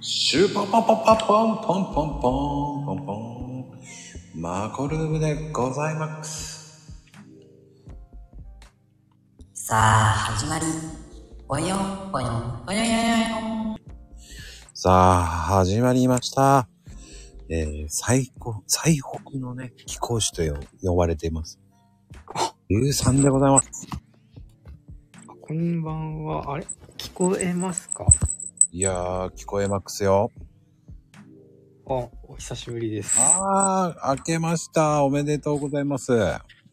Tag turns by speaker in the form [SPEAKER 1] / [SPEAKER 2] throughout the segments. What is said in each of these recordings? [SPEAKER 1] シュパパパパポンポンポンポンポンポン。マコルームでございます。
[SPEAKER 2] さあ、始まり。およん、およん、およよよよ
[SPEAKER 1] さあ、始まりました。えー、最高、最北のね、貴公子とよ呼ばれています。ゆうさんでございます。
[SPEAKER 3] あこんばんは。あれ聞こえますか
[SPEAKER 1] いやー、聞こえまくすよ。
[SPEAKER 3] あ、お久しぶりです。あ
[SPEAKER 1] あー、明けました。おめでとうございます。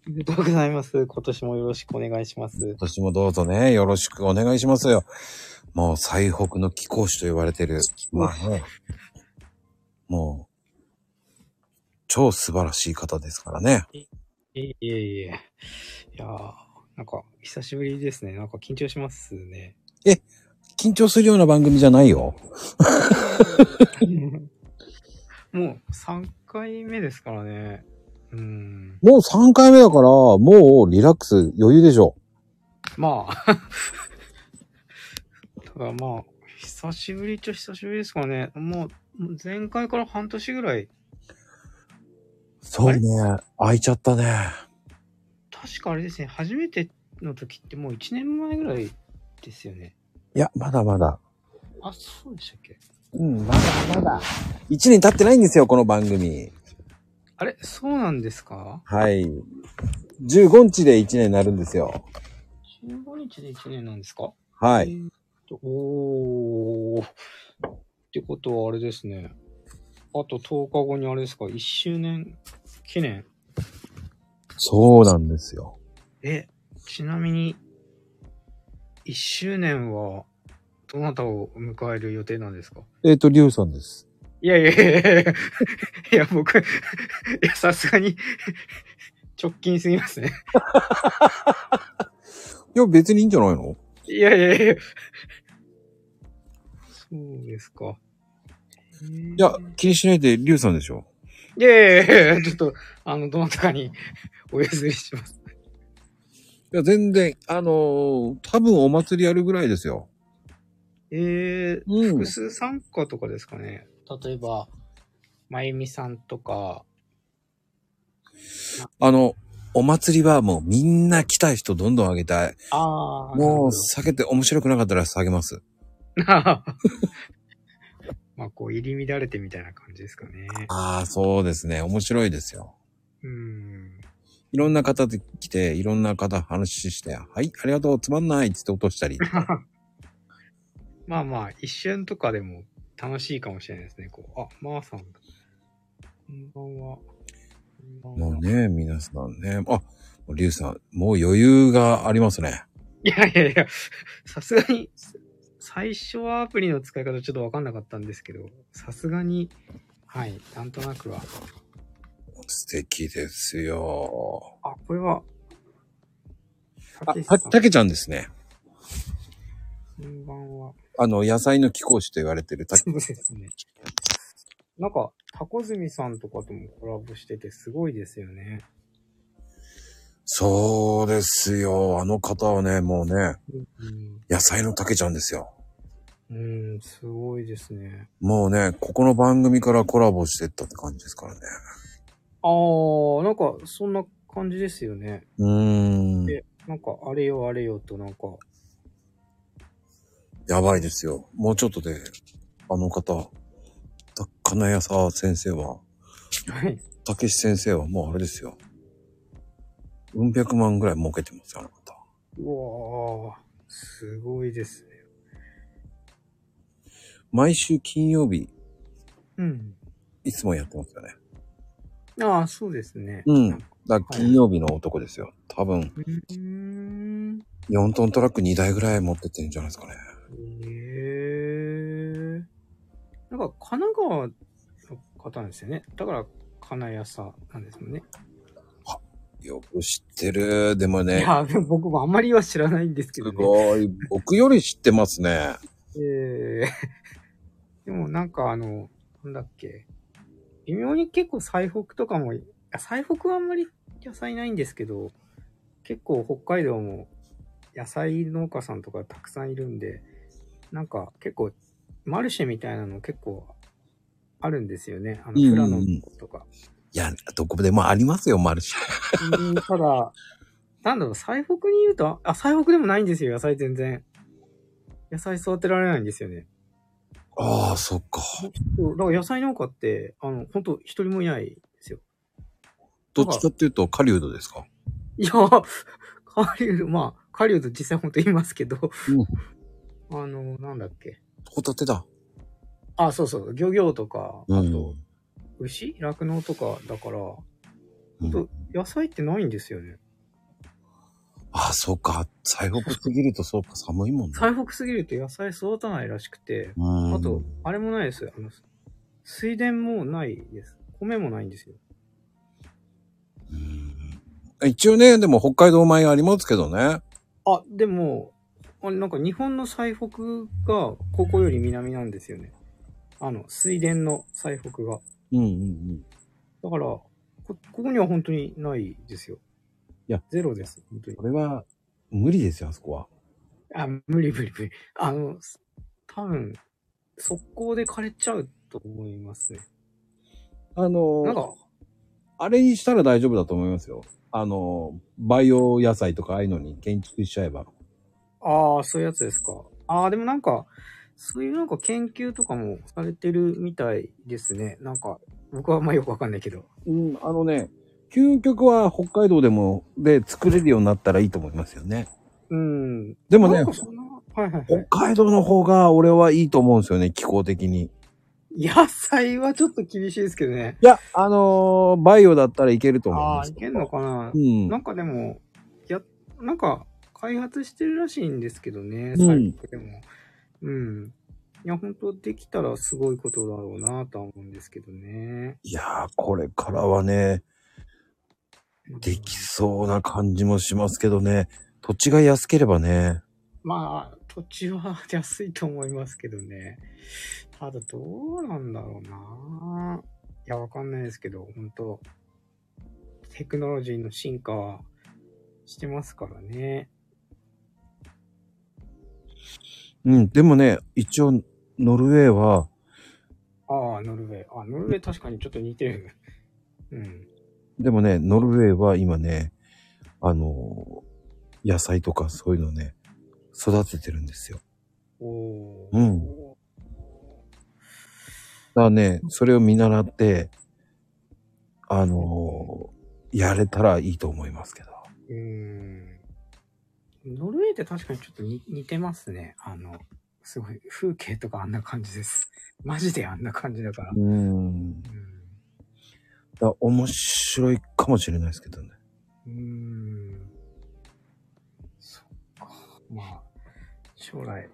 [SPEAKER 1] 今
[SPEAKER 3] りがとうございます。今年もよろしくお願いします。
[SPEAKER 1] 年もどうぞね、よろしくお願いしますよ。もう、最北の貴公子と言われてる。まあね、もう、超素晴らしい方ですからね。
[SPEAKER 3] いえいえいえ。いやー、なんか久しぶりですね。なんか緊張します ね。
[SPEAKER 1] 緊張するような番組じゃないよ。
[SPEAKER 3] もう3回目ですからね。うん。
[SPEAKER 1] もう3回目だから、もうリラックス余裕でしょ。
[SPEAKER 3] まあ。 ただまあ、久しぶりっちゃ久しぶりですかね。もう、もう前回から半年ぐらい、
[SPEAKER 1] そう
[SPEAKER 3] ね。
[SPEAKER 1] 開いちゃったね。
[SPEAKER 3] 確かあれですね、初めての時ってもう1年前ぐらいですよね。
[SPEAKER 1] いや、まだまだ。
[SPEAKER 3] あ、そうでしたっけ
[SPEAKER 1] うん、まだまだ。1年経ってないんですよ、この番組。
[SPEAKER 3] あれそうなんですか
[SPEAKER 1] はい。15日で1年になるんですよ。
[SPEAKER 3] ?15 日で1年なんですか
[SPEAKER 1] は
[SPEAKER 3] え
[SPEAKER 1] い。
[SPEAKER 3] ーっとおー。ってことはあれですね。あと10日後にあれですか ?1 周年記念。
[SPEAKER 1] そうなんですよ。
[SPEAKER 3] え、ちなみに、1周年は、どなたを迎える予定なんですか
[SPEAKER 1] えっ、と、リュウさんです。
[SPEAKER 3] いやいやいやいやいや、いや僕、いや、さすがに、直近すぎますね。
[SPEAKER 1] いや、別にいいんじゃないの
[SPEAKER 3] いやいやいや。そうですか。
[SPEAKER 1] いや、気にしないで、リュウさんでしょ。
[SPEAKER 3] いやいやいやいや、ちょっと、あの、どなたかに お譲りします。
[SPEAKER 1] いや、全然、あのー多分お祭りやるぐらいですよ。
[SPEAKER 3] えー、
[SPEAKER 1] うん
[SPEAKER 3] 複数参加とかですかね。例えば、まゆみさんとか、
[SPEAKER 1] あの、お祭りはもうみんな来たい人どんどん上げたい。
[SPEAKER 3] ああ、
[SPEAKER 1] もう下げて面白くなかったら下げます。
[SPEAKER 3] なるほど まあ、こう、入り乱れてみたいな感じですかね。
[SPEAKER 1] ああ、そうですね。面白いですよ。
[SPEAKER 3] うーん。
[SPEAKER 1] いろんな方で来て、いろんな方話して、はい、ありがとう、つまんないっつって落とした り。
[SPEAKER 3] まあまあ、一瞬とかでも楽しいかもしれないですね。こう、あ、まー、さん。こんばんは。こんばん
[SPEAKER 1] も
[SPEAKER 3] は
[SPEAKER 1] うね、皆さんね。あ、リュウさん、もう余裕がありますね。
[SPEAKER 3] いやいやいや、さすがに、最初はアプリの使い方ちょっとわかんなかったんですけど、さすがに、はい、なんとなくは。
[SPEAKER 1] 素敵ですよ。
[SPEAKER 3] あ、これは、た
[SPEAKER 1] あ
[SPEAKER 3] けし、さ
[SPEAKER 1] た
[SPEAKER 3] ん、
[SPEAKER 1] たけちゃんですね。
[SPEAKER 3] こんばんは。
[SPEAKER 1] あの、野菜の貴公子と言われてるた
[SPEAKER 3] そうですね。なんか、タコズミさんとかともコラボしててすごいですよね。
[SPEAKER 1] そうですよ。あの方はね、もうね、
[SPEAKER 3] うん
[SPEAKER 1] 野菜のたけちゃんですよ。
[SPEAKER 3] うん、すごいですね。
[SPEAKER 1] もうね、ここの番組からコラボしてったって感じですからね。
[SPEAKER 3] あー、なんか、そんな感じですよね。
[SPEAKER 1] うーん。
[SPEAKER 3] えなんか、あれよあれよと、なんか、
[SPEAKER 1] やばいですよ。もうちょっとで、あの方、た金谷沢先生は、
[SPEAKER 3] はい。
[SPEAKER 1] たけし先生はもうあれですよ。うん百万ぐらい儲けてますよ、あの方。
[SPEAKER 3] うわあ、すごいですね。
[SPEAKER 1] 毎週金曜日、
[SPEAKER 3] うん。
[SPEAKER 1] いつもやってますよね。
[SPEAKER 3] ああ、そうですね。
[SPEAKER 1] うん
[SPEAKER 3] う
[SPEAKER 1] だから金曜日の男ですよ。多分、
[SPEAKER 3] ーん。
[SPEAKER 1] 4トントラック2台ぐらい持ってってるんじゃないですかね。
[SPEAKER 3] へえ。なんか、神奈川の方なんですよね。だから、金谷さんなんですもんね。
[SPEAKER 1] よく知ってる。でも
[SPEAKER 3] い
[SPEAKER 1] ね、
[SPEAKER 3] や、でも僕もあんまりは知らないんですけ
[SPEAKER 1] す
[SPEAKER 3] どね。
[SPEAKER 1] ごい。僕より知ってますね。
[SPEAKER 3] ええ でもなんかあの、なんだっけ。微妙に結構最北とかも、いや最北はあんまり野菜ないんですけど、結構北海道も野菜農家さんとかたくさんいるんで、なんか結構マルシェみたいなの結構あるんですよね。あ
[SPEAKER 1] うんうんう
[SPEAKER 3] の、
[SPEAKER 1] ん
[SPEAKER 3] フラノとか。
[SPEAKER 1] いや、どこでもありますよ、マルシ
[SPEAKER 3] うんただ、なんだろう、最北にいると、あ、最北でもないんですよ、野菜全然。野菜育てられないんですよね。
[SPEAKER 1] ェ。ああ、そっか。
[SPEAKER 3] そうだから野菜農家って、あの、ほんと一人もいないんですよ。
[SPEAKER 1] どっちかっていうと、狩人ですか
[SPEAKER 3] いや、狩人、まあ、狩人実際ほんといますけど、あの、なんだっけ。
[SPEAKER 1] ホタテだ。
[SPEAKER 3] あ、そうそう、漁業とか、あ
[SPEAKER 1] うん
[SPEAKER 3] と、牛酪農とかだから、
[SPEAKER 1] う
[SPEAKER 3] そ
[SPEAKER 1] ん
[SPEAKER 3] う、野菜ってないんですよね。
[SPEAKER 1] ああ、そうか。最北すぎると、そうか、寒いもんね。
[SPEAKER 3] 最北すぎると野菜育たないらしくて、
[SPEAKER 1] うん
[SPEAKER 3] あと、あれもないです。あの、水田もないです。米もないんですよ。
[SPEAKER 1] うん一応ね、でも北海道米がありますけどね。
[SPEAKER 3] あ、でも、あれなんか日本の最北が、ここより南なんですよね。あの、水田の最北が。
[SPEAKER 1] うんうんうん。
[SPEAKER 3] だから、こ、ここには本当にないですよ。
[SPEAKER 1] いや、
[SPEAKER 3] ゼロです。本当に
[SPEAKER 1] こ。れは、無理ですよ、あそこは。
[SPEAKER 3] あ、無理無理無理。あの、す多分、速攻で枯れちゃうと思いますね。
[SPEAKER 1] あ
[SPEAKER 3] なん
[SPEAKER 1] の、
[SPEAKER 3] か、
[SPEAKER 1] あれにしたら大丈夫だと思いますよ。あの、培養野菜とかああいうのに建築しちゃえば。
[SPEAKER 3] ああ、そういうやつですか。ああ、でもなんか、そういうなんか研究とかもされてるみたいですね。なんか、僕はあんまよくわかんないけど。
[SPEAKER 1] うん、あのね、究極は北海道でも、で作れるようになったらいいと思いますよね。
[SPEAKER 3] うん。で
[SPEAKER 1] でもね、
[SPEAKER 3] そんな、はいはいは
[SPEAKER 1] 北
[SPEAKER 3] い。
[SPEAKER 1] 海道の方が俺はいいと思うんですよね、気候的に。
[SPEAKER 3] 野菜はちょっと厳しいですけどね。
[SPEAKER 1] いや、あのーバイオだったらいけると思い
[SPEAKER 3] あ
[SPEAKER 1] ま
[SPEAKER 3] あ、
[SPEAKER 1] す。
[SPEAKER 3] いけんのかな
[SPEAKER 1] う。ん
[SPEAKER 3] な。んかでも、や、なんか、開発してるらしいんですけどね、
[SPEAKER 1] うん
[SPEAKER 3] 最近でも。うん。いや、本当できたらすごいことだろうなとは思うんですけどね。
[SPEAKER 1] いやー、これからはね、できそうな感じもしますけどね。土地が安ければね。
[SPEAKER 3] まあ、土地は安いと思いますけどね。ただ、どうなんだろうな。いや、わかんないですけど、本当テクノロジーの進化はしてますからね。
[SPEAKER 1] うん、でもね、一応、ノルウェーは、
[SPEAKER 3] ああ、ノルウェー。あ、ノルウェー確かにちょっと似てる。 うん。
[SPEAKER 1] でもね、ノルウェーは今ね、あのー野菜とかそういうのね、育ててるんですよ。
[SPEAKER 3] おー。
[SPEAKER 1] うんだからね、それを見習って、あのーやれたらいいと思いますけど。
[SPEAKER 3] うーん。ノルウェーって確かにちょっとに似てますね。あの、すごい、風景とかあんな感じです。マジであんな感じだから。
[SPEAKER 1] うん。だから面白いかもしれないですけどね。
[SPEAKER 3] うん。うーん。そっか。まあ、将来、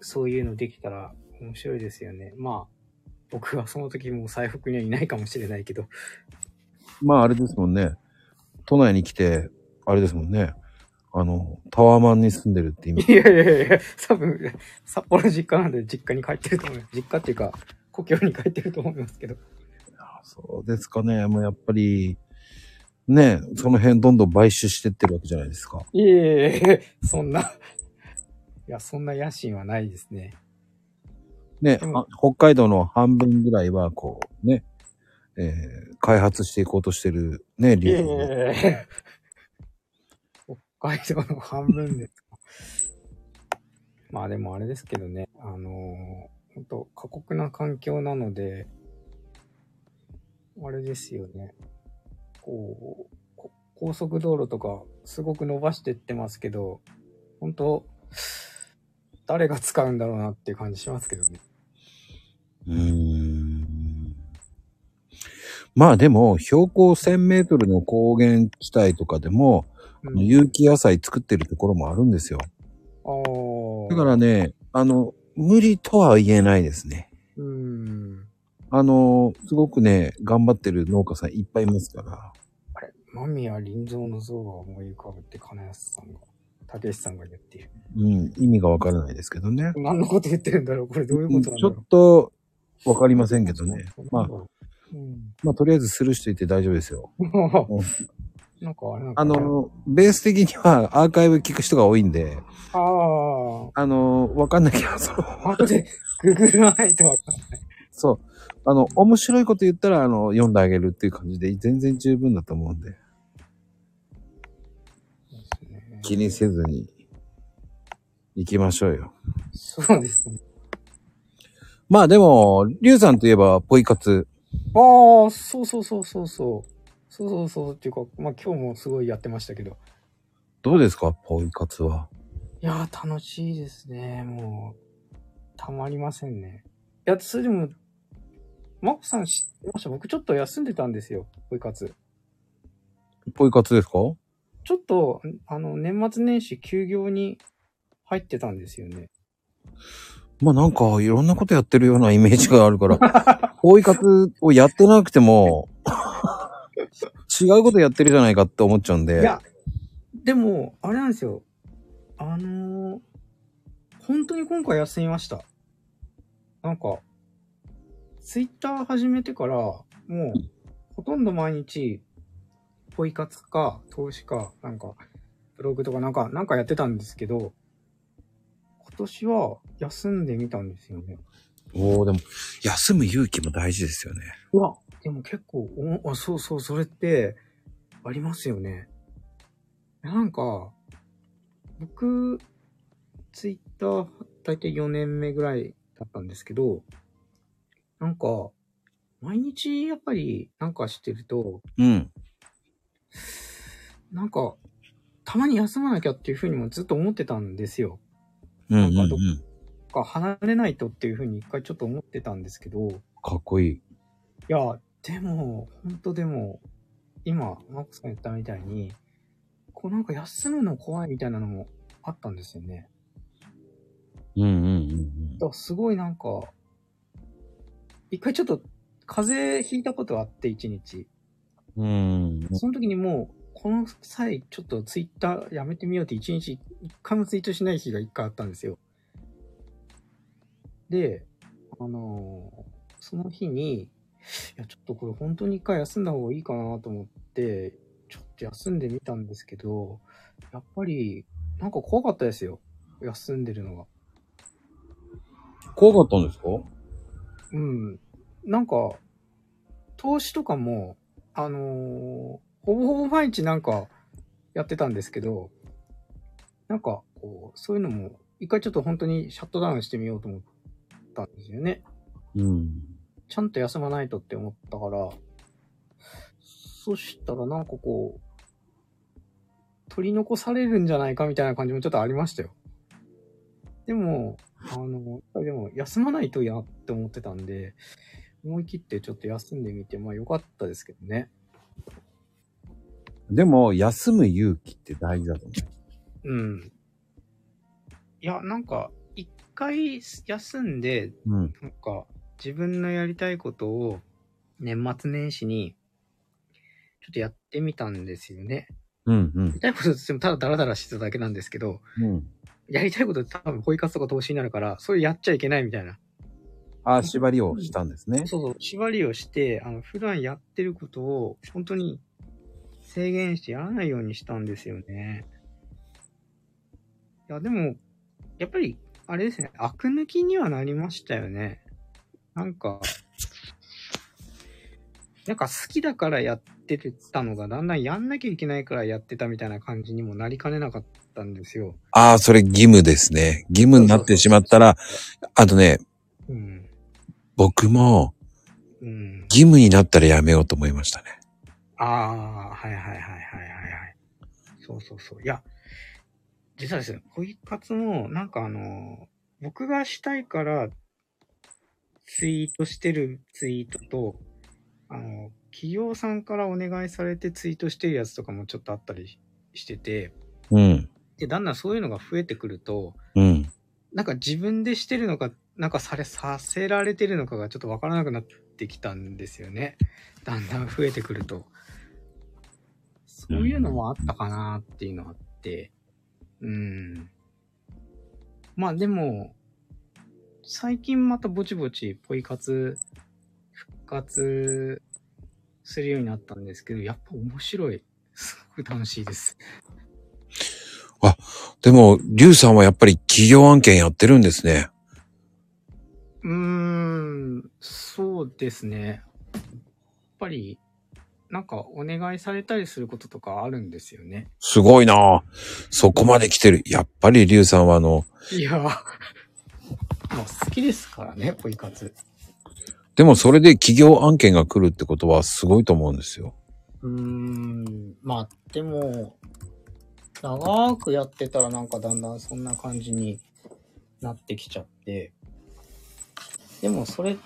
[SPEAKER 3] そういうのできたら面白いですよね。まあ、僕はその時もう最北にはいないかもしれないけど。
[SPEAKER 1] まああれですもんね。都内に来て、あれですもんね。あの、タワーマンに住んでる って意味。
[SPEAKER 3] いやいやいや、多分、札幌実家なんで実家に帰ってると思います。実家っていうか、故郷に帰ってると思いますけど。
[SPEAKER 1] あそうですかね。もうやっぱり、ねえ、その辺どんどん買収してってるわけじゃないですか。
[SPEAKER 3] いえいえいえ、そんな、いや、そんな野心はないですね。
[SPEAKER 1] ねえ、
[SPEAKER 3] うん
[SPEAKER 1] あ北海道の半分ぐらいは、こう、ね、えー開発していこうとしてる、ね、
[SPEAKER 3] い
[SPEAKER 1] 理
[SPEAKER 3] えい
[SPEAKER 1] 由。
[SPEAKER 3] えいえ。北海道の半分ですか。まあでもあれですけどね、あのー、本当過酷な環境なので、あれですよね。こう、こ高速道路とかすごく伸ばしてってますけど、本当誰が使うんだろうなっていう感じしますけどね。
[SPEAKER 1] うーん。まあでも、標高1000メートルの高原地帯とかでも、
[SPEAKER 3] うん
[SPEAKER 1] 有機野菜作ってるところもあるんですよ。
[SPEAKER 3] ああ。
[SPEAKER 1] だからね、あの、無理とは言えないですね。
[SPEAKER 3] うーん。
[SPEAKER 1] あの、すごくね、頑張ってる農家さんいっぱいいますから。
[SPEAKER 3] あれ、間宮林蔵の像が思い浮かぶって金安さんが、武さんが言っている。
[SPEAKER 1] うん、意味がわからないですけどね。
[SPEAKER 3] 何のこと言ってるんだろうこれどういうことなん
[SPEAKER 1] ち
[SPEAKER 3] だ
[SPEAKER 1] ょ
[SPEAKER 3] ろ
[SPEAKER 1] っ
[SPEAKER 3] う
[SPEAKER 1] と、わかりませんけどね。まあ、
[SPEAKER 3] うん。
[SPEAKER 1] まあ、とりあえずスルーしといて大丈夫ですよ。
[SPEAKER 3] なんかあれなんか
[SPEAKER 1] あ
[SPEAKER 3] な、
[SPEAKER 1] の、ベース的にはアーカイブ聞く人が多いんで、
[SPEAKER 3] あ
[SPEAKER 1] あの、わかんなきゃ、 その、
[SPEAKER 3] あ、後でググらないとわかんない。
[SPEAKER 1] そう。あの、面白いこと言ったら、あの、読んであげるっていう感じで、全然十分だと思うんで、気にせずに、行きましょうよ。
[SPEAKER 3] そうですね。
[SPEAKER 1] まあでも、リュウさんといえば、ポイ活。
[SPEAKER 3] ああ、そうそうそうそうそう。そうそうそうっていうか、まあ今日もすごいやってましたけど。
[SPEAKER 1] どうですか、ポイ活は。
[SPEAKER 3] いやー、楽しいですね。もう、たまりませんね。いや、それでも、マコさん知ってました僕ちょっと休んでたんですよ、ポイ活。
[SPEAKER 1] ポイ活ですか
[SPEAKER 3] ちょっと、あの、年末年始休業に入ってたんですよね。
[SPEAKER 1] まあなんか、いろんなことやってるようなイメージがある から、ポイ活をやってなくて も、違うことやってるじゃないかって思っちゃうんで。
[SPEAKER 3] いや、でも、あれなんですよ。あのー本当に今回休みました。なんか、ツイッター始めてから、もう、ほとんど毎日、ポイ活か、投資か、なんか、ブログとかなんか、なんかやってたんですけど、今年は休んでみたんですよね。
[SPEAKER 1] おおでも、休む勇気も大事ですよね。
[SPEAKER 3] うわ、でも結構、おあそうそう、それって、ありますよね。なんか、僕、ツイッター、大体4年目ぐらいだったんですけど、なんか、毎日やっぱりなんかしてると、
[SPEAKER 1] うん。
[SPEAKER 3] なんか、たまに休まなきゃっていうふうにもずっと思ってたんですよ。
[SPEAKER 1] うんうん、う
[SPEAKER 3] なんかど
[SPEAKER 1] ん。
[SPEAKER 3] なんか離れないとっていうふうに一回ちょっと思ってたんですけど、
[SPEAKER 1] かっこいい。
[SPEAKER 3] いや、でも、本当でも、今、マックスが言ったみたいに、こうなんか休むの怖いみたいなのもあったんですよね。
[SPEAKER 1] うんうんうん
[SPEAKER 3] だからすごいなんか、一回ちょっと風邪ひいたことあって、一日。
[SPEAKER 1] うん。うん。
[SPEAKER 3] その時にもう、この際、ちょっとツイッターやめてみようって一日一回もツイートしない日が一回あったんですよ。で、あのーその日に、いや、ちょっとこれ本当に一回休んだ方がいいかなと思って、ちょっと休んでみたんですけど、やっぱり、なんか怖かったですよ。休んでるのが。
[SPEAKER 1] 怖かったんですか
[SPEAKER 3] うん。なんか、投資とかも、あのーほぼほぼ毎日なんかやってたんですけど、なんか、こう、そういうのも、一回ちょっと本当にシャットダウンしてみようと思ったんですよね。
[SPEAKER 1] うん。
[SPEAKER 3] ちゃんと休まないとって思ったから、そしたらなんかこう、取り残されるんじゃないかみたいな感じもちょっとありましたよ。でも、あの、やっぱりでも休まないとやって思ってたんで、思い切ってちょっと休んでみて、まあ良かったですけどね。
[SPEAKER 1] でも、休む勇気って大事だと思
[SPEAKER 3] うん。いや、なんか、一回休んで、
[SPEAKER 1] う。うん。
[SPEAKER 3] なんか、自分のやりたいことを年末年始に、ちょっとやってみたんですよね。
[SPEAKER 1] うんうん
[SPEAKER 3] やりたいことって言ってもただダラダラしてただけなんですけど、
[SPEAKER 1] うん。
[SPEAKER 3] やりたいことって多分ポイ活とか投資になるから、それやっちゃいけないみたいな。
[SPEAKER 1] あ、縛りをしたんですね。
[SPEAKER 3] そうそう、縛りをして、あの、普段やってることを本当に制限してやらないようにしたんですよね。いや、でも、やっぱり、あれですね、悪抜きにはなりましたよね。なんか、なんか好きだからやってたのが、だんだんやんなきゃいけないからやってたみたいな感じにもなりかねなかったんですよ。
[SPEAKER 1] ああ、それ義務ですね。義務になってしまったら、あとね、
[SPEAKER 3] うん。
[SPEAKER 1] 僕も
[SPEAKER 3] うん。
[SPEAKER 1] 義務になったらやめようと思いましたね。
[SPEAKER 3] ああ、はいはいはいはいはいはい。そうそうそう。いや、実はですね、ポイ活も、なんかあの、僕がしたいから、ツイートしてるツイートと、あの、企業さんからお願いされてツイートしてるやつとかもちょっとあったりしてて、
[SPEAKER 1] うん。
[SPEAKER 3] で、だんだんそういうのが増えてくると、
[SPEAKER 1] うん。
[SPEAKER 3] なんか自分でしてるのか、なんかされ、させられてるのかがちょっとわからなくなってきたんですよね。だんだん増えてくると。そういうのもあったかなっていうのあって。うん。まあでも、最近またぼちぼちポイ活、復活するようになったんですけど、やっぱ面白い。す
[SPEAKER 4] ごく楽しいです。
[SPEAKER 1] でも、リュウさんはやっぱり企業案件やってるんですね。
[SPEAKER 4] うーん、そうですね。やっぱり、なんかお願いされたりすることとかあるんですよね。
[SPEAKER 1] すごいなぁそこまで来てる。やっぱりリュウさんはあの、
[SPEAKER 4] い や、まあ好きですからね、ポイ活。
[SPEAKER 1] でもそれで企業案件が来るってことはすごいと思うんですよ。
[SPEAKER 3] うーん、まあでも、長くやってたらなんかだんだんそんな感じになってきちゃって、でもそれっ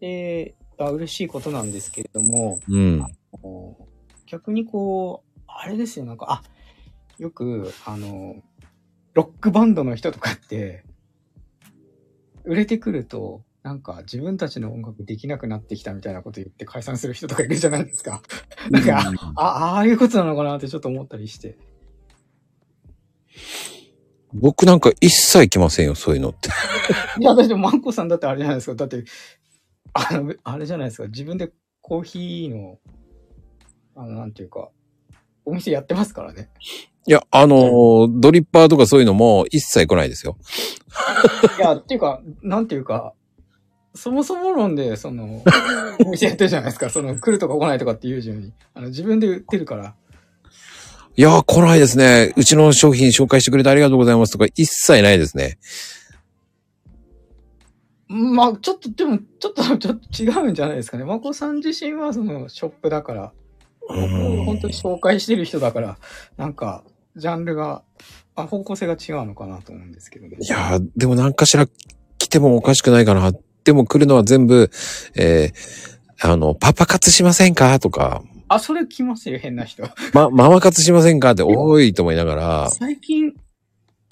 [SPEAKER 3] て、あ嬉しいことなんですけれども、
[SPEAKER 1] うん。
[SPEAKER 3] こう逆にこう、あれですよ、なんか、あ、よく、あの、ロックバンドの人とかって、売れてくると、なんか自分たちの音楽できなくなってきたみたいなこと言って解散する人とかいるじゃないですか。なんか、あ、ああいうことなのかなってちょっと思ったりして。
[SPEAKER 1] 僕なんか一切来ませんよ、そういうのって。
[SPEAKER 3] いや、だってマンコさんだってあれじゃないですか。だって、あの、あれじゃないですか。自分でコーヒーの、あの、なんていうか、お店やってますからね。
[SPEAKER 1] いや、あのードリッパーとかそういうのも一切来ないですよ。
[SPEAKER 3] いや、っていうか、なんていうか、そもそも論で、その、お店やってるじゃないですか。その、来るとか来ないとかっていう順に。あの、自分で売ってるから。
[SPEAKER 1] いやー、来ないですね。うちの商品紹介してくれてありがとうございますとか一切ないですね。
[SPEAKER 3] まあ、ちょっと、でも、ちょっと、ちょっと違うんじゃないですかね。まこさん自身は、その、ショップだから、
[SPEAKER 1] うん
[SPEAKER 3] 本当に紹介してる人だから、なんか、ジャンルが、あ、方向性が違うのかなと思うんですけどね。
[SPEAKER 1] いやー、でも何かしら来てもおかしくないかな。でも来るのは全部、えー、あの、パパ活しませんかとか、
[SPEAKER 3] あ、それ来ますよ、変な人。
[SPEAKER 1] ま、ママ活しませんかって多いと思いながら、
[SPEAKER 3] 最近、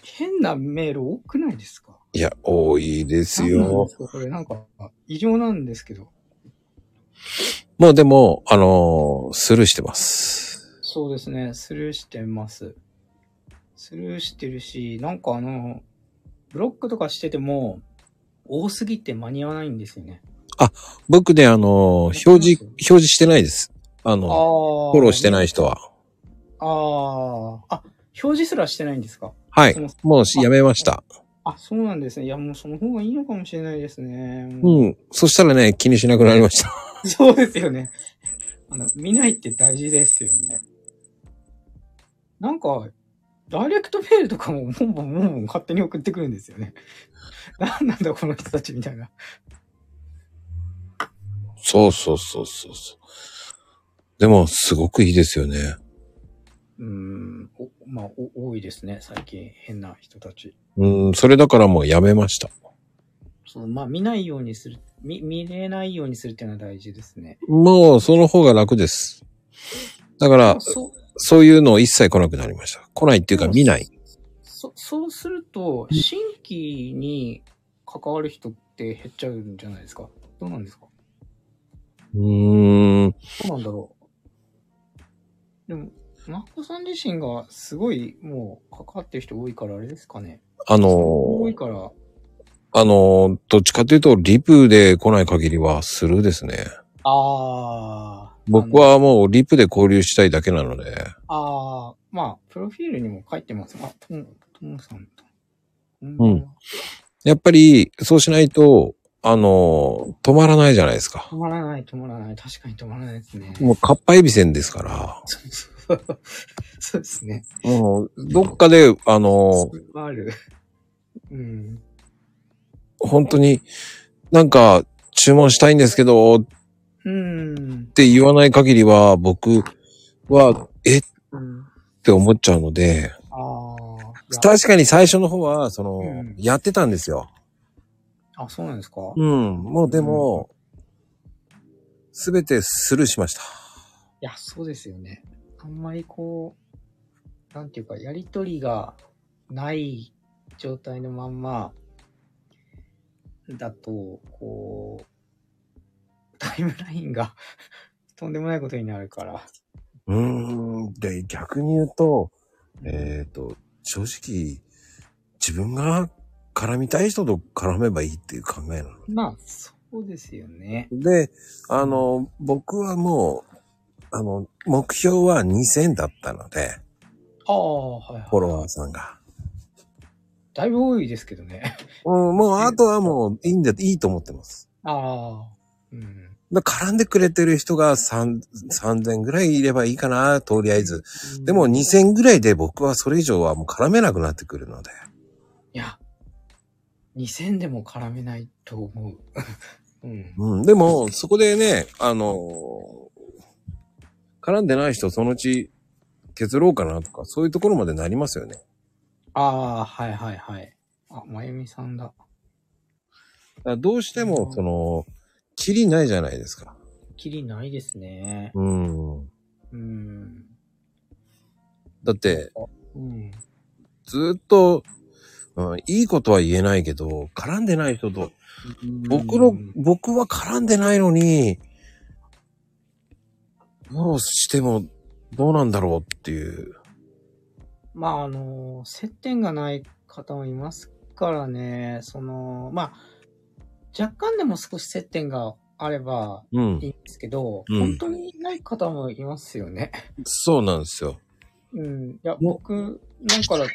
[SPEAKER 3] 変なメール多くないですか
[SPEAKER 1] いや、多いです
[SPEAKER 3] 何なん
[SPEAKER 1] よ
[SPEAKER 3] で。すかこれなんか、異常なんですけど。
[SPEAKER 1] もうでも、あのースルーしてます。
[SPEAKER 3] そうですね、スルーしてます。スルーしてるし、なんかあの、ブロックとかしてても、多すぎて間に合わないんですよね。
[SPEAKER 1] 僕ね、あのー表示、表示してないです。あ
[SPEAKER 3] ああ。
[SPEAKER 1] の、
[SPEAKER 3] フ
[SPEAKER 1] フォローして
[SPEAKER 3] い。
[SPEAKER 1] ない人は。
[SPEAKER 3] ああ。あ、表示すらしてないんですか
[SPEAKER 1] はい
[SPEAKER 3] そ。の
[SPEAKER 1] もうしやめました。
[SPEAKER 3] あ、そうなんですね。いや、もうその方がいいのかもしれないですね。もう
[SPEAKER 1] うん。そしたらね、気にしなくなりました。
[SPEAKER 3] そうですよね。あの、見ないって大事ですよね。なんか、ダイレクトメールとかも、ボンボンボンボン勝手に送ってくるんですよね。なんなんだこの人たちみたいな。
[SPEAKER 1] そうそうそうそうそう。でも、すごくいいですよね。
[SPEAKER 3] うーん、おまあお、多いですね、最近、変な人たち。
[SPEAKER 1] うん、それだからもうやめました。
[SPEAKER 3] そのまあ、見ないようにする、見、見れないようにするっていうのは大事ですね。
[SPEAKER 1] もう、その方が楽です。だから、
[SPEAKER 3] そう、
[SPEAKER 1] そういうのを一切来なくなりました。来ないっていうか見ない。
[SPEAKER 3] そ、そうすると、新規に関わる人って減っちゃうんじゃないですか。どうなんですか
[SPEAKER 1] うーん。
[SPEAKER 3] どうなんだろう。でも、マッコさん自身がすごい、もう、関わってる人多いから、あれですかね。
[SPEAKER 1] あの
[SPEAKER 3] 多
[SPEAKER 1] ー
[SPEAKER 3] いから、
[SPEAKER 1] あのーどっちかというと、リプで来ない限りはスルーですね。
[SPEAKER 3] あー。
[SPEAKER 1] 僕はもうリプで交流したいだけなので。
[SPEAKER 3] ああ、まあ、プロフィールにも書いてます。あ、とも、ともさんと。うん
[SPEAKER 1] うんやっぱり、そうしないと、あのー止まらないじゃないですか
[SPEAKER 3] 止。まらない、止まらない。確かに止まらないですね。
[SPEAKER 1] もう、かっぱえびせんですから。
[SPEAKER 3] そうそう そうですね。
[SPEAKER 1] もう、どっかで、あの
[SPEAKER 3] それはある。うん。
[SPEAKER 1] ー本当に、なんか、注文したいんですけど、っ
[SPEAKER 3] うん。
[SPEAKER 1] て言わない限りは、僕は、えっ
[SPEAKER 3] うん、
[SPEAKER 1] て思っちゃうので、
[SPEAKER 3] ああ。いや
[SPEAKER 1] 確かに最初の方は、その、
[SPEAKER 3] うん
[SPEAKER 1] やってたんですよ。
[SPEAKER 3] あ、そうなんですか、い
[SPEAKER 1] うん、もうでも、すべてスルーしました。
[SPEAKER 3] や、そうですよね。あんまりこう、なんていうか、やりとりがない状態のまんま、だと、こう、タイムラインが とんでもないことになるから。
[SPEAKER 1] うーん、で、逆に言うと、えっ、と、正直、自分が絡みたい人と絡めばいいっていう考えなの。
[SPEAKER 3] まあ、そうですよね。
[SPEAKER 1] で、あの、僕はもう、あの、目標は2000だったので、
[SPEAKER 3] ああ、はい
[SPEAKER 1] フォ
[SPEAKER 3] は
[SPEAKER 1] ロワーさんが。
[SPEAKER 3] い。だいぶ多いですけどね。
[SPEAKER 1] うん、もうあとはもういいんだ、いいと思ってます。
[SPEAKER 3] ああ。うん。
[SPEAKER 1] だ絡んでくれてる人が3 3000ぐらいいればいいかな、とりあえず。でも
[SPEAKER 3] うんい
[SPEAKER 1] 2000ぐらいで僕はそれ以上はもう絡めなくなってくるので。
[SPEAKER 3] や、2000でも絡めないと思う。 うん。
[SPEAKER 1] うん、でも、そこでね、あの絡んでない人そのうち削ろうかなとか、そういうところまでなりますよね。
[SPEAKER 3] ああ、はいはいはい。あ、まゆみさんだ。
[SPEAKER 1] だからどうしても
[SPEAKER 3] う、ん
[SPEAKER 1] その、キリないじゃないですか。
[SPEAKER 3] きりないですね。
[SPEAKER 1] うん。
[SPEAKER 3] うん。
[SPEAKER 1] だって、
[SPEAKER 3] うん。
[SPEAKER 1] ずーっと、うん、いいことは言えないけど、絡んでない人と、僕の、僕は絡んでないのに、フォローしてもどうなんだろうっていう。
[SPEAKER 3] まあ、あの、接点がない方もいますからね、その、まあ、若干でも少し接点があれば
[SPEAKER 1] うん
[SPEAKER 3] いい。んですけど、
[SPEAKER 1] うん
[SPEAKER 3] 本当にない方もいますよね。
[SPEAKER 1] そうなんですよ。
[SPEAKER 3] うん。いや、
[SPEAKER 1] も
[SPEAKER 3] 僕なんかだと、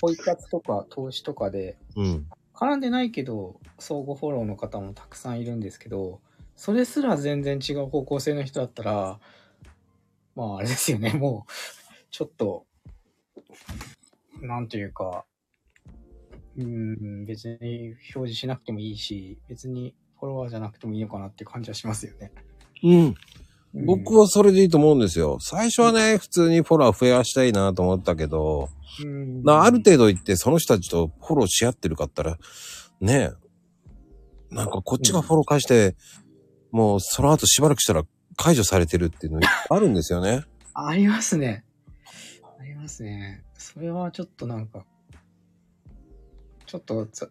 [SPEAKER 3] ポイ活とか投資とかで、
[SPEAKER 1] うん。
[SPEAKER 3] 絡んでないけど、相互フォローの方もたくさんいるんですけど、それすら全然違う方向性の人だったら、まああれですよね、もう、ちょっと、なんというか、うん、別に表示しなくてもいいし、別にフォロワーじゃなくてもいいのかなって感じはしますよね。
[SPEAKER 1] うん。僕
[SPEAKER 3] は、
[SPEAKER 1] はそれでいいと思うんですよ。最初はね、普通にフォロワー増やしたいなと思ったけど、
[SPEAKER 3] うん
[SPEAKER 1] なある程度行ってその人たちとフォローし合ってるかったら、ねえ、なんかこっちがフォロー返して、もうその後しばらくしたら解除されてるっていうのあるんですよね。
[SPEAKER 3] ありますね。ありますね。それはちょっとなんか、ちょっとざ、う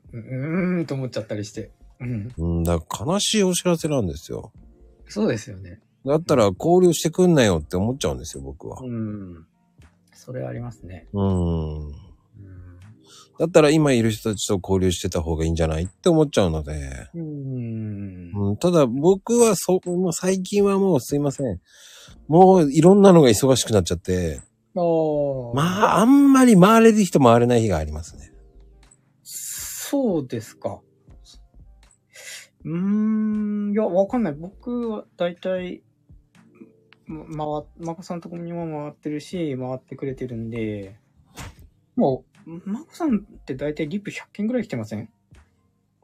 [SPEAKER 3] ーんと思っちゃったりして。うん。
[SPEAKER 1] うん、だから悲しいお知らせなんですよ。
[SPEAKER 3] そうですよね。
[SPEAKER 1] だったら交流してくんなよって思っちゃうんですよ、僕は。
[SPEAKER 3] うん。それありますね。
[SPEAKER 1] うん。
[SPEAKER 3] うん。
[SPEAKER 1] だったら今いる人たちと交流してた方がいいんじゃないって思っちゃうので。
[SPEAKER 3] うん。
[SPEAKER 1] うん、ただ僕はそ、もう最近はもうすいません。もういろんなのが忙しくなっちゃって、
[SPEAKER 3] ああ。
[SPEAKER 1] まあ、あんまり回れる人回れない日がありますね。
[SPEAKER 3] そうですか。うーん、いや、わかんない。僕は大体、ま、回、マコさんのとこにも回ってるし、回ってくれてるんで、もう、マコさんって大体リップ100件ぐらい来てません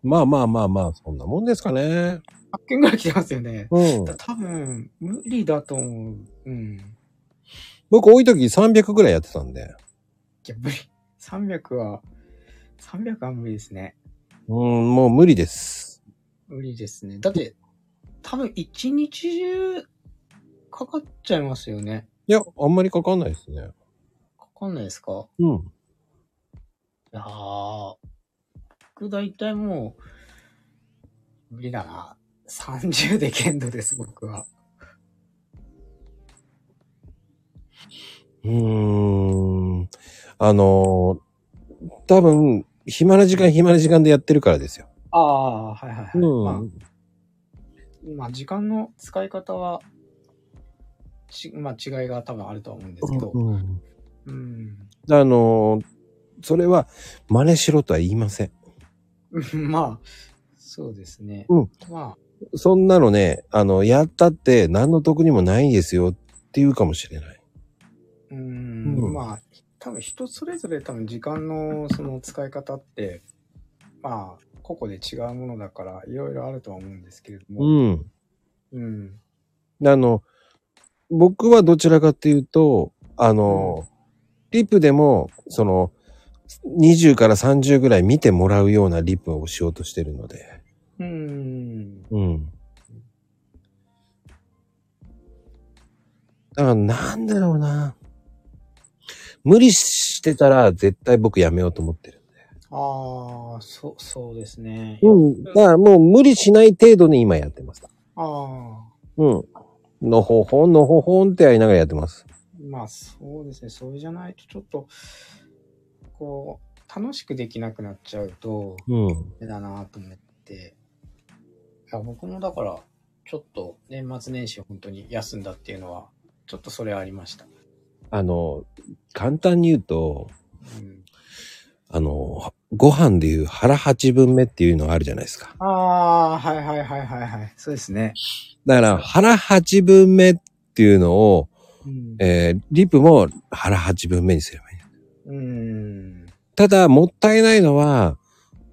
[SPEAKER 1] まあまあまあまあ、そんなもんですかね。
[SPEAKER 3] ?100 件ぐらい来てますよね。
[SPEAKER 1] うん
[SPEAKER 3] だ。多分、無理だと思う。うん。い
[SPEAKER 1] 僕多い時300ぐらいやってたんで。
[SPEAKER 3] や、無理。300は、300は無理ですね。
[SPEAKER 1] うん、もう無理です。
[SPEAKER 3] 無理ですね。だって、多分一日中かかっちゃいますよね。
[SPEAKER 1] いや、あんまりかかんないですね。
[SPEAKER 3] かかんないですか
[SPEAKER 1] うん。
[SPEAKER 3] いやー、僕大体もう、無理だな。30で限度です、僕は。
[SPEAKER 1] うーん。あのー多分、暇な時間暇な時間でやってるからですよ。
[SPEAKER 3] ああ、はいはいはい。まあ
[SPEAKER 1] うん。
[SPEAKER 3] まあ、時間の使い方は、ちまあ、違いが多分あるとは思うんですけど。
[SPEAKER 1] うん
[SPEAKER 3] うん。
[SPEAKER 1] あのーそれは真似しろとは言いません。
[SPEAKER 3] まあ、そうですね。
[SPEAKER 1] うん
[SPEAKER 3] ま
[SPEAKER 1] そんなのね、あの、やったって何の得にもないですよっていうかもしれない。
[SPEAKER 3] あ、うん、
[SPEAKER 1] うん
[SPEAKER 3] まあ、多分人それぞれ多分時間のその使い方って、まあ、個々で違うものだから、いろいろあるとは思うんですけれども。
[SPEAKER 1] うん。
[SPEAKER 3] うん。
[SPEAKER 1] あの、僕はどちらかっていうと、あの、リップでも、その、20から30ぐらい見てもらうようなリップをしようとしてるので。
[SPEAKER 3] うーん。
[SPEAKER 1] うん。だからなんだろうな。無理してたら絶対僕やめようと思ってる。
[SPEAKER 3] ああ、そう、そうですね。
[SPEAKER 1] うん。だからもう無理しない程度に今やってます。
[SPEAKER 3] ああ、
[SPEAKER 1] うん。のほほん、のほほんってやりながらやってます。
[SPEAKER 3] まあそうですね。それじゃないとちょっと、こう、楽しくできなくなっちゃうと、
[SPEAKER 1] うん。
[SPEAKER 3] あれだなと思って。いや、僕もだから、ちょっと年末年始本当に休んだっていうのは、ちょっとそれはありました。
[SPEAKER 1] あの、簡単に言うと、
[SPEAKER 3] うん、
[SPEAKER 1] あの、ご飯でいう腹八分目っていうのがあるじゃないですか。
[SPEAKER 3] ああー、はいはいはいはいはい。そうですね。
[SPEAKER 1] だから、腹八分目っていうのを、
[SPEAKER 3] うん。
[SPEAKER 1] えーリップも腹八分目にすればいい。
[SPEAKER 3] うん。
[SPEAKER 1] ただ、もったいないのは、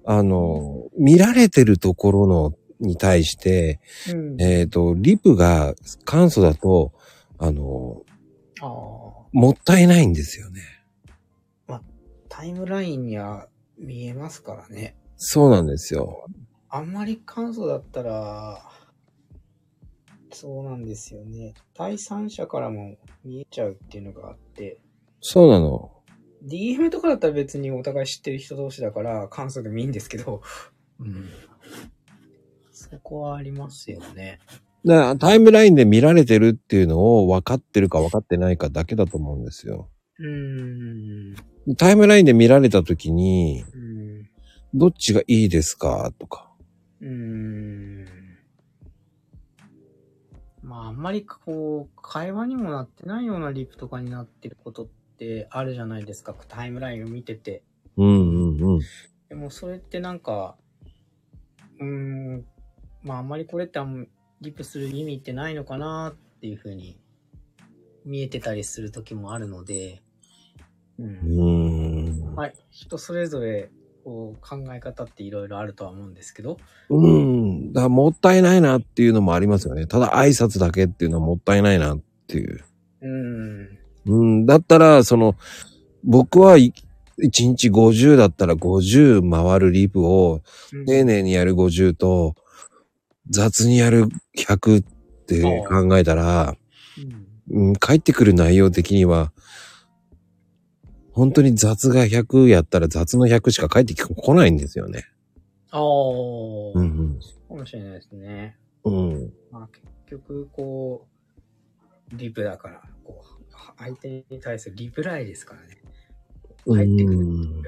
[SPEAKER 1] あの、見られてるところの、に対して、
[SPEAKER 3] うん、あ
[SPEAKER 1] えっ、と、リップが簡素だと、あの、
[SPEAKER 3] あ。
[SPEAKER 1] もったいないんですよね。
[SPEAKER 3] タイムラインには見えますからね。
[SPEAKER 1] そうなんですよ。
[SPEAKER 3] あんまり簡素だったら、そうなんですよね。第三者からも見えちゃうっていうのがあって、
[SPEAKER 1] そうなの。
[SPEAKER 3] DM とかだったら別にお互い知ってる人同士だから簡素でもいいんですけど、うん。そこはありますよね。
[SPEAKER 1] だからタイムラインで見られてるっていうのを分かってるか分かってないかだけだと思うんですよ。
[SPEAKER 3] うーん。
[SPEAKER 1] タイムラインで見られた時に、
[SPEAKER 3] うん。
[SPEAKER 1] どっちがいいですかとか。
[SPEAKER 3] うーん。まあ、あんまりこう、会話にもなってないようなリプとかになってることってあるじゃないですか。タイムラインを見てて。
[SPEAKER 1] うんうんうん。
[SPEAKER 3] でもそれってなんか、うーん、まああんまりこれってあんまリプする意味ってないのかなっていうふうに見えてたりする時もあるので、う。
[SPEAKER 1] うんーん。
[SPEAKER 3] はい。人それぞれこう考え方っていろいろあるとは思うんですけど、
[SPEAKER 1] うん。だからもったいないなっていうのもありますよね。ただ挨拶だけっていうのはもったいないなっていう。
[SPEAKER 3] うーん。
[SPEAKER 1] うん。だったら、その、僕は1日50だったら50回るリプを
[SPEAKER 3] うん
[SPEAKER 1] 丁寧にやる50と、雑にやる100って考えたら、
[SPEAKER 3] うん
[SPEAKER 1] うん、帰ってくる内容的には、本当に雑が100やったら雑の100しか返ってこないんですよね。
[SPEAKER 3] ああ、そううんかもしれないですね。
[SPEAKER 1] うん。うん。
[SPEAKER 3] まあ結局こう、リプだから、こう、相手に対するリプライですからね。入ってくる
[SPEAKER 1] うん
[SPEAKER 3] うん。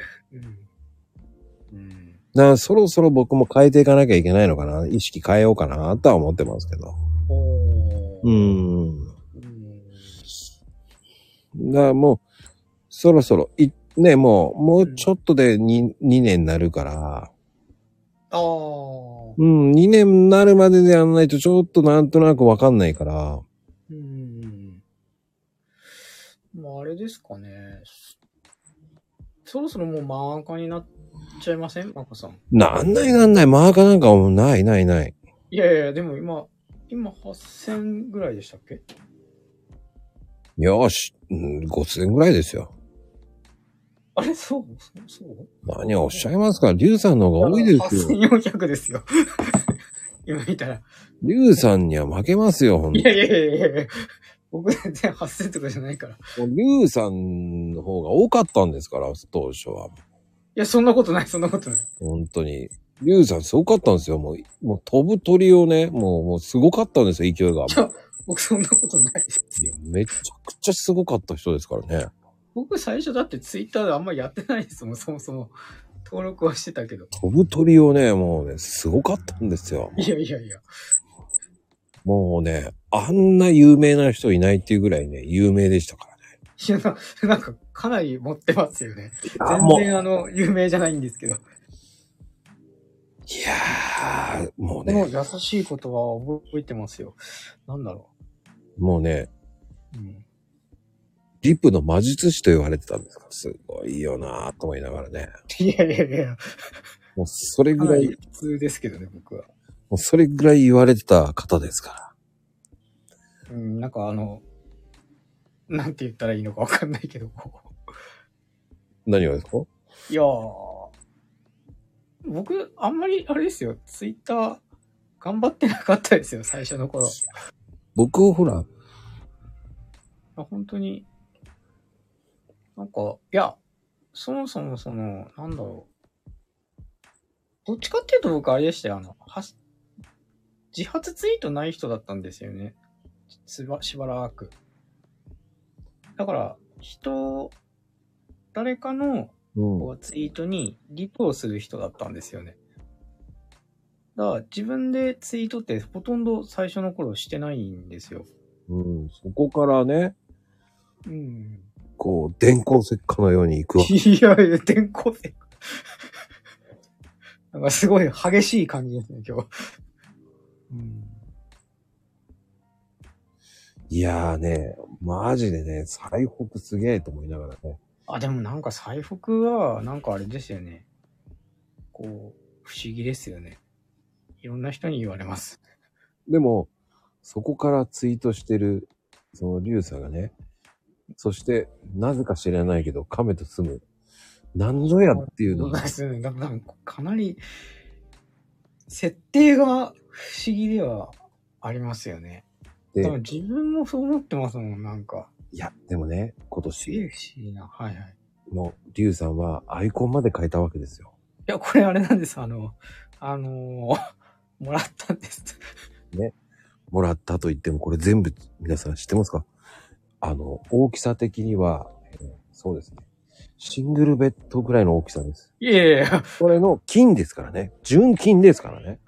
[SPEAKER 3] うん。
[SPEAKER 1] だからそろそろ僕も変えていかなきゃいけないのかな。意識変えようかなとは思ってますけど。
[SPEAKER 3] おー
[SPEAKER 1] うん。
[SPEAKER 3] うん。
[SPEAKER 1] だからもう、そろそろ、い、ね、もう、もうちょっとで 2, 2年になるから、
[SPEAKER 3] ああ。
[SPEAKER 1] うん、2年になるまででやんないとちょっとなんとなくわかんないから、
[SPEAKER 3] うん。まあ、あれですかね。そろそろもう漫画家になっちゃいませんマコさん。
[SPEAKER 1] なんないなんない、マーカーなんかもうないないない。
[SPEAKER 3] いやいやいや、でも今、今8000ぐらいでしたっけ
[SPEAKER 1] よーし、うん、5000ぐらいですよ。
[SPEAKER 3] あれそうそうそう
[SPEAKER 1] 何をおっしゃいますかリュウさんの方が多いですよ。
[SPEAKER 3] 8400ですよ。今見たら。
[SPEAKER 1] リュウさんには負けますよ、ほんと。
[SPEAKER 3] い
[SPEAKER 1] リ
[SPEAKER 3] やいやいやいや僕全然8000とかじゃないから。い
[SPEAKER 1] ュウさんの方が多かったんですから、当初は。
[SPEAKER 3] や、そんなことない、そんなことない。
[SPEAKER 1] 本当に。リュウさんすごかったんですよ。もう、もう飛ぶ鳥をね、もう、もうすごかったんですよ、勢いが。
[SPEAKER 3] 僕そんなことないですよ。
[SPEAKER 1] めちゃくちゃすごかった人ですからね。
[SPEAKER 3] 僕最初だってツイッターであんまやってないですもん、 そもそも。登録はしてたけど。
[SPEAKER 1] 飛ぶ鳥をね、もうね、すごかったんですよ。
[SPEAKER 3] いやいやいや。
[SPEAKER 1] もうね、あんな有名な人いないっていうぐらいね、有名でしたからね。
[SPEAKER 3] いやな、なんかかなり持ってますよね。
[SPEAKER 1] あ
[SPEAKER 3] 全然あの、有名じゃないんです けど。
[SPEAKER 1] いやー、もう
[SPEAKER 3] でも
[SPEAKER 1] ね、
[SPEAKER 3] 優しいことは覚えてますよ。なんだろ
[SPEAKER 1] もうね、
[SPEAKER 3] う。うん。
[SPEAKER 1] リップの魔術師と言われてたんですから、すごいよなーと思いながらね。
[SPEAKER 3] いやいやいや、
[SPEAKER 1] もうそれ
[SPEAKER 3] か
[SPEAKER 1] ぐ
[SPEAKER 3] な
[SPEAKER 1] ら
[SPEAKER 3] り
[SPEAKER 1] い、
[SPEAKER 3] 普通ですけどね、僕は。
[SPEAKER 1] もうそれぐらい言われてた方ですから。
[SPEAKER 3] うん、なんかあの、なんて言ったらいいのかわかんないけど、こう。
[SPEAKER 1] 何がですか
[SPEAKER 3] いやー、僕、あんまり、あれですよ、ツイッター、頑張ってなかったですよ、最初の頃。
[SPEAKER 1] 僕をほら、
[SPEAKER 3] あ本当に、なんか、いや、そもそもその、なんだろう。どっちかっていうと僕、あれでしたよ、あの、はし自発ツイートない人だったんですよね。しばしばらく。だから、人、誰かの
[SPEAKER 1] うん。
[SPEAKER 3] こうツイートにリプをする人だったんですよね。だから自分でツイートってほとんど最初の頃してないんですよ。
[SPEAKER 1] うん、そこからね、
[SPEAKER 3] うん。
[SPEAKER 1] こう、電光石火のように行くわけ。
[SPEAKER 3] いやいや、天候で。 なんかすごい激しい感じですね、今日。うん。
[SPEAKER 1] いやーね、マジでね、最北すげえと思いながらね。
[SPEAKER 3] あ、でもなんか最北は、なんかあれですよね。こう、不思議ですよね。いろんな人に言われます。
[SPEAKER 1] でも、そこからツイートしてる、そのリュウさんがね、そして、なぜか知らないけど、亀と住む。何ぞやっていうの
[SPEAKER 3] そう
[SPEAKER 1] が
[SPEAKER 3] で、すね。だからかなり、設定が不思議ではありますよね。
[SPEAKER 1] で
[SPEAKER 3] 多分自分もそう思ってますもん、なんか。
[SPEAKER 1] いや、でもね、今
[SPEAKER 3] すげえ
[SPEAKER 1] 年
[SPEAKER 3] 不思議な。はいはい。
[SPEAKER 1] のリュウさんはアイコンまで変えたわけですよ。
[SPEAKER 3] いや、これあれなんです。あの、あのーもらったんです。
[SPEAKER 1] もらったと言っても、これ全部皆さん知ってますかあの、大きさ的には、えーそうですね。シングルベッドぐらいの大きさです。
[SPEAKER 3] いやいやいや、
[SPEAKER 1] これの金ですからね。純金ですからね。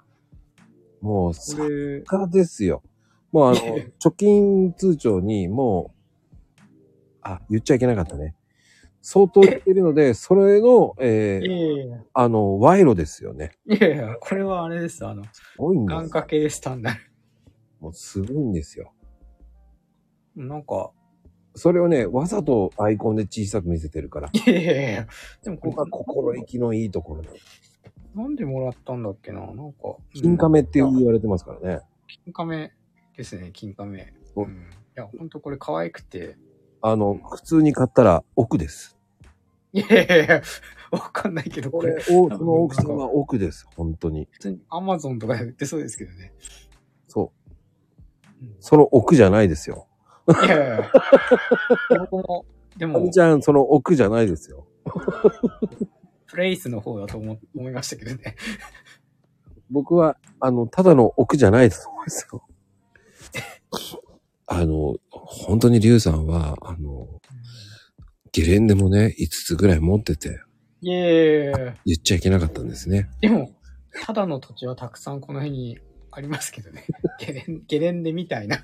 [SPEAKER 1] もう、
[SPEAKER 3] こ
[SPEAKER 1] 作
[SPEAKER 3] れ、
[SPEAKER 1] 家ですよ。もうあの、貯金通帳にもう、あ、言っちゃいけなかったね。相当言ってるので、それの、え
[SPEAKER 3] い
[SPEAKER 1] ー
[SPEAKER 3] やいやいや
[SPEAKER 1] あの、賄賂ですよね。
[SPEAKER 3] いやいや、これはあれです。あの、
[SPEAKER 1] すごいん
[SPEAKER 3] 願
[SPEAKER 1] です
[SPEAKER 3] 掛けスタンダー
[SPEAKER 1] もうすごいんですよ。
[SPEAKER 3] ド。なんか、
[SPEAKER 1] それをね、わざとアイコンで小さく見せてるから。
[SPEAKER 3] いやいやいや、でも
[SPEAKER 1] ここが心意気のいいところだ。
[SPEAKER 3] なんでもらったんだっけななんか。
[SPEAKER 1] 金亀って
[SPEAKER 3] うん
[SPEAKER 1] 言われてますからね。
[SPEAKER 3] 金亀ですね、金亀。
[SPEAKER 1] お
[SPEAKER 3] うん。いや、ほんとこれ可愛くて。
[SPEAKER 1] あの、普通に買ったら奥です。
[SPEAKER 3] いやいやいや、わかんないけど、
[SPEAKER 1] こ
[SPEAKER 3] こ
[SPEAKER 1] れ
[SPEAKER 3] れ、、
[SPEAKER 1] おその大きさは奥です。本当に。
[SPEAKER 3] 普通に Amazon とかで売ってそうですけどね。
[SPEAKER 1] そう
[SPEAKER 3] うん。
[SPEAKER 1] その奥じゃないですよ。
[SPEAKER 3] いやいやいや。僕も、で
[SPEAKER 1] か
[SPEAKER 3] も
[SPEAKER 1] み、ちゃん、その奥じゃないですよ。
[SPEAKER 3] プレイスの方だと思思いましたけどね。
[SPEAKER 1] 僕は、あの、ただの奥じゃないと思うんです よ。あの、本当にリュウさんは、あの、ゲレンデもね、5つぐらい持ってて、
[SPEAKER 3] いやいやいやいや。
[SPEAKER 1] 言っちゃいけなかったんですね。
[SPEAKER 3] でも、ただの土地はたくさんこの辺にありますけどね。 ゲレンゲレンデみたいな。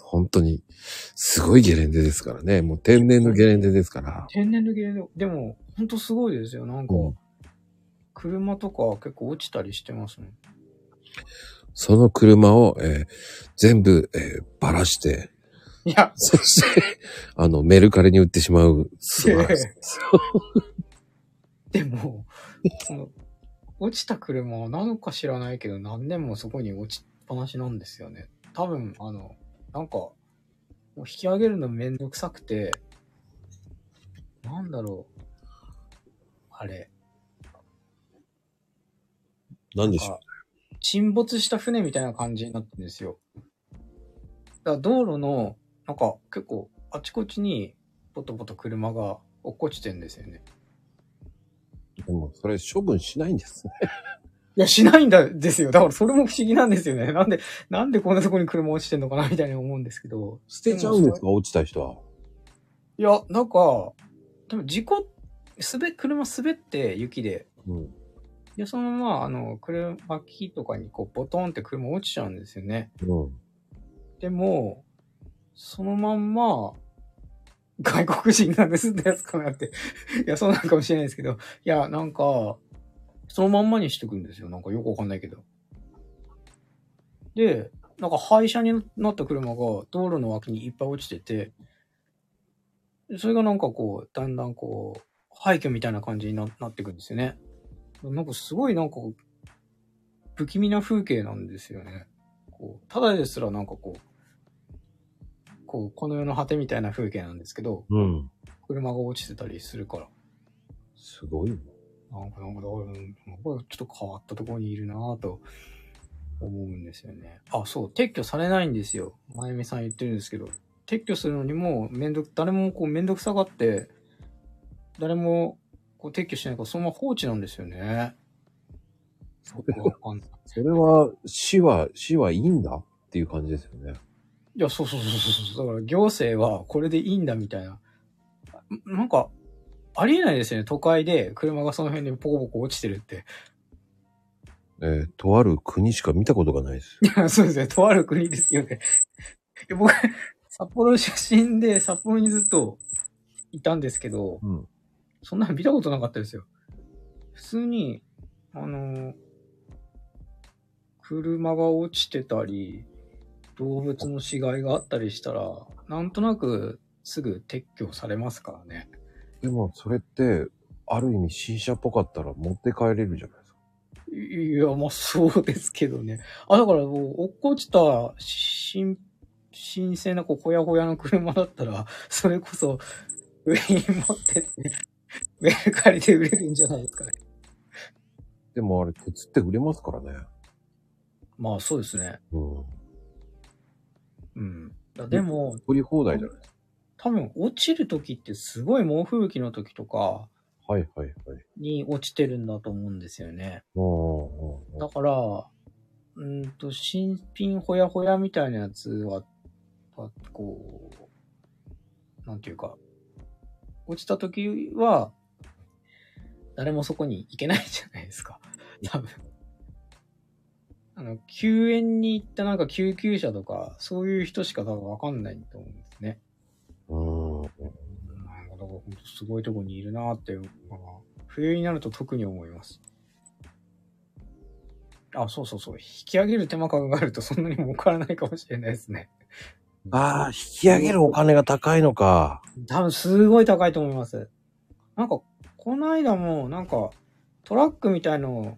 [SPEAKER 1] 本当に、すごいゲレンデですからね。もう天然のゲレンデですから。
[SPEAKER 3] 天然のゲレンデ、でも、ほんとすごいですよ。なんか、
[SPEAKER 1] うん
[SPEAKER 3] 車とか結構落ちたりしてますもん。
[SPEAKER 1] その車を、えー全部、えーばらして、
[SPEAKER 3] いや、
[SPEAKER 1] そして、 あの、メルカリに売ってしまう、素晴らしいですよ。
[SPEAKER 3] でも、その、落ちた車は何か知らないけど、何年もそこに落ちっぱなしなんですよね。多分、あの、なんか、もう引き上げるのめんどくさくて、なんだろう。あれ、
[SPEAKER 1] 何でしょう。
[SPEAKER 3] 沈没した船みたいな感じになってるんですよ。だから道路の、なんか結構あちこちにポトポト車が落っこちてんですよね。
[SPEAKER 1] でも、それ処分しないんですね。
[SPEAKER 3] いや、しないんだ、ですよ。だからそれも不思議なんですよね。なんで、なんでこんなとこに車落ちてんのかなみたいに思うんですけど。
[SPEAKER 1] 捨てちゃうんですか落ちた人は。
[SPEAKER 3] いや、なんか、多分事故、滑、車滑って雪で。
[SPEAKER 1] うん。
[SPEAKER 3] で、そのまま、あの、車、木とかにこう、ボトンって車落ちちゃうんですよね。
[SPEAKER 1] うん。
[SPEAKER 3] でも、そのまんま、外国人が盗んだやつかなって。 いや、そうなのかもしれないですけど。いや、なんか、そのまんまにしとくんですよ。なんかよくわかんないけど。で、なんか廃車になった車が道路の脇にいっぱい落ちてて、それがなんかこう、だんだんこう、廃墟みたいな感じにななってくんですよね。なんかすごいなんか、不気味な風景なんですよね。こう、ただですらなんかこう、こう、この世の果てみたいな風景なんですけど、
[SPEAKER 1] うん。
[SPEAKER 3] 車が落ちてたりするから。
[SPEAKER 1] すごいね。
[SPEAKER 3] なんか、なんか、だからうんなんかちょっと変わったところにいるなぁと思うんですよね。あ、そう、撤去されないんですよ。まゆみさん言ってるんですけど、撤去するのにもめんどく、誰もこうめんどくさがって、誰もこう撤去しないから、そのまま放置なんですよね。
[SPEAKER 1] そ
[SPEAKER 3] よくわかんない。
[SPEAKER 1] それは、死は、死はいいんだっていう感じですよね。
[SPEAKER 3] いや、そうそうそうそうそう。だから行政はこれでいいんだみたいな。んなんか、ありえないですよね。都会で車がその辺にポコポコ落ちてるって。
[SPEAKER 1] えーとある国しか見たことがないです。
[SPEAKER 3] いやそうですね。とある国ですよね。で僕、札幌出身で札幌にずっといたんですけど、
[SPEAKER 1] うん。
[SPEAKER 3] そんなん見たことなかったですよ。普通に、あの、車が落ちてたり、動物の死骸があったりしたら、なんとなくすぐ撤去されますからね。
[SPEAKER 1] でも、それって、ある意味 C 社っぽかったら持って帰れるじゃないですか。
[SPEAKER 3] いいや、まあそうですけどね。あ、だからもう、落っこちた新、新鮮なこう、ほやほやの車だったら、それこそ上に持ってって、メルカリで売れるんじゃないですかね。
[SPEAKER 1] でもあれ、鉄って売れますからね。
[SPEAKER 3] まあそうですね。
[SPEAKER 1] うん。
[SPEAKER 3] うん。だでも、
[SPEAKER 1] 取り放題じゃないですか。
[SPEAKER 3] 多分落ちる時ってすごい猛吹雪の時とか
[SPEAKER 1] はいはいはい。
[SPEAKER 3] に落ちてるんだと思うんですよね。
[SPEAKER 1] うんうんうん
[SPEAKER 3] だから、うーんと、新品ほやほやみたいなやつは、あこう、なんていうか、落ちた時は、誰もそこに行けないじゃないですか。多分。あの、救援に行ったなんか救急車とか、そういう人しか多分わかんないと思うんですね。
[SPEAKER 1] うん。うん。
[SPEAKER 3] なんかだから本当すごいとこにいるなーっていうのが、冬になると特に思います。あ、そうそうそう。引き上げる手間考えるとそんなに儲からないかもしれないですね。
[SPEAKER 1] ああ、引き上げるお金が高いのか。
[SPEAKER 3] 多分すごい高いと思います。なんか、この間もなんかトラックみたいの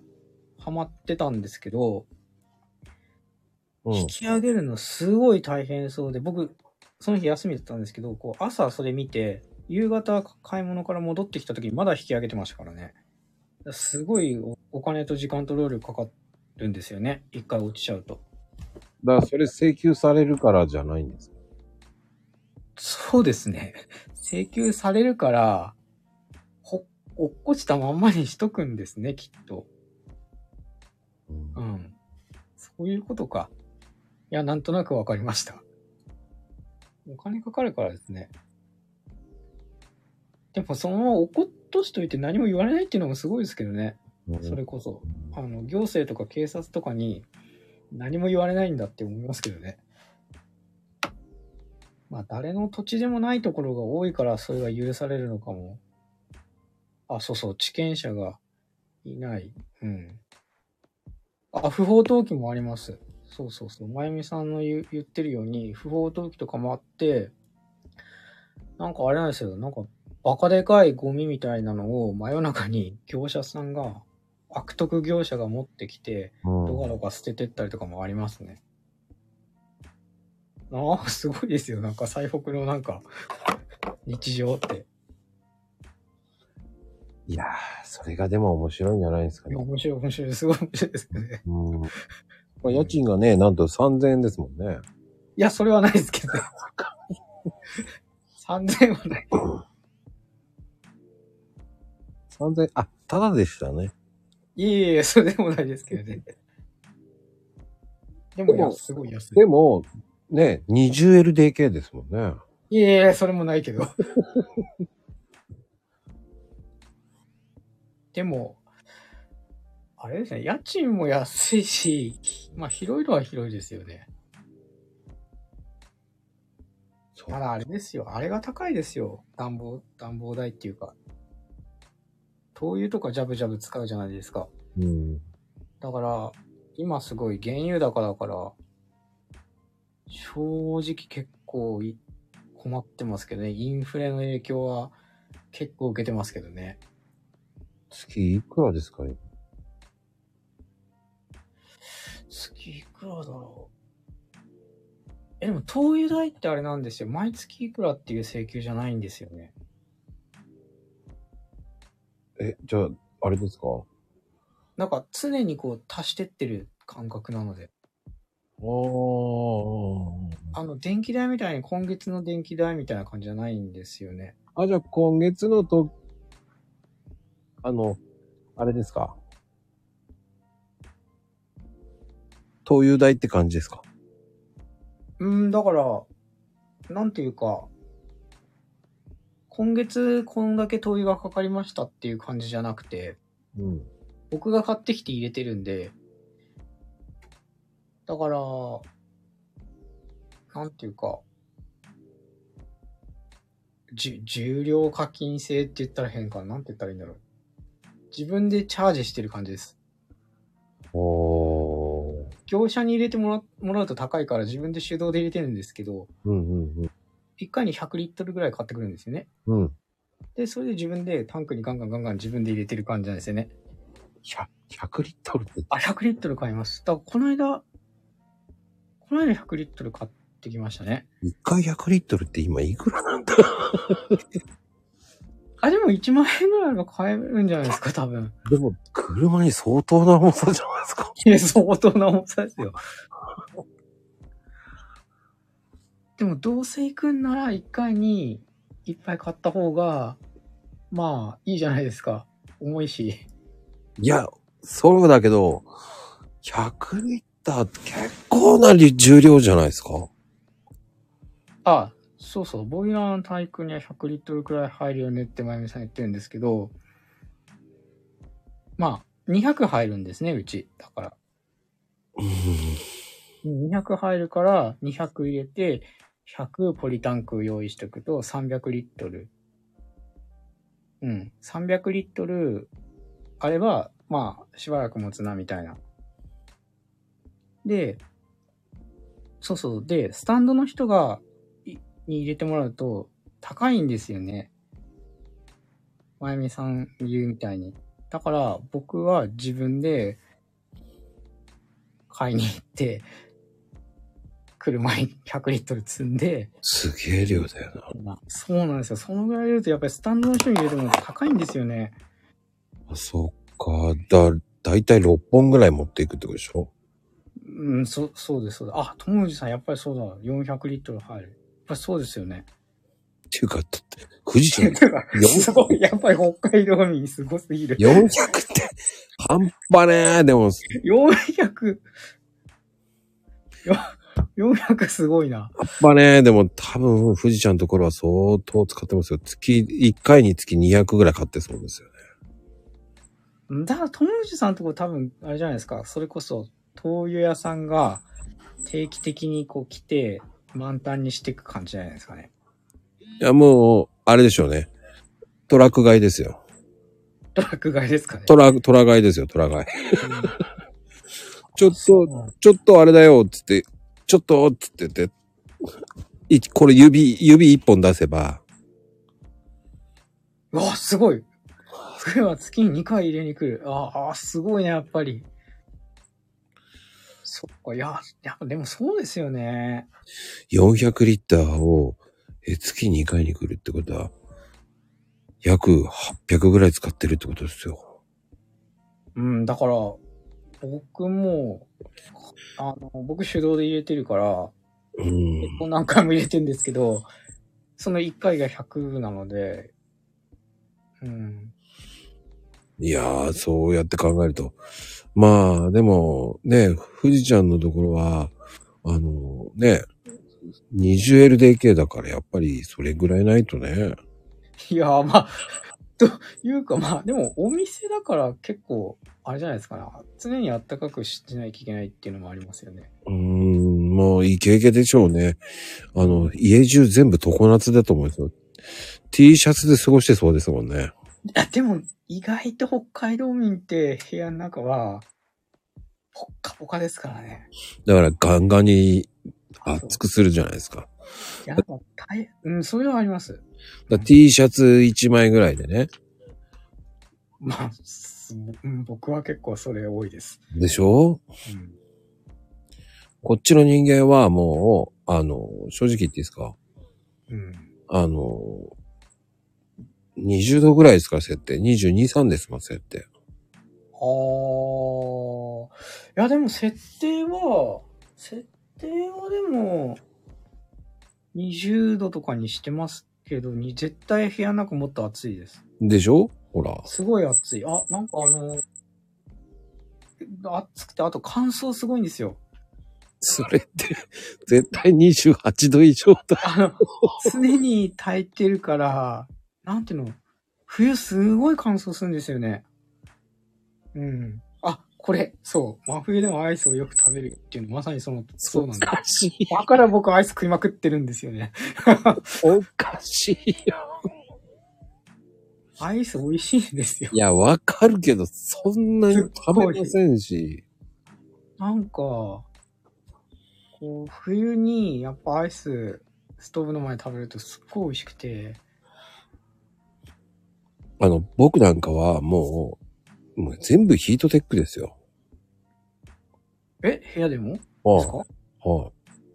[SPEAKER 3] ハマってたんですけど、
[SPEAKER 1] うん。
[SPEAKER 3] 引き上げるのすごい大変そうで、僕、その日休みだったんですけど、こう朝それ見て、夕方買い物から戻ってきた時にまだ引き上げてましたからね。すごいおお金と時間と労力かかるんですよね。一回落ちちゃうと。
[SPEAKER 1] だからそれ請求されるからじゃないんですか。
[SPEAKER 3] そうですね。 請求されるから、ほ、落っこちたまんまにしとくんですね、きっと。
[SPEAKER 1] うん
[SPEAKER 3] うん。そういうことか。いや、なんとなくわかりました。お金かかるからですね。でも、そのまま怒っとしといて何も言われないっていうのもすごいですけどね。
[SPEAKER 1] うん
[SPEAKER 3] それこそ。あの、行政とか警察とかに何も言われないんだって思いますけどね。まあ、誰の土地でもないところが多いから、それが許されるのかも。あ、そうそう、地権者がいない。うん。あ、不法投棄もあります。そうそうそう。まゆみさんの言う言ってるように、不法投棄とかもあって、なんかあれなんですよ。なんか、バカでかいゴミみたいなのを真夜中に業者さんが悪徳業者が持ってきて、
[SPEAKER 1] うん
[SPEAKER 3] どかどか捨ててったりとかもありますね。ああ、すごいですよ。なんか、最北のなんか、日常って。
[SPEAKER 1] いやー、それがでも面白いんじゃないですか
[SPEAKER 3] いや
[SPEAKER 1] ね。
[SPEAKER 3] 面白い、面白い。すごい面白いですよね。
[SPEAKER 1] うん。まあ家賃がね、なんと3000円ですもんね。
[SPEAKER 3] いや、それはないですけど。3000はない。
[SPEAKER 1] 3000円、あ、ただでしたね。
[SPEAKER 3] いえいえいえ、それでもないですけどね。でも、いや、すごい安い。
[SPEAKER 1] でも、ね、20LDK ですもんね。
[SPEAKER 3] いえいえ、それもないけど。 でも、あれですね、家賃も安いし、まあ広いのは広いですよね。
[SPEAKER 1] そう
[SPEAKER 3] ただあれですよ、あれが高いですよ。暖房、暖房代っていうか。灯油とかジャブジャブ使うじゃないですか。
[SPEAKER 1] うん。
[SPEAKER 3] だから、今すごい原油高だから、正直結構い困ってますけどね。インフレの影響は結構受けてますけどね。
[SPEAKER 1] 月いくらですかね
[SPEAKER 3] 月いくらだろう。え、でも灯油代ってあれなんですよ。毎月いくらっていう請求じゃないんですよね。
[SPEAKER 1] え、じゃあ、あれですかあ
[SPEAKER 3] なんか常にこう足してってる感覚なので。
[SPEAKER 1] あ。
[SPEAKER 3] あの、電気代みたいに今月の電気代みたいな感じじゃないんですよね。
[SPEAKER 1] あ、じゃあ今月のと、あの、あれですか灯油代って感じですか
[SPEAKER 3] うん、だから、なんていうか、今月こんだけ灯油がかかりましたっていう感じじゃなくて、
[SPEAKER 1] うん。
[SPEAKER 3] 僕が買ってきて入れてるんで、だから、なんていうか、じゅ、重量課金制って言ったら変かな。なんて言ったらいいんだろう。自分でチャージしてる感じです。
[SPEAKER 1] おー。
[SPEAKER 3] 業者に入れてもらもらうと高いから自分で手動で入れてるんですけど、
[SPEAKER 1] うんうん
[SPEAKER 3] 1回に100リットルぐらい買ってくるんですよね。
[SPEAKER 1] うん。うん。
[SPEAKER 3] で、それで自分でタンクにガンガンガンガン自分で入れてる感じなんですよね。
[SPEAKER 1] 100、100リットルって、
[SPEAKER 3] あ、100リットル買います。だからこの間、この間100リットル買ってきましたね。
[SPEAKER 1] 1回100リットルって今いくらなんだ
[SPEAKER 3] あ、でも1万円ぐらいは買えるんじゃないですか、多分。
[SPEAKER 1] でも、車に相当な重さじゃないですか。
[SPEAKER 3] いや、相当な重さですよ。でも、どうせ行くんなら1回にいっぱい買った方が、まあ、いいじゃないですか。重いし。
[SPEAKER 1] いや、そうだけど、100リッターって結構な重量じゃないですか。
[SPEAKER 3] あ、そうそう、ボイラーのタイクには100リットルくらい入るよねってまゆみさん言ってるんですけど、まあ、200入るんですね、うち。だから。
[SPEAKER 1] うん
[SPEAKER 3] 200入るから200入れて、100ポリタンク用意しておくと300リットル。うん。300リットルあれば、まあ、しばらく持つな、みたいな。で、そうそう。で、スタンドの人が、いに入れてもらうと、高いんですよね。まゆみさん言うみたいに。だから、僕は自分で、買いに行って、車に100リットル積んで、
[SPEAKER 1] すげえ量だよ
[SPEAKER 3] そうなんですよ。そのぐらい入れると、やっぱりスタンドの人に入れるの高いんですよね。
[SPEAKER 1] な。そっか。だ、だいたい6本ぐらい持っていくってことでしょ
[SPEAKER 3] うん、そ、そうです、そうです。あ、友藤さん、やっぱりそうだ。400リットル入る。やっぱりそうですよね。
[SPEAKER 1] っていうか、だって、富士 山
[SPEAKER 3] すごい、やっぱり北海道民すごすぎる。
[SPEAKER 1] 400って、半端ねえ。でも、
[SPEAKER 3] 400、よ400すごいな。
[SPEAKER 1] 半端ねえ。でも、多分、富士ちゃんのところは相当使ってますよ。月、1回につき200ぐらい買ってそうですよね。
[SPEAKER 3] だから、友藤さんとこ多分、あれじゃないですか、それこそ、灯油屋さんが定期的にこう来て、満タンにしていく感じじゃないですかね。
[SPEAKER 1] いや、もう、あれでしょうね。トラック買いですよ。
[SPEAKER 3] ドラッグ買いですかね。
[SPEAKER 1] トラ、トラ買いですよ、トラ買い。ちょっ
[SPEAKER 3] そう
[SPEAKER 1] と、ちょっとあれだよ、つって、ちょっと、つって言って、いこれ指、指一本出せば、
[SPEAKER 3] うわ、すごいそれは月に2回入れに来る。ああ、すごいね、やっぱり。そっか、いや、やっぱでもそうですよね。
[SPEAKER 1] 400リッターを、え、月2回に来るってことは、約800ぐらい使ってるってことですよ。
[SPEAKER 3] うん、だから、僕も、あの、僕手動で入れてるから、
[SPEAKER 1] う
[SPEAKER 3] 結
[SPEAKER 1] ん。
[SPEAKER 3] 構何回も入れてんですけど、その1回が100なので、うん。
[SPEAKER 1] いやー、そうやって考えると。まあ、でも、ね、富士ちゃんのところは、あの、ね、20LDK だから、やっぱりそれぐらいないとね。
[SPEAKER 3] いやー、まあ、というかまあ、でもお店だから結構、あれじゃないですかね。常にあったかくしないといけないっていうのもありますよね。
[SPEAKER 1] うーん、もうイケイケでしょうね。あの、家中全部常夏だと思うんですよ。T シャツで過ごしてそうですもんね。
[SPEAKER 3] いや、でも意外と北海道民って部屋の中は、ポッカポカですからね。
[SPEAKER 1] だからガンガンに熱くするじゃないですか。
[SPEAKER 3] いや、なんか大変、うん、それはあります。
[SPEAKER 1] だから T シャツ1枚ぐらいでね。
[SPEAKER 3] まあ、すうん僕は結構それ多いです。
[SPEAKER 1] でしょ
[SPEAKER 3] うん
[SPEAKER 1] こっちの人間はもう、あの、正直言っていいですか
[SPEAKER 3] うん。
[SPEAKER 1] あの、20度ぐらいですから、設定。22、3ですもん、設定。
[SPEAKER 3] あー。いや、でも設定は、設定はでも、20度とかにしてますけど、に絶対部屋の中もっと暑いです。
[SPEAKER 1] でしょほら。
[SPEAKER 3] すごい暑い。あ、なんかあの、暑くて、あと乾燥すごいんですよ。
[SPEAKER 1] それって、絶対28度以上だ。
[SPEAKER 3] あの、常に炊いてるから、なんていうの、冬すごい乾燥するんですよね。うん。あ、これ、そう、真冬でもアイスをよく食べるっていうの、まさにその、そうなんだ。
[SPEAKER 5] おかしい。
[SPEAKER 3] だから僕アイス食いまくってるんですよね。
[SPEAKER 5] おかしいよ。
[SPEAKER 3] アイス美味しいんですよ
[SPEAKER 1] い。や、わかるけど、そんなに
[SPEAKER 3] すっ
[SPEAKER 1] 食
[SPEAKER 3] ごい
[SPEAKER 1] べませんし。
[SPEAKER 3] なんか、こう、冬にやっぱアイス、ストーブの前で食べるとすっごい美味しくて、
[SPEAKER 1] あの、僕なんかはもう、もう全部ヒートテックですよ。
[SPEAKER 3] え、部屋でもで
[SPEAKER 1] は
[SPEAKER 3] すか
[SPEAKER 1] い。は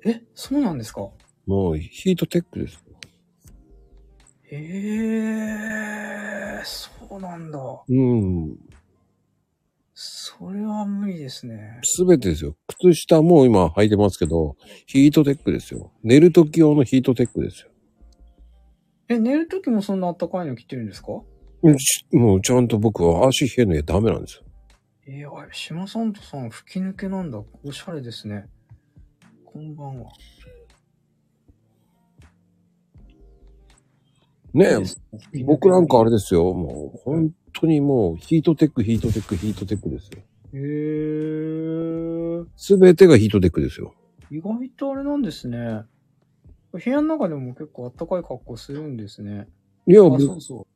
[SPEAKER 1] い。
[SPEAKER 3] え、そうなんですか
[SPEAKER 1] もうヒートテックです。
[SPEAKER 3] へえー、そうなんだ。
[SPEAKER 1] うん。
[SPEAKER 3] それは無理ですね。
[SPEAKER 1] すべてですよ。靴下も今履いてますけど、ヒートテックですよ。寝る時用のヒートテックですよ。
[SPEAKER 3] え、寝るときもそんな暖かいの着てるんですか
[SPEAKER 1] うんしもうちゃんと僕は足冷えのやダメなんですよ。
[SPEAKER 3] えー、あ、島さんとさん吹き抜けなんだ。おしゃれですね。こんばんは。
[SPEAKER 1] ね
[SPEAKER 3] いいです
[SPEAKER 1] え、僕なんかあれですよ。もう本当にもうヒートテック、ヒートテック、ヒートテックですよ。
[SPEAKER 3] へえー、
[SPEAKER 1] すべてがヒートテックですよ。
[SPEAKER 3] 意外とあれなんですね。部屋の中でも結構暖かい格好するんですね。
[SPEAKER 1] いや、
[SPEAKER 3] あ、
[SPEAKER 1] ぶ
[SPEAKER 3] そうそ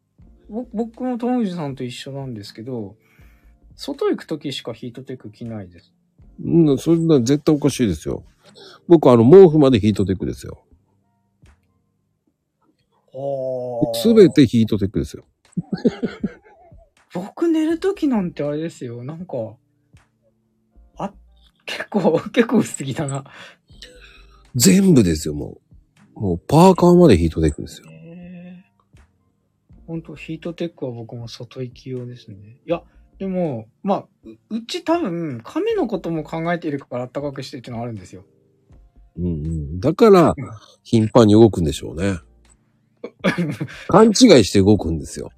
[SPEAKER 3] う。ぼ僕も友藤さんと一緒なんですけど、外行くときしかヒートテック着ないです。
[SPEAKER 1] うん、そんな絶対おかしいですよ。僕あの毛布までヒートテックですよ。すべてヒートテックですよ。
[SPEAKER 3] 僕寝るときなんてあれですよ。なんか、あ、結構、結構薄着だな。
[SPEAKER 1] 全部ですよ、もう。もうパーカーまでヒートテックですよ。
[SPEAKER 3] ほんと、ヒートテックは僕も外行き用ですね。いや、でも、まあ、ううち多分、亀のことも考えているから暖かくしてっていうのはあるんで すよ。
[SPEAKER 1] うんうん。だから、頻繁に動くんでしょうね。勘違いして動くんですよ。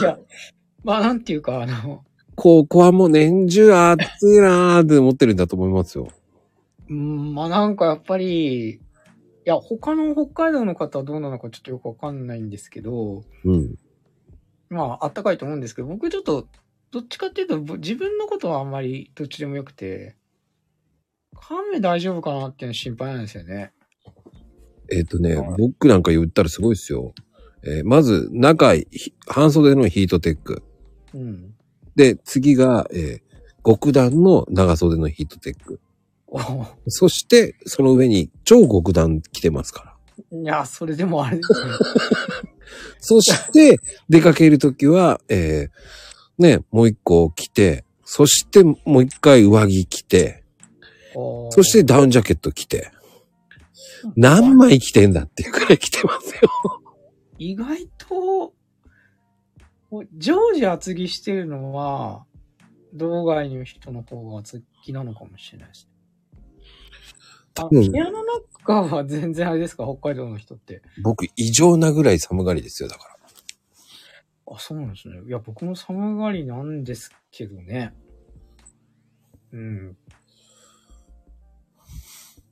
[SPEAKER 3] いや、まあ、なんていうか、あの、
[SPEAKER 1] ここはもう年中暑いなーって思ってるんだと思いますよ。
[SPEAKER 3] うん、まあなんかやっぱり、いや、他の北海道の方はどうなのかちょっとよくわかんないんですけど、
[SPEAKER 1] うん。
[SPEAKER 3] まあ、あったかいと思うんですけど、僕ちょっと、どっちかっていうと、ぼ自分のことはあんまりどっちでもよくて、亀大丈夫かなっていうの心配なんですよね。
[SPEAKER 1] えっ、とね、僕なんか言ったらすごいですよ。えーまず、中、ひ半袖のヒートテック。
[SPEAKER 3] うん。
[SPEAKER 1] で、次が、えー極暖の長袖のヒートテック。
[SPEAKER 3] おー
[SPEAKER 1] そして、その上に超極暖着てますから。
[SPEAKER 3] いや、それでもあれです ね。
[SPEAKER 1] そして、出かけるときは、えーね、もう一個着て、そしてもう一回上着着て、
[SPEAKER 3] おー
[SPEAKER 1] そして、ダウンジャケット着て、何枚着てんだっていうくらい着てますよ。
[SPEAKER 3] 意外と、お常時厚着してるのは、道外の人の方が厚着なのかもしれないですね。あ、
[SPEAKER 1] 多
[SPEAKER 3] 部
[SPEAKER 1] 分
[SPEAKER 3] 屋の中は全然あれですか北海道の人って。
[SPEAKER 1] 僕、異常なぐらい寒がりですよ、だから。
[SPEAKER 3] あ、そうなんですね。いや、僕も寒がりなんですけどね。うん。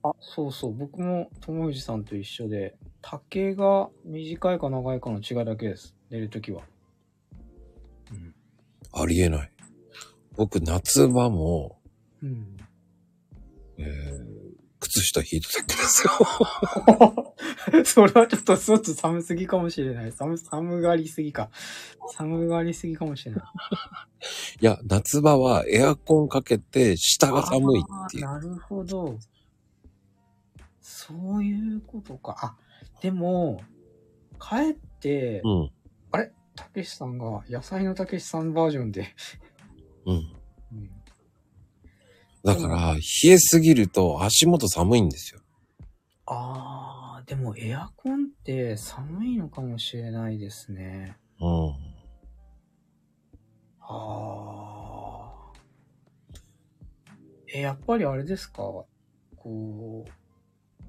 [SPEAKER 3] あ、そうそう。僕も友藤さんと一緒で、丈が短いか長いかの違いだけです。寝るときは。
[SPEAKER 1] ありえない。僕、夏場も、
[SPEAKER 3] うん。
[SPEAKER 1] えー靴下ヒートテックですよ。
[SPEAKER 3] それはちょっと、ちょっと寒すぎかもしれない。寒、寒がりすぎか。寒がりすぎかもしれない。
[SPEAKER 1] いや、夏場はエアコンかけて、下が寒いっていう。
[SPEAKER 3] あーなるほど。そういうことか。あ、でも、帰って、
[SPEAKER 1] うん。
[SPEAKER 3] たけしさんが、野菜のたけしさんバージョンで、
[SPEAKER 1] うん。だから、冷えすぎると足元寒いんですよ。
[SPEAKER 3] あー、でもエアコンって寒いのかもしれないですね。
[SPEAKER 1] うん。
[SPEAKER 3] あー。え、やっぱりあれですかこう、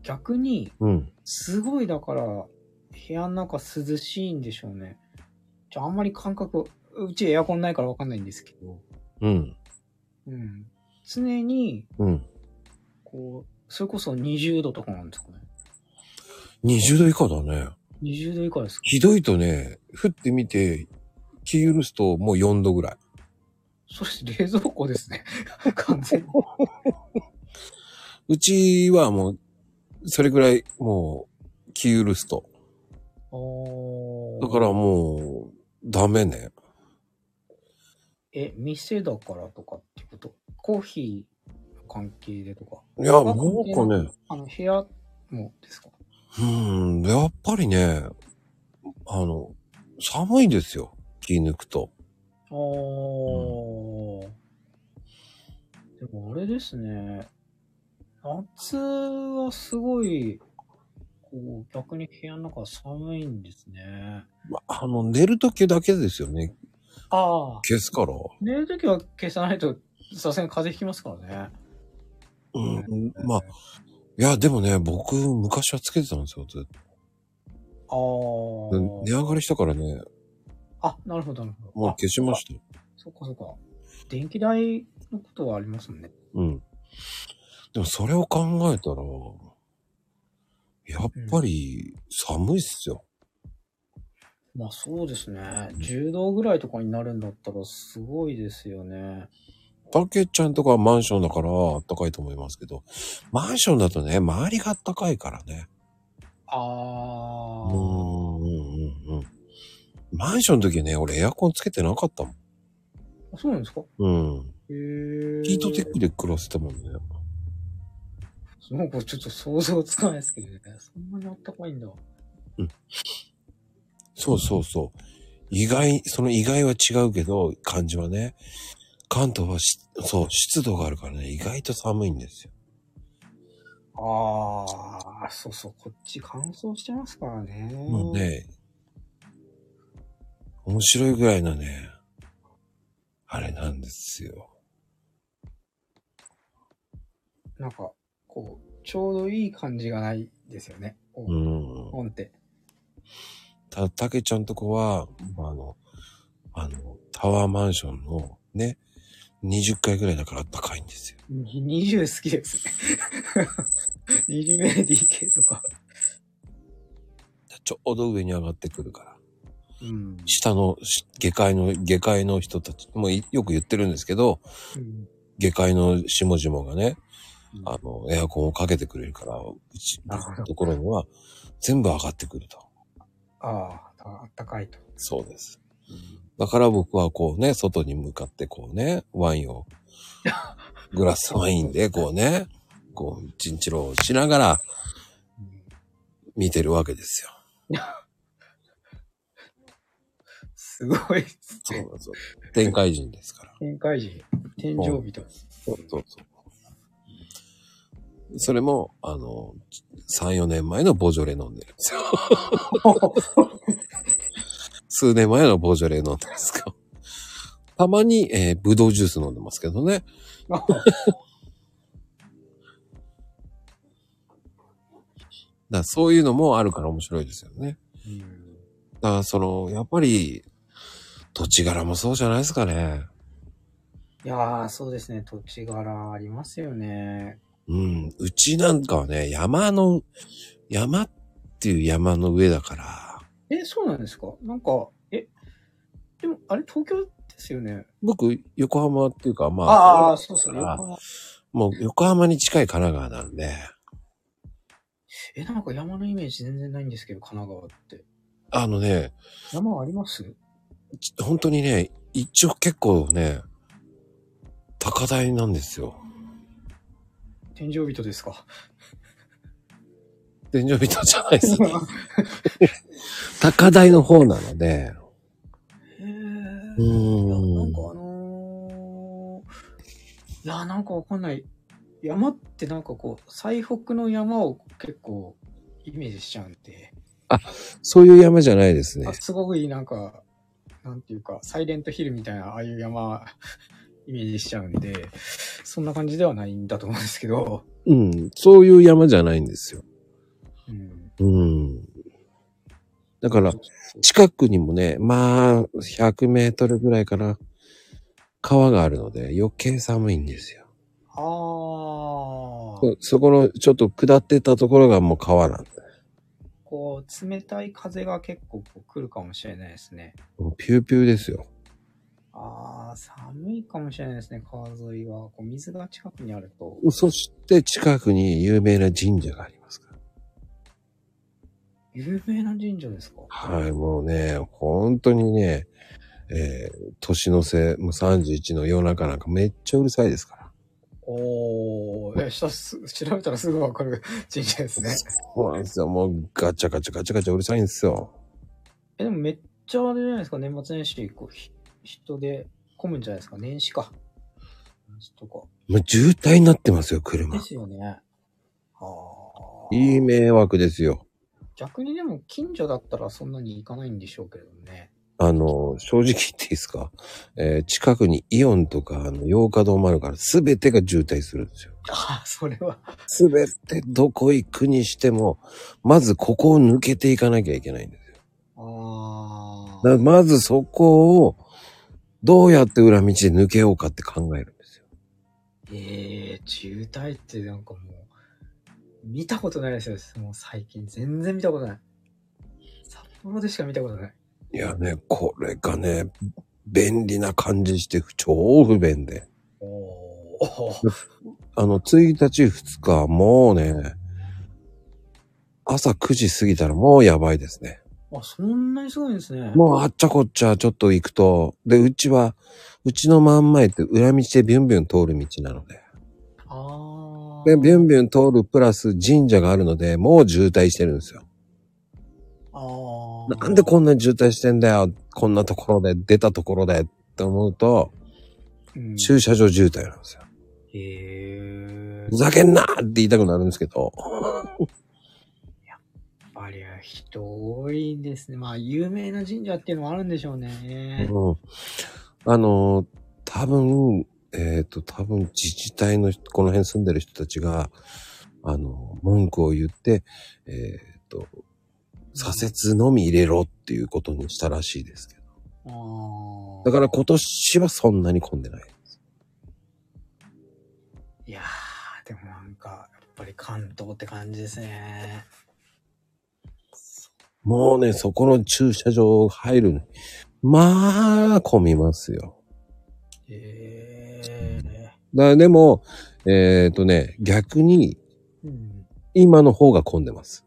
[SPEAKER 3] 逆に、
[SPEAKER 1] うん。
[SPEAKER 3] すごいだから、部屋の中涼しいんでしょうね。ちょ、あんまり感覚、うちエアコンないからわかんないんですけど、
[SPEAKER 1] うん。
[SPEAKER 3] うん。常に、
[SPEAKER 1] うん。
[SPEAKER 3] こう、それこそ20度とかなんですかね。
[SPEAKER 1] 20度以下だね。
[SPEAKER 3] 20度以下ですか
[SPEAKER 1] ひどいとね、降ってみて、気許すともう4度ぐらい。
[SPEAKER 3] そして冷蔵庫ですね。 完全 に。
[SPEAKER 1] うちはもう、それぐらい、もう、気許すと。
[SPEAKER 3] お
[SPEAKER 1] だからもう、ダメね。
[SPEAKER 3] え、店だからとかってことコーヒー関係でとか。
[SPEAKER 1] いや、なんかね、
[SPEAKER 3] あの、部屋もですか
[SPEAKER 1] うん、やっぱりね、あの、寒いんですよ。気抜くと。
[SPEAKER 3] あー。でもあれですね。夏はすごい、こう、逆に部屋の中寒いんですね。
[SPEAKER 1] まあの、寝るときだけですよね。
[SPEAKER 3] ああ。
[SPEAKER 1] 消すから。
[SPEAKER 3] 寝るときは消さないと、さすがに風邪ひきますからね。
[SPEAKER 1] うん、まあ、いや、でもね、僕、昔はつけてたんですよ、ずっ
[SPEAKER 3] あー
[SPEAKER 1] と。寝上がりしたからね、
[SPEAKER 3] あ、なるほど、なるほど。
[SPEAKER 1] もう
[SPEAKER 3] あ
[SPEAKER 1] 消しましたよ。
[SPEAKER 3] そっかそっか。電気代のことはありますもんね。
[SPEAKER 1] うん。でも、それを考えたら、やっぱり、寒いっすよ。
[SPEAKER 3] まあそうですね。10度ぐらいとかになるんだったらすごいですよね。
[SPEAKER 1] たけちゃんとかはマンションだから、あったかいと思いますけど、マンションだとね、周りがあったかいからね。
[SPEAKER 3] あ
[SPEAKER 1] うん、
[SPEAKER 3] ー。
[SPEAKER 1] うん、うん、うん。マンションの時ね、俺エアコンつけてなかったもん。
[SPEAKER 3] あそうなんですか
[SPEAKER 1] うん。
[SPEAKER 3] へー。
[SPEAKER 1] ヒートテックで暮らせたもんね。
[SPEAKER 3] なんかちょっと想像つかないですけどね。そんなにあったかいんだ。
[SPEAKER 1] そうそうそう。意外、その意外は違うけど、感じはね。関東はし、そう、湿度があるからね、意外と寒いんですよ。
[SPEAKER 3] あー、そうそう、こっち乾燥してますからね。
[SPEAKER 1] もうね、面白いぐらいのね、あれなんですよ。
[SPEAKER 3] なんか、こう、ちょうどいい感じがないですよね。こう
[SPEAKER 1] うん。
[SPEAKER 3] 本って。
[SPEAKER 1] た、たけちゃんとこは、あの、あの、タワーマンションのね、20階ぐらいだからあったかいんですよ。
[SPEAKER 3] に20好きです ね。20LDK とか。
[SPEAKER 1] ちょうど上に上がってくるから。
[SPEAKER 3] うん。
[SPEAKER 1] 下の、し下界の、下界の人たち、もういよく言ってるんですけど、
[SPEAKER 3] うん
[SPEAKER 1] 下界の下々がね、
[SPEAKER 3] うん
[SPEAKER 1] あの、エアコンをかけてくれるから、うち
[SPEAKER 3] なるほど
[SPEAKER 1] のところには全部上がってくると。
[SPEAKER 3] ああ、あったかいと。
[SPEAKER 1] そうです。だから僕はこうね、外に向かってこうね、ワイン を、グラスワインでこうね、こう、チンチロをしながら見てるわけですよ。
[SPEAKER 3] すごいっす
[SPEAKER 1] そう
[SPEAKER 3] ね。
[SPEAKER 1] なんですよ。展開人ですから。
[SPEAKER 3] 天界人、天井人。
[SPEAKER 1] そうそうそう。それも、あの、3、4年前のボジョレ飲んでるんですよ。数年前のボジョレ飲んでるんですけど。たまに、えー、ブドウジュース飲んでますけどね。だからそういうのもあるから面白いですよね。
[SPEAKER 3] うん
[SPEAKER 1] だからその、やっぱり、土地柄もそうじゃないですかね。
[SPEAKER 3] いやー、そうですね。土地柄ありますよね。
[SPEAKER 1] うん。うちなんかはね、山の、山っていう山の上だから、
[SPEAKER 3] え、そうなんですかなんか、え、でも、あれ、東京ですよね。
[SPEAKER 1] 僕、横浜っていうか、まあ、
[SPEAKER 3] ああ、そうそう。
[SPEAKER 1] あ
[SPEAKER 3] 横浜
[SPEAKER 1] もう横浜に近い神奈川なんで、
[SPEAKER 3] え、なんか山のイメージ全然ないんですけど、神奈川って。
[SPEAKER 1] あのね、
[SPEAKER 3] 山あります
[SPEAKER 1] ち本当にね、一応結構ね、高台なんですよ。
[SPEAKER 3] 天井人です か。
[SPEAKER 1] 天井人じゃないです。 高台の方なので、
[SPEAKER 3] へ
[SPEAKER 1] う
[SPEAKER 3] ーいやな
[SPEAKER 1] ー
[SPEAKER 3] ん
[SPEAKER 1] ん
[SPEAKER 3] か。あのー、いや、なんかわかんない。山ってなんかこう、最北の山を結構イメージしちゃうんで、
[SPEAKER 1] そういう山じゃないですね
[SPEAKER 3] あ。すごいなんか、なんていうか、サイレントヒルみたいな、ああいう山、 イメージしちゃうんで、そんな感じではないんだと思うんですけど、
[SPEAKER 1] うん。そういう山じゃないんですよ。
[SPEAKER 3] うん。
[SPEAKER 1] うん。だから、近くにもね、まあ、100メートルぐらいかな、川があるので、余計寒いんですよ。
[SPEAKER 3] あー、
[SPEAKER 1] そそこの、ちょっと下ってたところがもう川なんで、
[SPEAKER 3] こう、冷たい風が結構こう来るかもしれないですね。
[SPEAKER 1] もうピューピューですよ。
[SPEAKER 3] ああ、寒いかもしれないですね、川沿いは。こう水が近くにあると。
[SPEAKER 1] そして近くに有名な神社がありますから。
[SPEAKER 3] 有名な神社ですか
[SPEAKER 1] はい、もうね、本当にね、えー年の瀬、もう31の夜中なんかめっちゃうるさいですから。
[SPEAKER 3] おー、いや、下す、調べたらすぐわかる 神社ですね。
[SPEAKER 1] そうなんですよ。もうガチャガチャガチャガチャうるさいんですよ。
[SPEAKER 3] え、でもめっちゃあれじゃないですか、年末年始、こう、ひ人で混むんじゃないですか、年始か。年始とか。
[SPEAKER 1] もう渋滞になってますよ、車
[SPEAKER 3] で。すよね。ああ。
[SPEAKER 1] いい迷惑ですよ。
[SPEAKER 3] 逆にでも近所だったらそんなに行かないんでしょうけれどもね。
[SPEAKER 1] あの、正直言っていいですか、えー近くにイオンとか、あの、洋華堂もあるから、すべてが渋滞するんですよ。
[SPEAKER 3] ああ、それは。
[SPEAKER 1] すべてどこ行くにしても、まずここを抜けていかなきゃいけないんですよ。
[SPEAKER 3] ああ。
[SPEAKER 1] だまずそこを、どうやって裏道で抜けようかって考えるんですよ。
[SPEAKER 3] ええ渋滞ってなんかもう、見たことないですよ。もう最近全然見たことない。札幌でしか見たことない。
[SPEAKER 1] いやね、これがね、便利な感じして、超不便で。
[SPEAKER 3] おお。
[SPEAKER 1] あの、1日2日、もうね、朝9時過ぎたらもうやばいですね。
[SPEAKER 3] あ、そんなにすごいんですね。
[SPEAKER 1] もうあっちゃこっちゃちょっと行くと、で、うちは、うちの真ん前って裏道でビュンビュン通る道なので。
[SPEAKER 3] ああ。
[SPEAKER 1] で、ビュンビュン通るプラス神社があるので、もう渋滞してるんですよ。
[SPEAKER 3] ああ。
[SPEAKER 1] なんでこんなに渋滞してんだよ。こんなところで、出たところでって思うと、
[SPEAKER 3] うん
[SPEAKER 1] 駐車場渋滞なんですよ。
[SPEAKER 3] へえ
[SPEAKER 1] ふざけんなって言いたくなるんですけど。
[SPEAKER 3] あれは人多いですね。まあ、有名な神社っていうのもあるんでしょうね。
[SPEAKER 1] うん。あのー、多分、えっ、と、多分自治体の人、この辺住んでる人たちが、あのー、文句を言って、えっ、と、左折のみ入れろっていうことにしたらしいですけど。
[SPEAKER 3] ああ。
[SPEAKER 1] だから今年はそんなに混んでない。
[SPEAKER 3] いやー、でもなんか、やっぱり関東って感じですね。
[SPEAKER 1] もうね、そこの駐車場入るのにまあ、混みますよ。
[SPEAKER 3] へえ
[SPEAKER 1] だからでも、えっ、とね、逆に、
[SPEAKER 3] ー。うん。
[SPEAKER 1] 今の方が混んでます。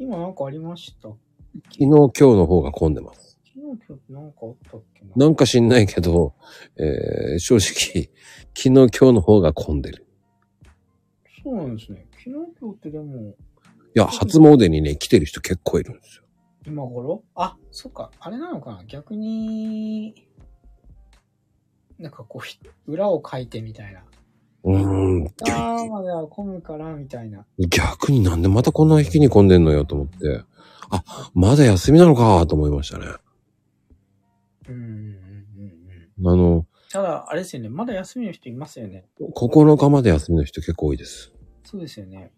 [SPEAKER 3] 今なんかありました。
[SPEAKER 1] 昨日、今日の方が混んでます。
[SPEAKER 3] 昨日今日ってなんかあったっけな
[SPEAKER 1] なんか知んないけど、えー正直、 昨日今日の方が混んでる。
[SPEAKER 3] そうなんですね。昨日今日ってでも、
[SPEAKER 1] いや、初詣にね、来てる人結構いるんですよ。
[SPEAKER 3] 今頃あ、そっか、あれなのかな逆に、なんかこうひ、裏を書いてみたいな。
[SPEAKER 1] うーん、逆
[SPEAKER 3] あーまでは混むから、みたいな。
[SPEAKER 1] 逆になんでまたこんな日に混んでんのよと思って、あ、まだ休みなのかと思いましたね。あ
[SPEAKER 3] うんうんうんうん。
[SPEAKER 1] の、
[SPEAKER 3] ただ、あれですよね。まだ休みの人いますよね。
[SPEAKER 1] 9日まで休みの人結構多いです。
[SPEAKER 3] そうですよね。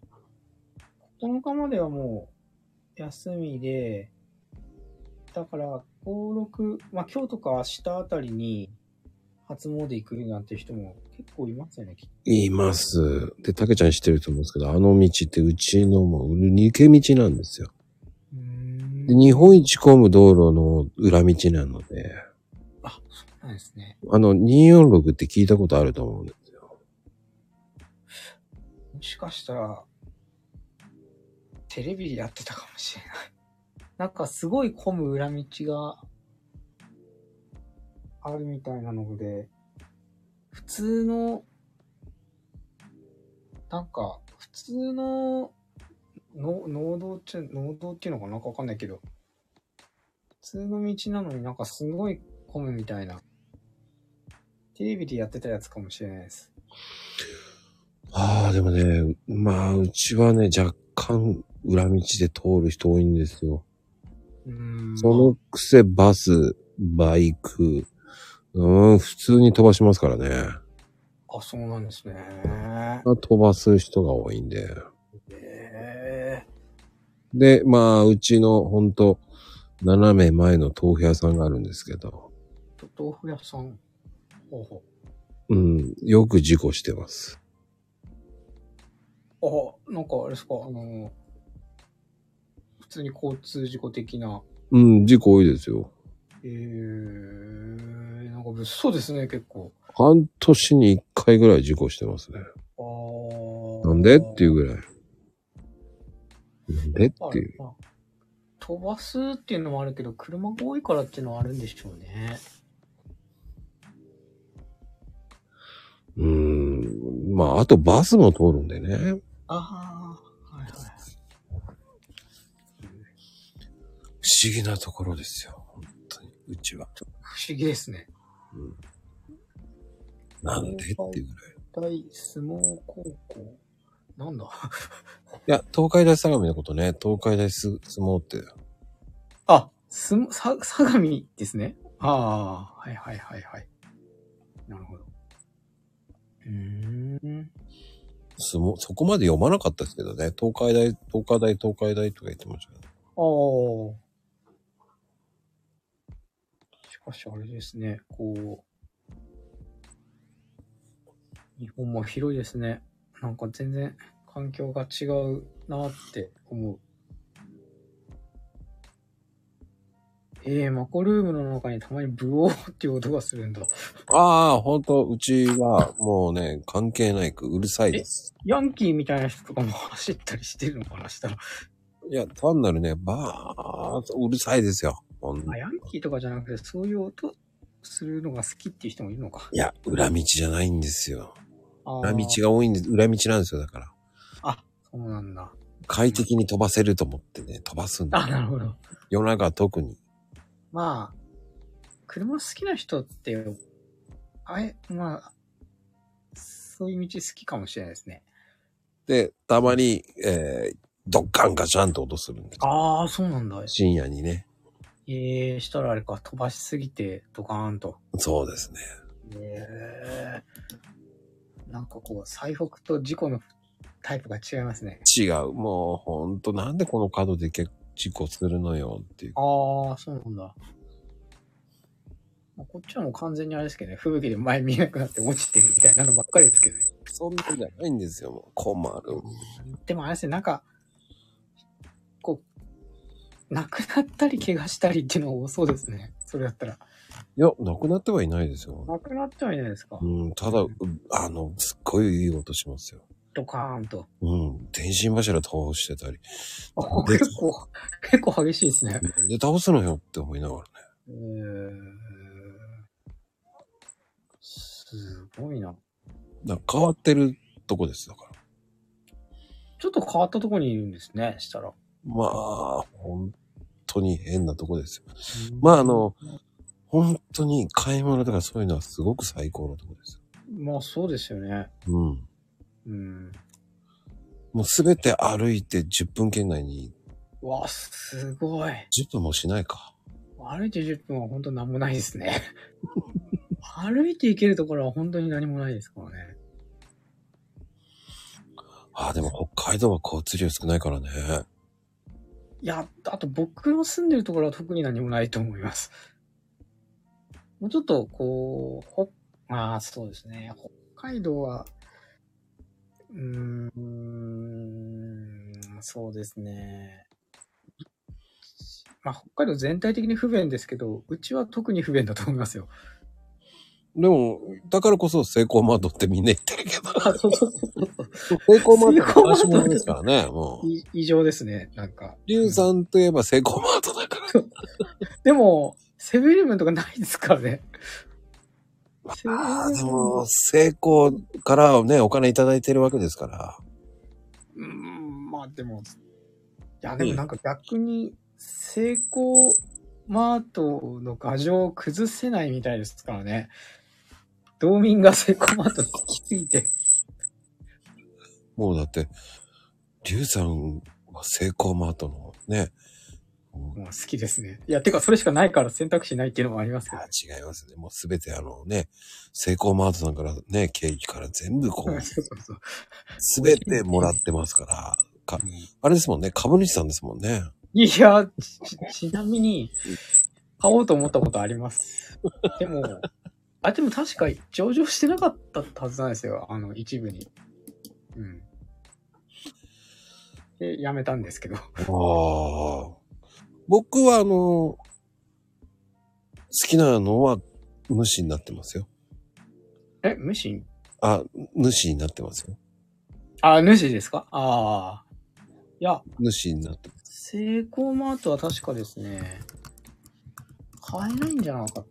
[SPEAKER 3] 9日まではもう休みで、だから、登録、まあ今日とか明日あたりに初詣行くなんて人も結構いますよね、きっ
[SPEAKER 1] います。で、たけちゃん知ってると思うんですけど、あの道ってうちのもう抜け道なんですよ。
[SPEAKER 3] と。
[SPEAKER 1] で日本一混む道路の裏道なので、
[SPEAKER 3] あ、そうなんですね。
[SPEAKER 1] あの、246って聞いたことあると思うんですよ。
[SPEAKER 3] もしかしたら、テレビでやってたかもしれない。 なんかすごい混む裏道があるみたいなので、普通の、なんか、普通の、の、農道って、農道っていうのかななんかわかんないけど、普通の道なのになんかすごい混むみたいな。テレビでやってたやつかもしれないです。
[SPEAKER 1] ああ、でもね、まあ、うちはね、若干裏道で通る人多いんですよ。
[SPEAKER 3] うーん。
[SPEAKER 1] そのくせ、バス、バイク、うん、普通に飛ばしますからね。
[SPEAKER 3] あ、そうなんですね。
[SPEAKER 1] 飛ばす人が多いんで。
[SPEAKER 3] ええ
[SPEAKER 1] で、まあ、うちの、ほんと、斜め前の豆腐屋さんがあるんですけど、
[SPEAKER 3] ー、と豆腐屋さん。ほうほ
[SPEAKER 1] うん、よく事故してます。
[SPEAKER 3] う。あ、なんかあれですか、あの、普通に交通事故的な。
[SPEAKER 1] うん、事故多いですよ。
[SPEAKER 3] えー、なんかそうですね、結構。
[SPEAKER 1] 半年に一回ぐらい事故してますね。
[SPEAKER 3] あ
[SPEAKER 1] なんでっていううぐらい。なんでっていう。
[SPEAKER 3] う。飛ばすっていうのもあるけど、車が多いからっていうのはあるんでしょうね。
[SPEAKER 1] うーん。まあ、あとバスも通るんでね。
[SPEAKER 3] ああ、はいはい。
[SPEAKER 1] 不思議なところですよ。本当に。うちは。
[SPEAKER 3] 不思議ですね。
[SPEAKER 1] なんでっていうぐらい。
[SPEAKER 3] 大相撲高校。なんだ
[SPEAKER 1] いや、東海大相模のことね、東海大す相撲って、
[SPEAKER 3] あ、すも、さ、相模ですね。ああ、はいはいはいはい。なるほど。うーん。
[SPEAKER 1] 相撲、そこまで読まなかったですけどね、東海大、東海大、東海大とか言ってましたけど、
[SPEAKER 3] ああ。しかしあれですね、こう、日本も広いですね。なんか全然環境が違うなって思う。ええマコルームの中にたまにブオーっていう音がするんだ。
[SPEAKER 1] ああ、ほんと、うちはもうね、関係ないく、うるさいです。
[SPEAKER 3] ヤンキーみたいな人とかも走ったりしてるのかなした
[SPEAKER 1] い
[SPEAKER 3] ら。
[SPEAKER 1] や、単なるね、ばーっとうるさいですよ。ほん
[SPEAKER 3] あ、ヤンキーとかじゃなくて、そういう音するのが好きっていう人もいるのか。
[SPEAKER 1] いや、裏道じゃないんですよ。
[SPEAKER 3] ああ
[SPEAKER 1] 裏道が多いんです、裏道なんですよ、だから。
[SPEAKER 3] そうなんだ。
[SPEAKER 1] 快適に飛ばせると思ってね、飛ばすん
[SPEAKER 3] あ、
[SPEAKER 1] だ。
[SPEAKER 3] なるほど。
[SPEAKER 1] 夜中は特に。
[SPEAKER 3] まあ、車好きな人って、あれ、まあ、そういう道好きかもしれないですね。
[SPEAKER 1] で、たまに、えー、ドッカンガシャンと音するんです。
[SPEAKER 3] ああ、そうなんだ。
[SPEAKER 1] 深夜にね。
[SPEAKER 3] ええしたらあれか、飛ばしすぎて、ドカーンと。
[SPEAKER 1] そうですね。
[SPEAKER 3] ええなんかこう、最北と事故のタイプが違いますね。
[SPEAKER 1] 違う。もうほんと、なんでこの角で結構事故するのよっていう。
[SPEAKER 3] ああ、そうなんだ。まあこっちはもう完全にあれですけどね、吹雪で前見えなくなって落ちてるみたいなのばっかりですけどね。
[SPEAKER 1] そんなことじゃないんですよ。もう困る。
[SPEAKER 3] でもあれですね、なんか、こう、亡くなったり怪我したりっていうのが多そうですね。それだったら。
[SPEAKER 1] いや、なくなってはいないですよ。
[SPEAKER 3] 亡くなってはいないですか。
[SPEAKER 1] うん、ただ、うあの、すっごいいい音しますよ。
[SPEAKER 3] ドカーンと。
[SPEAKER 1] うん、天心柱倒してたり。
[SPEAKER 3] あ
[SPEAKER 1] で
[SPEAKER 3] 結構、結構激しいですね。
[SPEAKER 1] なんで倒すのよって思いながらね。
[SPEAKER 3] えー、すごいな。
[SPEAKER 1] だから変わってるとこです、だから。
[SPEAKER 3] ちょっと変わったところにいるんですね、したら。
[SPEAKER 1] まあ、本当に変なとこですよ。まあ、あの、本当に買い物とかそういうのはすごく最高のとこです
[SPEAKER 3] まあそうですよね。
[SPEAKER 1] よ。うん。
[SPEAKER 3] うん。
[SPEAKER 1] もうすべて歩いて10分圏内に、
[SPEAKER 3] うわ、すごい。
[SPEAKER 1] 10分もしないか。
[SPEAKER 3] 歩いて10分は本当何もないですね。 歩いて行けるところは本当に何もないですからね。
[SPEAKER 1] ああ、でも北海道は交通量少ないからね。
[SPEAKER 3] いや、あと僕の住んでるところは特に何もないと思います。もうちょっと、こう、ほ、まあ、そうですね。北海道は、うーん、そうですね。まあ、北海道全体的に不便ですけど、うちは特に不便だと思います よ。
[SPEAKER 1] でも、だからこそ成功マートってみんな言ってるけど。
[SPEAKER 3] あそうそうそう
[SPEAKER 1] 成功マート
[SPEAKER 3] セイコーマー
[SPEAKER 1] って
[SPEAKER 3] ト
[SPEAKER 1] ものですからね、もう。
[SPEAKER 3] い異常ですね、なんか。
[SPEAKER 1] リュウさんといえば成功マートだから。
[SPEAKER 3] でも、セブンイレブンとかないですからね。セブンイレ
[SPEAKER 1] ああ、
[SPEAKER 3] ブン
[SPEAKER 1] でも、成功からね、お金いただいてるわけですから。
[SPEAKER 3] うーん、まあでも、いやでもなんか逆に、成功マートの牙城を崩せないみたいですからね。道民が成功マートに行きすぎて。
[SPEAKER 1] もうだって、リュウさんは成功マートのね、もう
[SPEAKER 3] もう好きですね。いや、てかそれしかないから選択肢ないっていうのもありますけど
[SPEAKER 1] あ。違いますね。もうすべてあのね、セイコーマートさんからね、ケーキから全部こ
[SPEAKER 3] そうう、 そうそう。
[SPEAKER 1] すべてもらってますから。かあれですもんね、株主さんですもんね。
[SPEAKER 3] いや、ち、ちちなみに、買おうと思ったことあります。でも、あ、でも確か上場してなかったはずなんですよ。あの、一部に。うん。で、やめたんですけど。
[SPEAKER 1] ああ。僕はあの、きなのは主になってますよ。
[SPEAKER 3] え、無視
[SPEAKER 1] あ、主になってますよ。
[SPEAKER 3] あ、主ですかああ。いや、
[SPEAKER 1] 主になってます。
[SPEAKER 3] セイコーマートは確かですね、買えないんじゃなかっ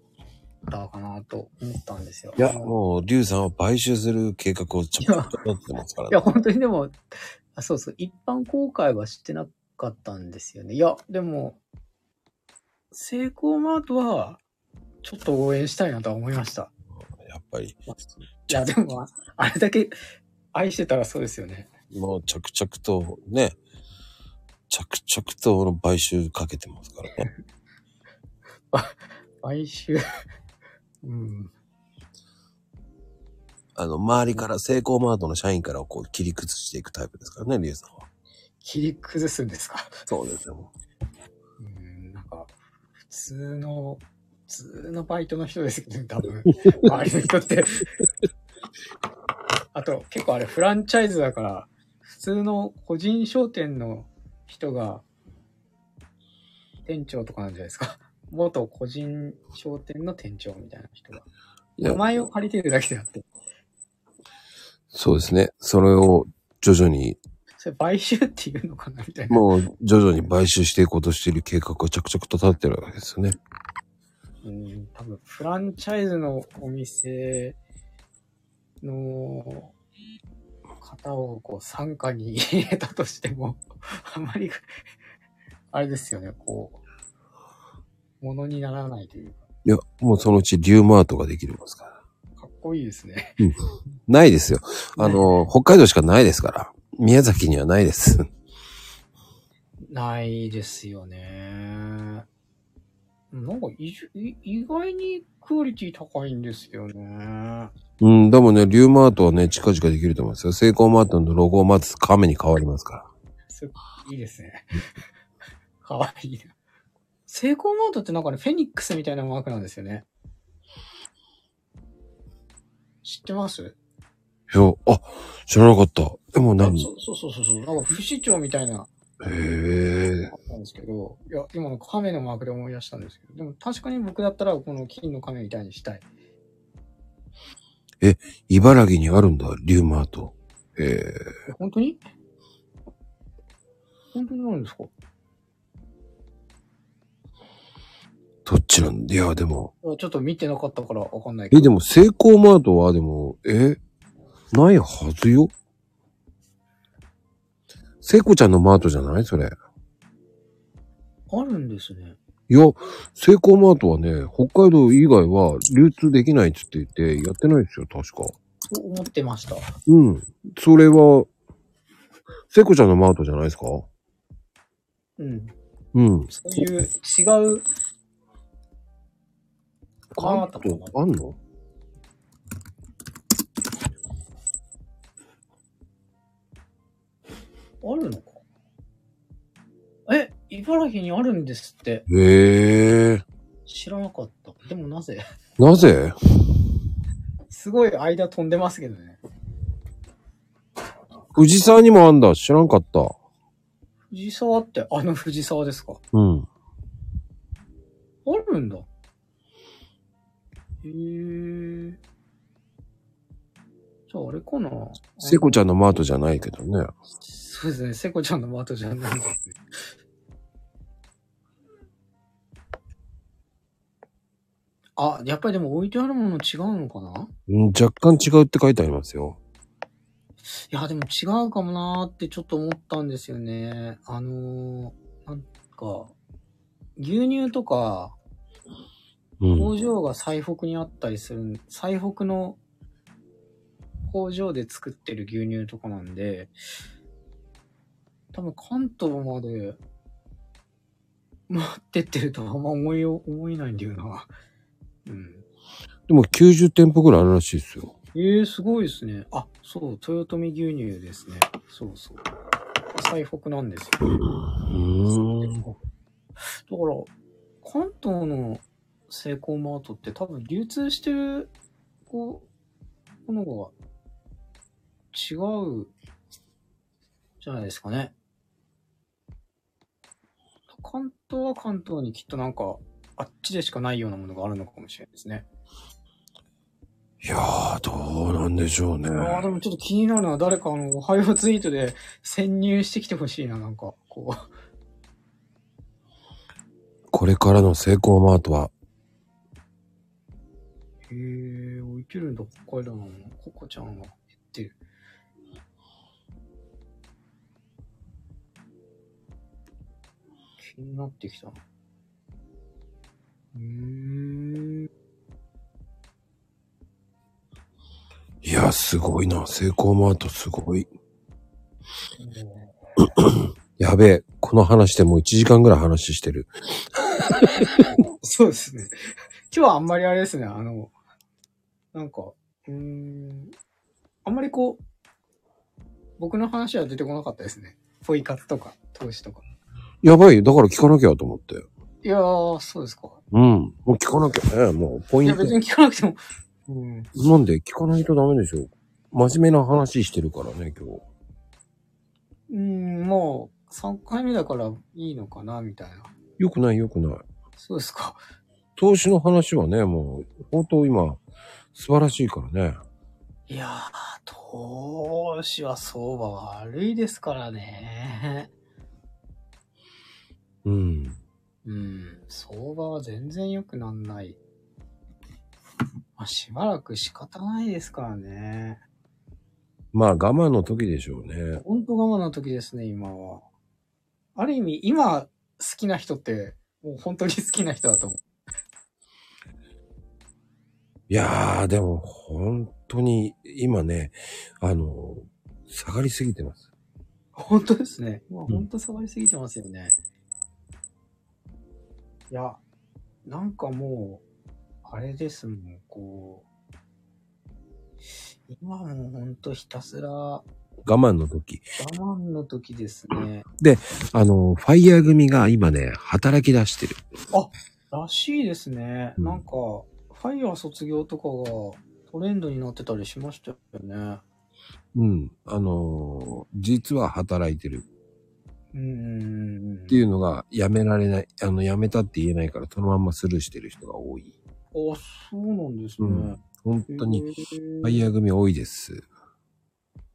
[SPEAKER 3] たかなと思ったんですよ。
[SPEAKER 1] いや、
[SPEAKER 3] あの
[SPEAKER 1] もう、リュウさんは買収する計画をちょっと立ってますから
[SPEAKER 3] いや、
[SPEAKER 1] ね。
[SPEAKER 3] 本当にでも、あそうそう、一般公開はしてなかったんですよね。いや、でも、セイコーマートは、ちょっと応援したいなとは思いました。
[SPEAKER 1] やっぱり、
[SPEAKER 3] いや、でも、あれだけ愛してたらそうですよね。
[SPEAKER 1] もう着々とね、着々と俺買収かけてますからね。
[SPEAKER 3] 買収。うん。
[SPEAKER 1] あの、周りから、セイコーマートの社員からこう切り崩していくタイプですからね、リュウさんは。
[SPEAKER 3] 切り崩すんですか。
[SPEAKER 1] そうですよ。
[SPEAKER 3] うん、なんか、普通の、普通のバイトの人で すけど、多分、周りの人って。あと、結構あれ、フランチャイズだから、普通の個人商店の人が、店長とかなんじゃないですか。元個人商店の店長みたいな人が。
[SPEAKER 1] いや
[SPEAKER 3] 名前を借りてるだけであって。
[SPEAKER 1] そうですね。それを徐々に、
[SPEAKER 3] それ買収っていうのかなみたいな。
[SPEAKER 1] もう徐々に買収していこうとしている計画が着々と立ってるわけですよね。
[SPEAKER 3] うん、多分フランチャイズのお店の方をこう傘下に入れたとしても、 あまり、あれですよね、こう、ものにならないという
[SPEAKER 1] いや、もうそのうちリュウマートができるますから。
[SPEAKER 3] か、かっこいいですね。
[SPEAKER 1] ないですよ。あの、北海道しかないですから。宮崎にはないです。
[SPEAKER 3] ないですよね。なんか意地意意外にクオリティ高いんですよね。
[SPEAKER 1] うん、でもね、リュウマートはね、近々できると思いますよ。セイコーマートのロゴをまず亀に変わりますから。
[SPEAKER 3] すいいですね。 かわいいな。セイコーマートってなんかね、フェニックスみたいなマークなんですよね。知ってます
[SPEAKER 1] いや、あ、知らなかった。でも
[SPEAKER 3] あ
[SPEAKER 1] 何へ
[SPEAKER 3] そうそうそうそう。なんか不死鳥みたいな、
[SPEAKER 1] え。
[SPEAKER 3] なんですけど、いや、今の亀のマークで思い出したんですけど、でも確かに僕だったらこの金の亀みたいにしたい。
[SPEAKER 1] 茨城にあるんだ、リュウマート。へえ。
[SPEAKER 3] え本当に本当にあるんですかい
[SPEAKER 1] どっちなんだいや、でも。
[SPEAKER 3] やちょっと見てなかったからわかんないけ
[SPEAKER 1] え、
[SPEAKER 3] ど。
[SPEAKER 1] でも、セイコーマートは、でも、えないはずよ。セイコちゃんのマートじゃないそれ。
[SPEAKER 3] あるんですね。
[SPEAKER 1] いや、セイコーマートはね、北海道以外は流通できないっつって言って、やってないですよ、確か。
[SPEAKER 3] と思ってました。
[SPEAKER 1] うん。それは、セイコちゃんのマートじゃないですか
[SPEAKER 3] うん。
[SPEAKER 1] うん。
[SPEAKER 3] そういう違う、マートも
[SPEAKER 1] あんの
[SPEAKER 3] あるのかえ、茨城にあるんですって
[SPEAKER 1] へえ。
[SPEAKER 3] 知らなかった。でもなぜ
[SPEAKER 1] なぜ
[SPEAKER 3] すごい間飛んでますけどね。
[SPEAKER 1] 藤沢にもあんだ。知らんかった。
[SPEAKER 3] 藤沢ってあの藤沢ですか
[SPEAKER 1] うん。
[SPEAKER 3] あるんだ。へえ。じゃああれかな
[SPEAKER 1] セイコちゃんのマートじゃないけどね。
[SPEAKER 3] そうですね、セコちゃんのマートじゃないですね。 あ、やっぱりでも置いてあるもの違うのかな
[SPEAKER 1] うん、若干違うって書いてありますよ。
[SPEAKER 3] いや、でも違うかもなーってちょっと思ったんですよね。あのー、なんか、牛乳とか
[SPEAKER 1] うん。
[SPEAKER 3] 工場が最北にあったりする、最北の工場で作ってる牛乳とかなんで、多分関東まで持ってってるとはあんま思いよ、思えないんだよな。うん。
[SPEAKER 1] でも90店舗ぐらいあるらしいですよ。
[SPEAKER 3] ええすごいですね。あ、そう、豊臣牛乳ですね。そうそう。最北なんですよ。
[SPEAKER 1] う
[SPEAKER 3] だ
[SPEAKER 1] ーん。
[SPEAKER 3] から、関東のセイコーマートって多分流通してる、こう、ものが違うじゃないですかね。関東は関東にきっとなんか、あっちでしかないようなものがあるのかもしれないですね。
[SPEAKER 1] いやー、どうなんでしょうね。
[SPEAKER 3] ああ、でもちょっと気になるのは誰かあの、おはようツイートで潜入してきてほしいな、なんか、こう。
[SPEAKER 1] これからのセイコーマートは、
[SPEAKER 3] へえ、置いてるんだ、北海道なの。ココちゃんが言ってる。気になってきたな。うーん。
[SPEAKER 1] いや、すごいな。セイコーマートすごい。やべえ。この話でもう1時間ぐらい話してる。
[SPEAKER 3] そうですね。 今日はあんまりあれですね、あの、なんか、うーん、あんまりこう、僕の話は出てこなかったですね。ポイ活とか、投資とか。
[SPEAKER 1] やばいよ。だから聞かなきゃと思って。
[SPEAKER 3] いやー、そうですか。
[SPEAKER 1] うん。もう聞かなきゃね。もうポ
[SPEAKER 3] い
[SPEAKER 1] イ
[SPEAKER 3] や、
[SPEAKER 1] ント。
[SPEAKER 3] 別に聞かなくても。うん。
[SPEAKER 1] なんで聞かないとダメでしょ。真面目な話してるからね、今日。
[SPEAKER 3] うん、もう、3回目だからいいのかな、みたいな。
[SPEAKER 1] よくないよくない。
[SPEAKER 3] そうですか。
[SPEAKER 1] 投資の話はね、もう、本当今、素晴らしいからね。
[SPEAKER 3] いやー、投資は相場悪いですからね。
[SPEAKER 1] うん。
[SPEAKER 3] うん、相場は全然良くなんない。まあ、しばらく仕方ないですからね。
[SPEAKER 1] まあ、我慢の時でしょうね。
[SPEAKER 3] ほんと我慢の時ですね、今は。ある意味、今、好きな人って、もう本当に好きな人だと思う。
[SPEAKER 1] いやー、でも、本当に、今ね、あの、下がりすぎてます。
[SPEAKER 3] 本当ですね。今、本当下がりすぎてますよね。いや、なんかもう、あれですもん、こう。今もうほんとひたすら我
[SPEAKER 1] 我慢の時。
[SPEAKER 3] 慢の時ですね。
[SPEAKER 1] あの、ファイヤー組が今ね、働き出してる。
[SPEAKER 3] らしいですね。
[SPEAKER 1] うん
[SPEAKER 3] なんか、ファイヤー卒業とかがトレンドになってたりしましたよね。
[SPEAKER 1] うん。あの、実は働いてる
[SPEAKER 3] うーん。
[SPEAKER 1] っていうのが、やめられない、あの、やめたって言えないから、そのまんまスルーしてる人が多い。
[SPEAKER 3] あ、そうなんですね。
[SPEAKER 1] うん本当に、
[SPEAKER 3] へー
[SPEAKER 1] ファイヤー組多いです。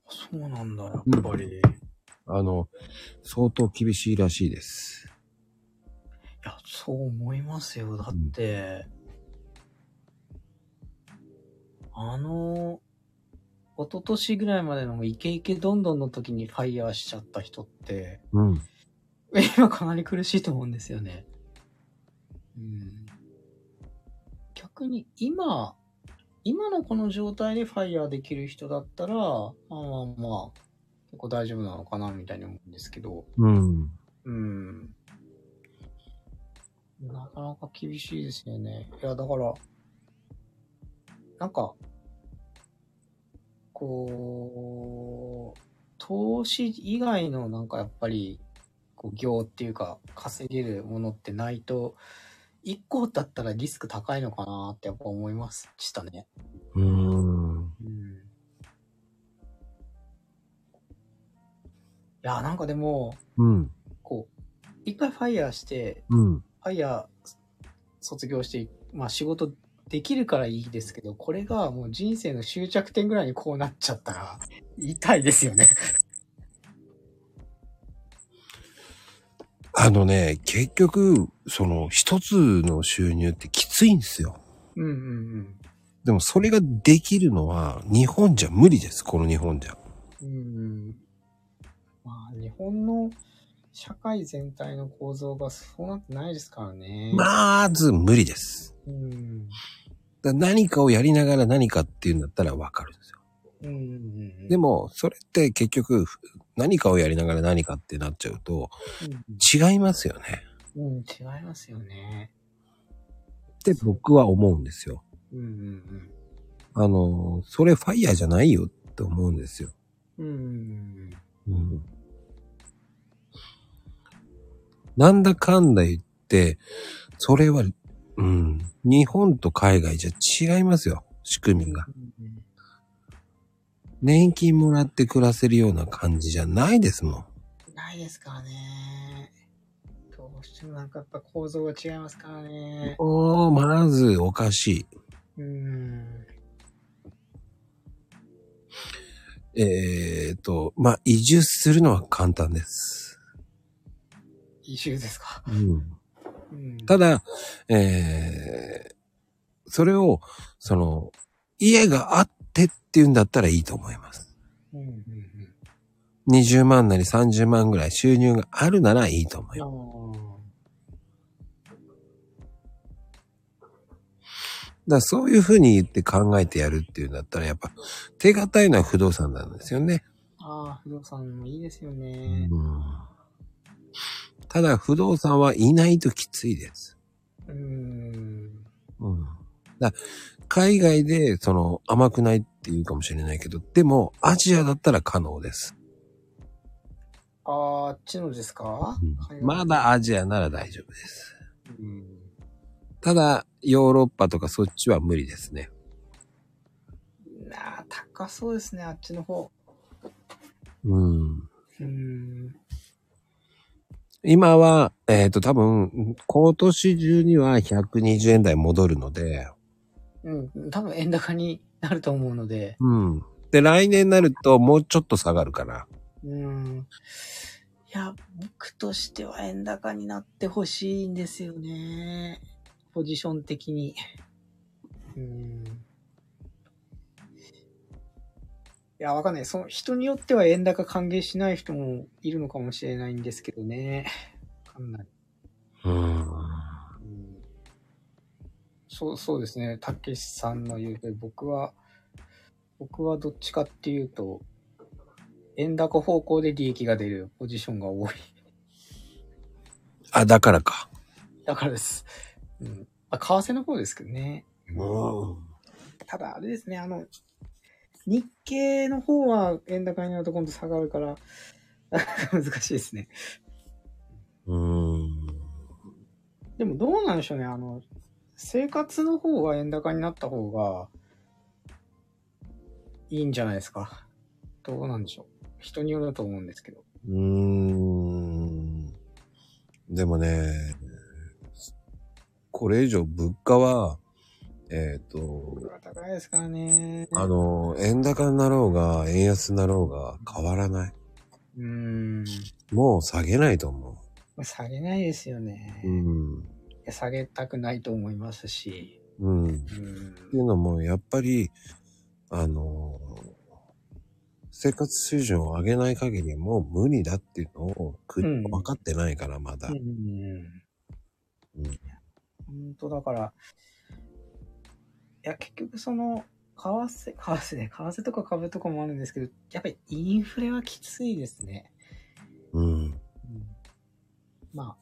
[SPEAKER 3] そうなんだ、やっぱり。い
[SPEAKER 1] あの、相当厳しいらしいです。
[SPEAKER 3] や、そう思いますよ。だって、あの、一昨年ぐらいまでのイケイケどんどんの時にファイヤーしちゃった人って、
[SPEAKER 1] うん。
[SPEAKER 3] 今かなり苦しいと思うんですよね。うん。逆に今、今のこの状態でファイヤーできる人だったら、まあまあまあ、結構大丈夫なのかなみたいに思うんですけど、
[SPEAKER 1] うん。
[SPEAKER 3] うん。なかなか厳しいですよね。いや、だから、なんか、こう、投資以外のなんかやっぱり、こう、業っていうか、稼げるものってないと、一個だったらリスク高いのかなってやっぱ思いましたね。
[SPEAKER 1] うーん。
[SPEAKER 3] うん。いや、なんかでも、
[SPEAKER 1] うん。
[SPEAKER 3] こう、一回ファイヤーして、
[SPEAKER 1] うん。
[SPEAKER 3] ファイヤー卒業して、まあ仕事できるからいいですけど、これがもう人生の終着点ぐらいにこうなっちゃったら、痛いですよね。
[SPEAKER 1] あのね、結局、その、一つの収入ってきついんですよ。
[SPEAKER 3] うんうん
[SPEAKER 1] でも、それができるのは、日本じゃ無理です。この日本じゃ。
[SPEAKER 3] うん。うん。まあ日本の社会全体の構造がそうなってないですからね。
[SPEAKER 1] まず無理です。
[SPEAKER 3] うん。
[SPEAKER 1] だ何かをやりながら何かっていうんだったらわかるんですよ。
[SPEAKER 3] うんうんうん。
[SPEAKER 1] で、も、それって結局、ふ何かをやりながら何かってなっちゃうと、
[SPEAKER 3] う
[SPEAKER 1] 違いますよね。
[SPEAKER 3] ん、うん、違いますよね。
[SPEAKER 1] って僕は思うんですよ。
[SPEAKER 3] うんうん
[SPEAKER 1] あの、それファイヤーじゃないよって思うんですよ。
[SPEAKER 3] うん。うんうん
[SPEAKER 1] うんなんだかんだ言って、それは、うん、日本と海外じゃ違いますよ、仕組みが。
[SPEAKER 3] うん。
[SPEAKER 1] 年金もらって暮らせるような感じじゃないですもん。
[SPEAKER 3] ないですからね。投してもなんかやっぱ構造が違いますからね。
[SPEAKER 1] おー、まずおかし
[SPEAKER 3] うーん。
[SPEAKER 1] い。えーと、まあ、移住するのは簡単です。
[SPEAKER 3] 異臭ですか。
[SPEAKER 1] うん。
[SPEAKER 3] うん。
[SPEAKER 1] ただ、えー、それを、その、家があってっていうんだったらいいと思います。
[SPEAKER 3] うんうんうん。
[SPEAKER 1] 20万なり30万ぐらい収入があるならいいと思い
[SPEAKER 3] あ
[SPEAKER 1] ま
[SPEAKER 3] ー
[SPEAKER 1] す。だからそういうふうに言って考えてやるっていうんだったら、やっぱ、手堅いのは不動産なんですよね。
[SPEAKER 3] あー、不動産もいいですよ
[SPEAKER 1] う
[SPEAKER 3] ね。
[SPEAKER 1] ん、ただ、不動産はいないときついです。
[SPEAKER 3] うーん。
[SPEAKER 1] うんだ海外で、その、甘くないって言うかもしれないけど、でも、アジアだったら可能です。
[SPEAKER 3] あーあっちのですか、海外
[SPEAKER 1] ま。だアジアなら大丈夫です。
[SPEAKER 3] うん。
[SPEAKER 1] ただ、ヨーロッパとかそっちは無理ですね。
[SPEAKER 3] なあ、高そうですね、あっちの方。
[SPEAKER 1] うん。
[SPEAKER 3] うーん。
[SPEAKER 1] 今は、えっ、と、多分、今年中には120円台戻るので、
[SPEAKER 3] うん、多分円高になると思うので。
[SPEAKER 1] うん。で、来年になるともうちょっと下がるかな。
[SPEAKER 3] うん。いや、僕としては円高になってほしいんですよね。ポジション的に。うん。いや、わかんない。その人によっては円高歓迎しない人もいるのかもしれないんですけどね。わかんない。
[SPEAKER 1] うん。
[SPEAKER 3] うんそう、そうですね。たけしさんの言うと、僕は、僕はどっちかっていうと、円高方向で利益が出るポジションが多い。
[SPEAKER 1] あ、だからか。
[SPEAKER 3] だからです。うん。まあ、為替の方ですけどね。
[SPEAKER 1] うん。
[SPEAKER 3] ただ、あれですね、あの、日経の方は円高になると今度下がるから、 難しいですね。
[SPEAKER 1] うん。
[SPEAKER 3] でもどうなんでしょうね、あの、生活の方は円高になった方が、いいんじゃないですか。どうなんでしょう。人によると思うんですけど。
[SPEAKER 1] うーんでもね、これ以上物価は、えっ、と、
[SPEAKER 3] 高いですからね。
[SPEAKER 1] あの、円高になろうが、円安になろうが変わらない。
[SPEAKER 3] うーん。
[SPEAKER 1] もう下げないと思
[SPEAKER 3] 下げないですよね。
[SPEAKER 1] う。う
[SPEAKER 3] い
[SPEAKER 1] ん。
[SPEAKER 3] や下げたくないと思いますし。
[SPEAKER 1] うん。っ
[SPEAKER 3] う
[SPEAKER 1] てい
[SPEAKER 3] ん。
[SPEAKER 1] うのも、やっぱり、あの、生活水準を上げない限りもう無理だっていうのをく、
[SPEAKER 3] うん
[SPEAKER 1] 分かってないから、まだ。
[SPEAKER 3] うん
[SPEAKER 1] うん
[SPEAKER 3] 本当だから、いや、結局その、為替、為替ね、為替とか株とかもあるんですけど、やっぱりインフレはきついですね。
[SPEAKER 1] うん。
[SPEAKER 3] ま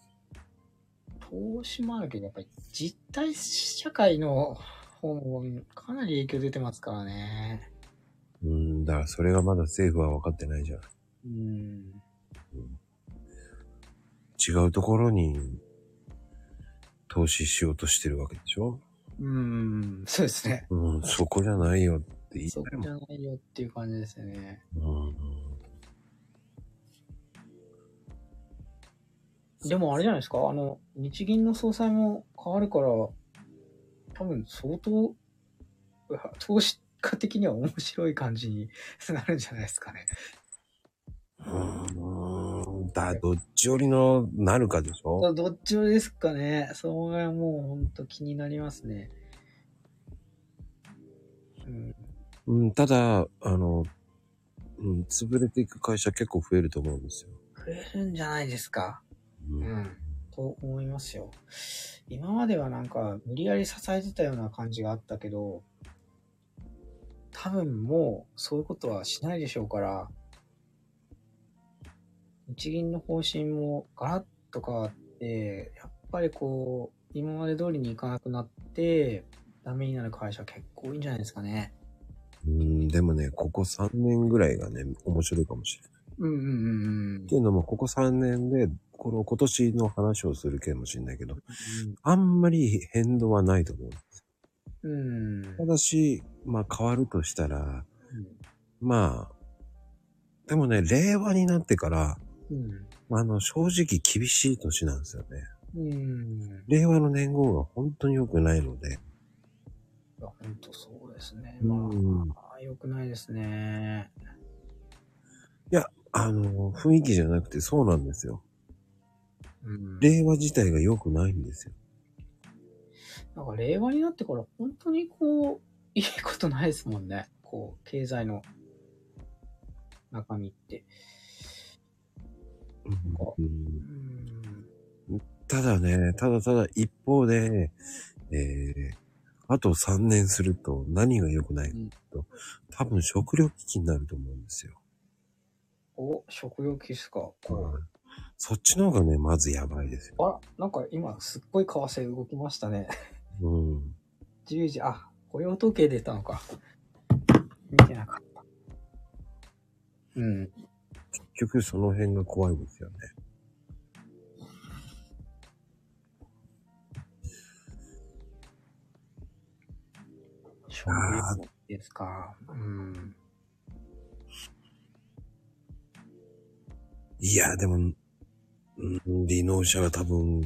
[SPEAKER 3] あ、投資もあるけど、やっぱり実体社会の方もかなり影響出てますからね。
[SPEAKER 1] うん。だから、それがまだ政府は分かってないじゃん。
[SPEAKER 3] うん。
[SPEAKER 1] 違うところに投資しようとしてるわけでしょ
[SPEAKER 3] うん、そうですね。
[SPEAKER 1] うん、そこじゃないよって言いた
[SPEAKER 3] そ
[SPEAKER 1] いう
[SPEAKER 3] じゃないよっていう感じですよね。
[SPEAKER 1] もん。うん
[SPEAKER 3] でもあれじゃないですか、あの、日銀の総裁も変わるから、多分相当、うわ投資家的には面白い感じに なるんじゃないですかね。
[SPEAKER 1] うん。だ、どっちよりのなるかでしょ
[SPEAKER 3] どっちもですかね。それはもう本当気になりますね。うん、
[SPEAKER 1] うん、ただ、あの、うん、潰れていく会社結構増えると思うんですよ。
[SPEAKER 3] 増えるんじゃないですか。
[SPEAKER 1] う。
[SPEAKER 3] うんん。と思いますよ。今まではなんか無理やり支えてたような感じがあったけど、多分もうそういうことはしないでしょうから、日銀の方針もガラッと変わって、やっぱりこう、今まで通りにいかなくなって、ダメになる会社結構多いんじゃないですかね。
[SPEAKER 1] うん、でもね、ここ3年ぐらいがね、面白いかもしれない。
[SPEAKER 3] うんうんうんうん
[SPEAKER 1] っていうのも、ここ3年で、この今年の話をするかもしれないけど、あんまり変動はないと思う。
[SPEAKER 3] うん。
[SPEAKER 1] ただし、まあ変わるとしたら、まあ、でもね、令和になってから、
[SPEAKER 3] うん。うん。
[SPEAKER 1] あの、正直厳しい年なんですよね。
[SPEAKER 4] うん。
[SPEAKER 1] 令和の年号が本当に良くないので。
[SPEAKER 3] いや、ほんとそうですね。
[SPEAKER 1] う
[SPEAKER 3] ま
[SPEAKER 1] ん。
[SPEAKER 3] あ、良くないですね。
[SPEAKER 1] あの、雰囲気じゃなくてそうなんですよ。
[SPEAKER 3] うん。
[SPEAKER 1] 令和自体が良くないんですよ。
[SPEAKER 3] なんか令和になってから本当にこう、 いいことないですもんね。こう、経済の中身って。
[SPEAKER 1] うん
[SPEAKER 3] うん。
[SPEAKER 1] ただね、ただただ一方で、えー、あと3年すると何が良くないかと、多分食糧危機になると思うんですよ。
[SPEAKER 3] お、食料危機っすか。こう。
[SPEAKER 1] そっちの方がね、まずやばいですよ。
[SPEAKER 3] あら、なんか今すっごい為替動きましたね。
[SPEAKER 1] うん。
[SPEAKER 3] 10時、あ、雇用統計出たのか。見てなかった。うん。
[SPEAKER 1] 結局その辺が怖いですよね。
[SPEAKER 3] 食料危機ですか。うん。
[SPEAKER 1] いや、でも、うん、離農者が多分、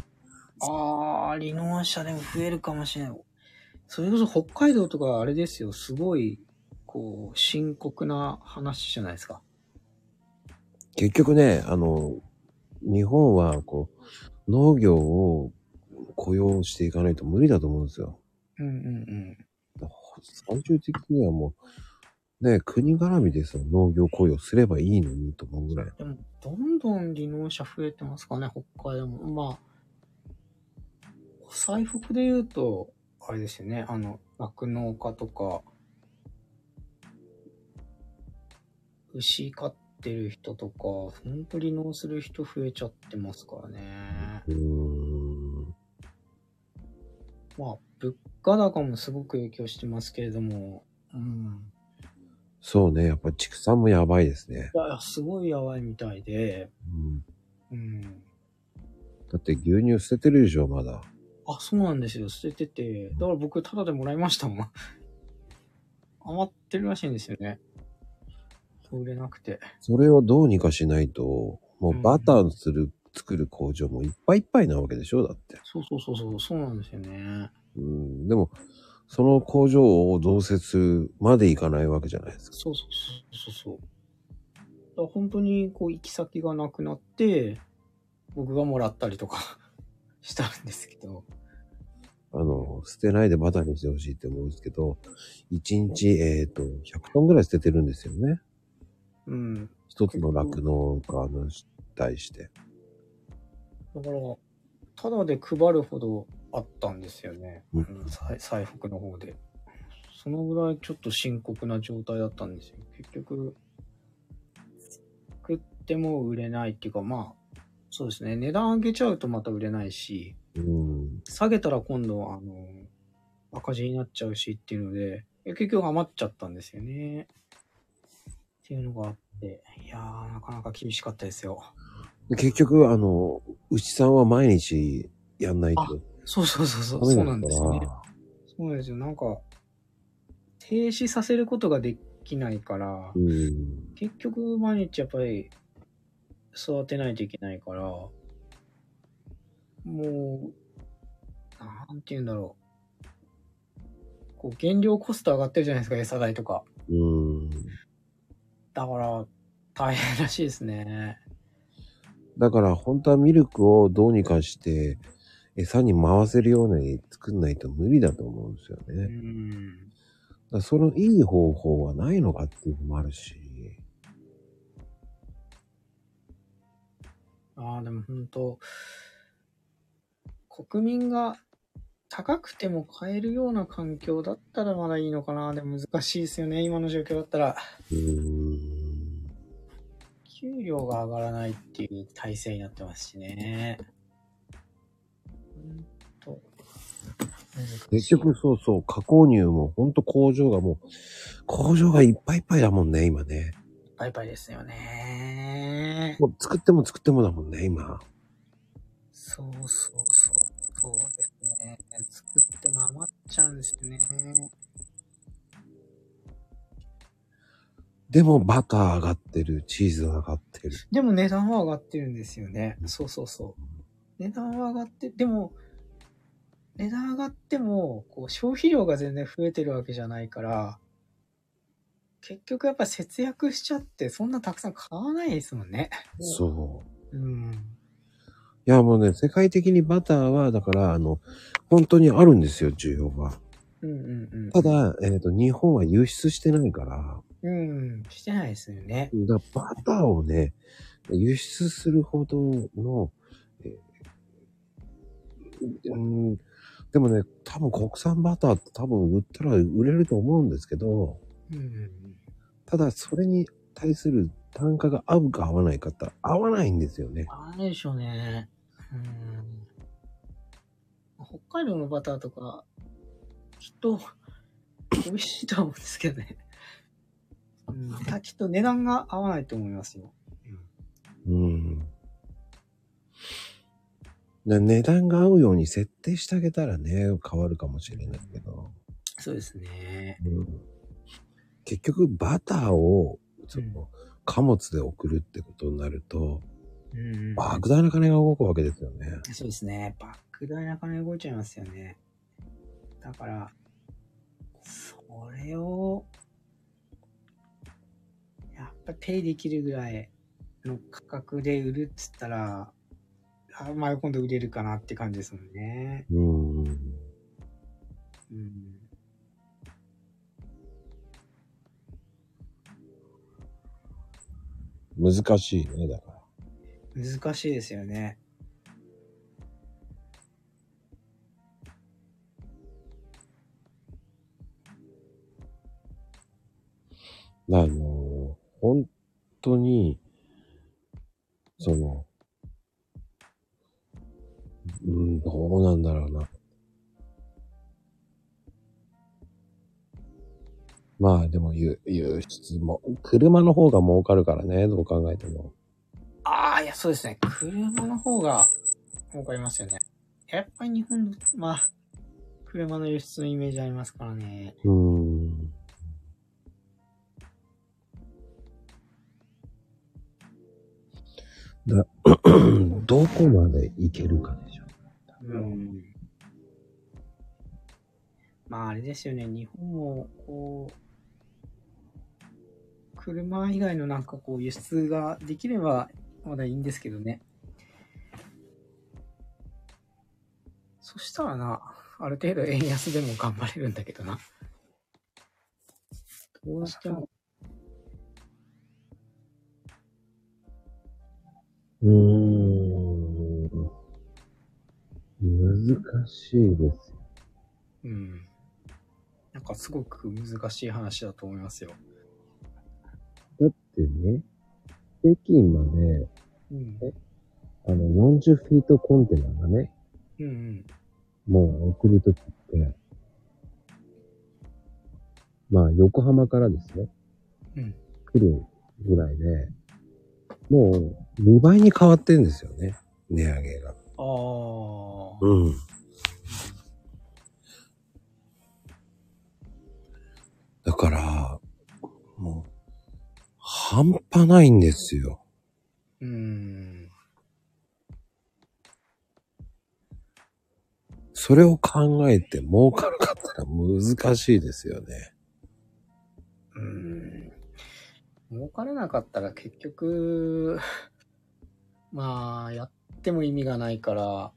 [SPEAKER 3] あー、離農者でも増えるかもしれない。それこそ北海道とかあれですよ、すごい、こう、深刻な話じゃないですか。
[SPEAKER 1] 結局ね、あの、日本はこう、農業を雇用していかないと無理だと思うんですよ。
[SPEAKER 3] うんうん
[SPEAKER 1] 最終的にはもう、ね、国絡みですよ。農業雇用すればいいのにと思うぐらい。
[SPEAKER 3] うん。でも、どんどん離農者増えてますかね、北海道も。まあ、最北で言うと、あれですよね、あの、酪農家とか、牛飼ってる人とか、ほんと離農する人増えちゃってますからね。
[SPEAKER 1] うーん。
[SPEAKER 3] まあ、物価高もすごく影響してますけれども、うん。
[SPEAKER 1] そうね。やっぱ畜産もやばいですね。
[SPEAKER 3] いやいや、すごいやばいみたいで、
[SPEAKER 1] うん、
[SPEAKER 3] うん。
[SPEAKER 1] だって牛乳捨ててるでしょ、まだ。
[SPEAKER 3] あ、そうなんですよ。捨ててて、だから僕、タダでもらいましたもん。 余ってるらしいんですよね。そう売れなくて。
[SPEAKER 1] それをどうにかしないと、もうバターする、作る工場もいっぱいいっぱいなわけでしょ、だって。
[SPEAKER 3] そうそうそうそう、そうなんですよね。
[SPEAKER 1] うん。でも、その工場を増設までいかないわけじゃないですか。
[SPEAKER 3] そうそうそうそうそう。だから本当に、こう、行き先がなくなって、僕がもらったりとか したんですけど。
[SPEAKER 1] あの、捨てないでバターにしてほしいって思うんですけど、1日、えっ、と、100トンぐらい捨ててるんですよね。
[SPEAKER 3] うん。
[SPEAKER 1] 一つの酪農家に対して。
[SPEAKER 3] だから、ただで配るほどあったんですよね。
[SPEAKER 1] うん
[SPEAKER 3] うん最最北の方で。そのぐらいちょっと深刻な状態だったんですよ。結局、食っても売れないっていうか、まあ、そうですね。値段上げちゃうとまた売れないし、
[SPEAKER 1] うん。
[SPEAKER 3] 下げたら今度、あの、赤字になっちゃうしっていうので、え結局余っちゃったんですよね。っていうのがあって、いやー、なかなか厳しかったですよ。
[SPEAKER 1] で結局、あの、牛さんは毎日やんないと
[SPEAKER 3] あそうそうそうそう、
[SPEAKER 1] ダメ
[SPEAKER 3] そ
[SPEAKER 1] だ
[SPEAKER 3] う
[SPEAKER 1] から
[SPEAKER 3] なんですよね。そうですよ。なんか、停止させることができないから、
[SPEAKER 1] うん。
[SPEAKER 3] 結局毎日やっぱり育てないといけないから、もう、なんて言うんだろう。こう、原料コスト上がってるじゃないですか、餌代とか。
[SPEAKER 1] うん。
[SPEAKER 3] だから、大変らしいですね。
[SPEAKER 1] だから、本当はミルクをどうにかして、餌に回せるように作んないと無理だと思うんですよ
[SPEAKER 3] う
[SPEAKER 1] ね。だか
[SPEAKER 3] ん。
[SPEAKER 1] らそのいい方法はないのかっていうのもあるし。
[SPEAKER 3] ああ、でも本当、国民が高くても買えるような環境だったらまだいいのかな。でも難しいですよね、今の状況だったら。
[SPEAKER 1] うん。
[SPEAKER 3] 給料が上がらないっていう体制になってますしね。本当。
[SPEAKER 1] 結局、そうそう、加工乳も本当工場がもう、工場がいっぱいいっぱいだもんね、今ね。
[SPEAKER 3] バイバイですよね。
[SPEAKER 1] もう作っても作ってもだもんね、今。
[SPEAKER 3] そうそうそう。そうですね。作っても余っちゃうんですよね。
[SPEAKER 1] でもバター上がってる、チーズ上がってる。
[SPEAKER 3] でも値段は上がってるんですよね。そうそうそう。値段は上がって、でも、値段上がっても、こう消費量が全然増えてるわけじゃないから、結局やっぱ節約しちゃって、そんなたくさん買わないですもんね。
[SPEAKER 1] そう。
[SPEAKER 3] うん。
[SPEAKER 1] いや、もうね、世界的にバターは、だから、あの、本当にあるんですよ、需要が。
[SPEAKER 3] うんうんうん。
[SPEAKER 1] ただ、えっ、と、日本は輸出してないから、
[SPEAKER 3] うん、してないですよね。
[SPEAKER 1] だからバターをね、輸出するほどの、えーうん、でもね、多分国産バターって多分売ったら売れると思うんですけど、
[SPEAKER 3] うんうん
[SPEAKER 1] ただ、それに対する単価が合うか合わないかって言ったら合わないんですよね。
[SPEAKER 3] あれでしょうね。うん。北海道のバターとか、きっと、美味しいとは思うんですけどね。うん、たきっと値段が合わないと思いますよ。
[SPEAKER 1] うん。で値段が合うように設定してあげたらね、変わるかもしれないけど。
[SPEAKER 3] そうですね。
[SPEAKER 1] 結局、バターを、そ
[SPEAKER 3] うん
[SPEAKER 1] の、貨物で送るってことになると、
[SPEAKER 3] うん。
[SPEAKER 1] 莫大な金が動くわけですよね。
[SPEAKER 3] そうですね。莫大な金動いちゃいますよね。だから、それを、やっぱペイできるぐらいの価格で売るっつったら、あまあ今度売れるかなって感じですもんね。
[SPEAKER 1] うん。
[SPEAKER 3] うん。
[SPEAKER 1] 難しいね、だから。
[SPEAKER 3] 難しいですよね。
[SPEAKER 1] あの、本当に、その、うん、どうなんだろうな。まあでも輸輸出も、車の方が儲かるからね、どう考えても。
[SPEAKER 3] ああ、いや、そうですね。車の方が、儲かりますよね。やっぱり日本の、まあ、車の輸出のイメージありますからね。
[SPEAKER 1] うん。だ どこまでいけるかでしょ。
[SPEAKER 3] うんまああれですよね、日本もこう、車以外のなんかこう輸出ができればまだいいんですけどね。そしたらな、ある程度円安でも頑張れるんだけどな。どうしても、
[SPEAKER 1] うーん。難しいですよ。
[SPEAKER 3] うん。なんかすごく難しい話だと思いますよ。
[SPEAKER 1] だってね、北京まで、
[SPEAKER 3] うん。
[SPEAKER 1] あの、40フィートコンテナがね、
[SPEAKER 3] うんうん。
[SPEAKER 1] もう送るときって、まあ、横浜からですね、
[SPEAKER 3] うん。
[SPEAKER 1] 来るぐらいで、もう2倍に変わってんですよね、値上げが。
[SPEAKER 3] ああ。
[SPEAKER 1] うん。だから、もう、半端ないんですよ。
[SPEAKER 3] うん。
[SPEAKER 1] それを考えて儲かるかって言ったら難しいですよね。
[SPEAKER 3] うーん儲からなかったら結局、 まあ、やっても意味がないから、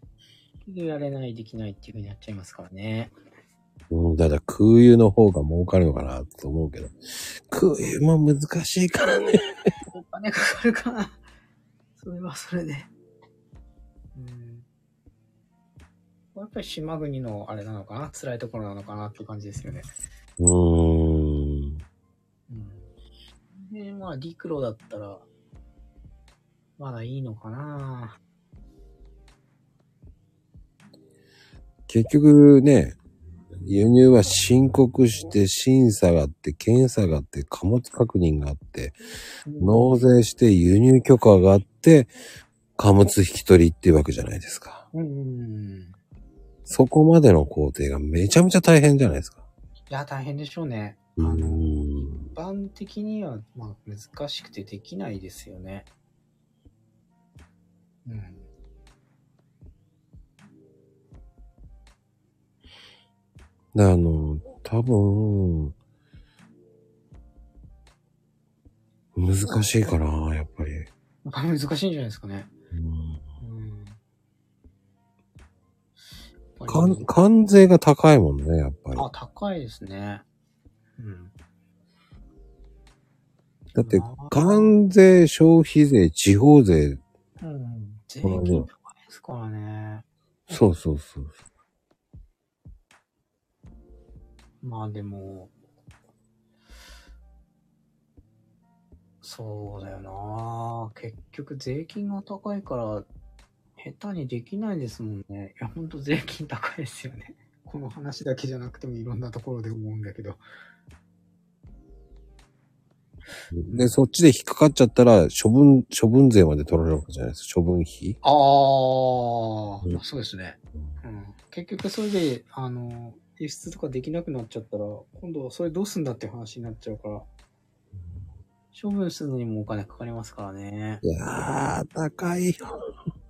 [SPEAKER 3] 結局やれない、できないっていうふうになっちゃいますからね。
[SPEAKER 1] うん、ただ空輸の方が儲かるのかなと思うけど、空輸も難しいからね。
[SPEAKER 3] お金かかるかな。 それはそれで。うん。やっぱり島国のあれなのかな辛いところなのかなっていう感じですよね。
[SPEAKER 1] うーん。
[SPEAKER 3] うん。で、まあ、陸路だったら、まだいいのかな。
[SPEAKER 1] 結局ね、輸入は申告して審査があって、検査があって、貨物確認があって、納税して輸入許可があって、貨物引き取りっていうわけじゃないですか。
[SPEAKER 3] うんうん。
[SPEAKER 1] そこまでの工程がめちゃめちゃ大変じゃないですか。
[SPEAKER 3] いや、大変でしょうね。
[SPEAKER 1] うー
[SPEAKER 3] 一
[SPEAKER 1] ん。
[SPEAKER 3] 般的には、まあ、難しくてできないですよね。うん。
[SPEAKER 1] であの、多分、難しいかな、やっぱり。
[SPEAKER 3] やっぱ難しいんじゃないですかね。
[SPEAKER 1] うん
[SPEAKER 3] うん。やっぱ
[SPEAKER 1] か
[SPEAKER 3] り
[SPEAKER 1] ん関税が高いもんね、やっぱり。
[SPEAKER 3] あ、高いですね。うん。
[SPEAKER 1] だって
[SPEAKER 3] あ、ー
[SPEAKER 1] 関税、消費税、地方税、
[SPEAKER 3] うん。税
[SPEAKER 1] なるほど
[SPEAKER 3] 金高いですからね。
[SPEAKER 1] そうそうそう。
[SPEAKER 3] まあでも、そうだよな結局税金が高いから、下手にできないですもんね。いや、ほんと税金高いですよね。 この話だけじゃなくてもいろんなところで思うんだけど。
[SPEAKER 1] で、そっちで引っかかっちゃったら、処分、処分税まで取られるわけじゃないですか。処分費
[SPEAKER 3] ああ、
[SPEAKER 1] うん
[SPEAKER 3] そうですね。うん、結局それで、あの、輸出とかできなくなっちゃったら、今度はそれどうすんだっていう話になっちゃうから、処分するのにもお金かかりますからね。
[SPEAKER 1] いやー、高いよ。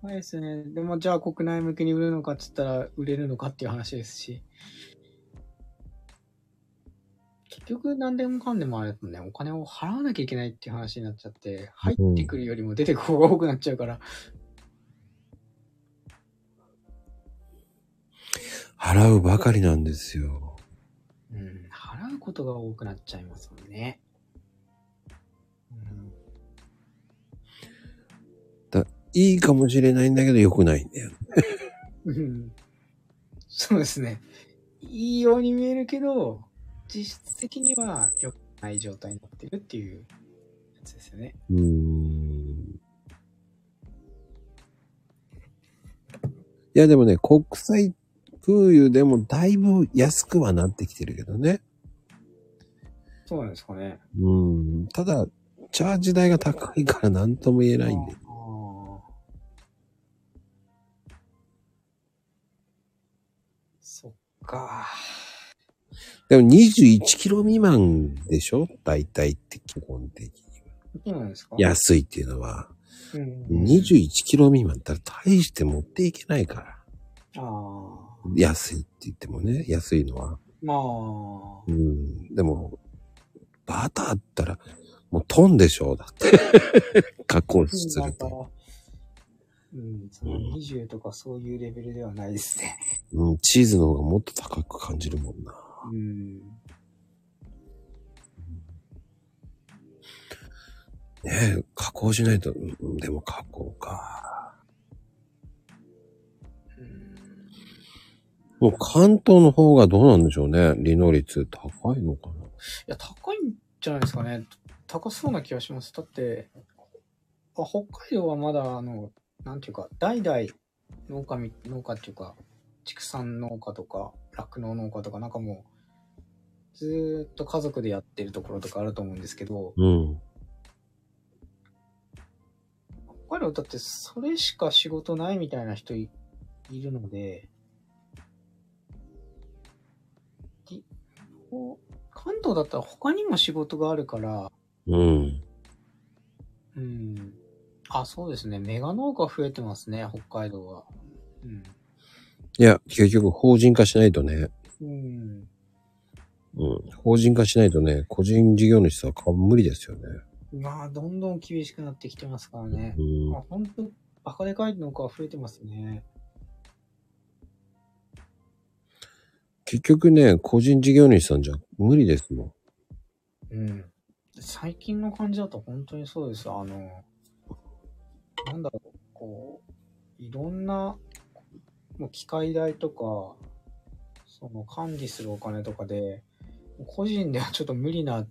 [SPEAKER 3] はいですね。でもじゃあ国内向けに売れるのかって言ったら売れるのかっていう話ですし。結局何でもかんでもあれだもんね、お金を払わなきゃいけないっていう話になっちゃって、入ってくるよりも出てく方が多くなっちゃうから、
[SPEAKER 1] 払うばかりなんですよ。
[SPEAKER 3] うん、払うことが多くなっちゃいますもんね。うん、
[SPEAKER 1] いいかもしれないんだけど、良くないんだよ。
[SPEAKER 3] うんそうですね。いいように見えるけど、実質的には良くない状態になってるっていうやつですよね。
[SPEAKER 1] うーん。いや、でもね、国際空輸でもだいぶ安くはなってきてるけどね。
[SPEAKER 3] そうなんですかね。
[SPEAKER 1] うん。ただ、チャージ代が高いから何とも言えないんで。
[SPEAKER 3] あーそっか。
[SPEAKER 1] でも21キロ未満でしょ大体って基本的に。
[SPEAKER 3] そうなんですか
[SPEAKER 1] 安いっていうのは。
[SPEAKER 3] うん、
[SPEAKER 1] 21キロ未満だったら大して持っていけないから。
[SPEAKER 3] ああ。
[SPEAKER 1] 安いって言ってもね、安いのは。
[SPEAKER 3] まあ
[SPEAKER 1] う。ん。でも、バターったら、もうトンでしょだって。加工す
[SPEAKER 3] だ
[SPEAKER 1] る
[SPEAKER 3] から
[SPEAKER 1] と。、
[SPEAKER 3] うん、その20とかそういうレベルではないですね。
[SPEAKER 1] うん、チーズの方がもっと高く感じるもんな。
[SPEAKER 3] うん。
[SPEAKER 1] ねえ、加工しないと、うん、でも加工か。もう関東の方がどうなんでしょうね。利能率高いのかな。
[SPEAKER 3] いや、高いんじゃないですかね。高そうな気がします。だって、あ北海道はまだ、あの、なんていうか、代々農家み、農家っていうか、畜産農家とか、酪農農家とか、なんかもう、ずーっと家族でやってるところとかあると思うんですけど、
[SPEAKER 1] うん。
[SPEAKER 3] 北海道だってそれしか仕事ないみたいな人いいるので、きこう関東だったら他にも仕事があるから、
[SPEAKER 1] うん。
[SPEAKER 3] うん。あ、そうですね。メガ農家増えてますね、北海道は。うん。
[SPEAKER 1] いや、結局法人化しないとね。
[SPEAKER 3] うん。
[SPEAKER 1] うん。法人化しないとね、個人事業主さんは無理ですよね。
[SPEAKER 3] まあ、どんどん厳しくなってきてますからね。
[SPEAKER 1] うん
[SPEAKER 3] まあ、。本当バカでかい農家は増えてますね。
[SPEAKER 1] 結局ね、個人事業主さんじゃ無理ですもん。
[SPEAKER 3] うん。最近の感じだと本当にそうです。あの、なんだろう、こう、いろんな、もう機械代とか、その管理するお金とかで、個人ではちょっと無理な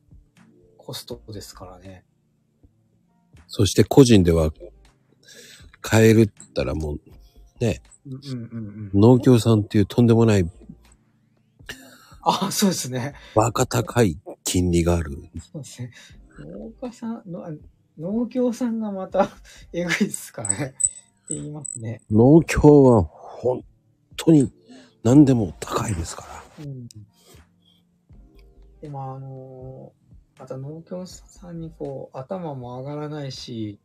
[SPEAKER 3] コストですからね。
[SPEAKER 1] そして個人では、買えるって言ったらもう、
[SPEAKER 3] うんうんうんうん。
[SPEAKER 1] 農協さんっていうとんでもない
[SPEAKER 3] あ、そうですね。
[SPEAKER 1] バカ高い金利がある。
[SPEAKER 3] そうですね。農家さん、のあ農協さんがまたえぐいですからね。って言いますね。
[SPEAKER 1] 農協は本当に何でも高いですから。
[SPEAKER 3] うん。でも、あのーまた農協さんにこう、頭も上がらないし、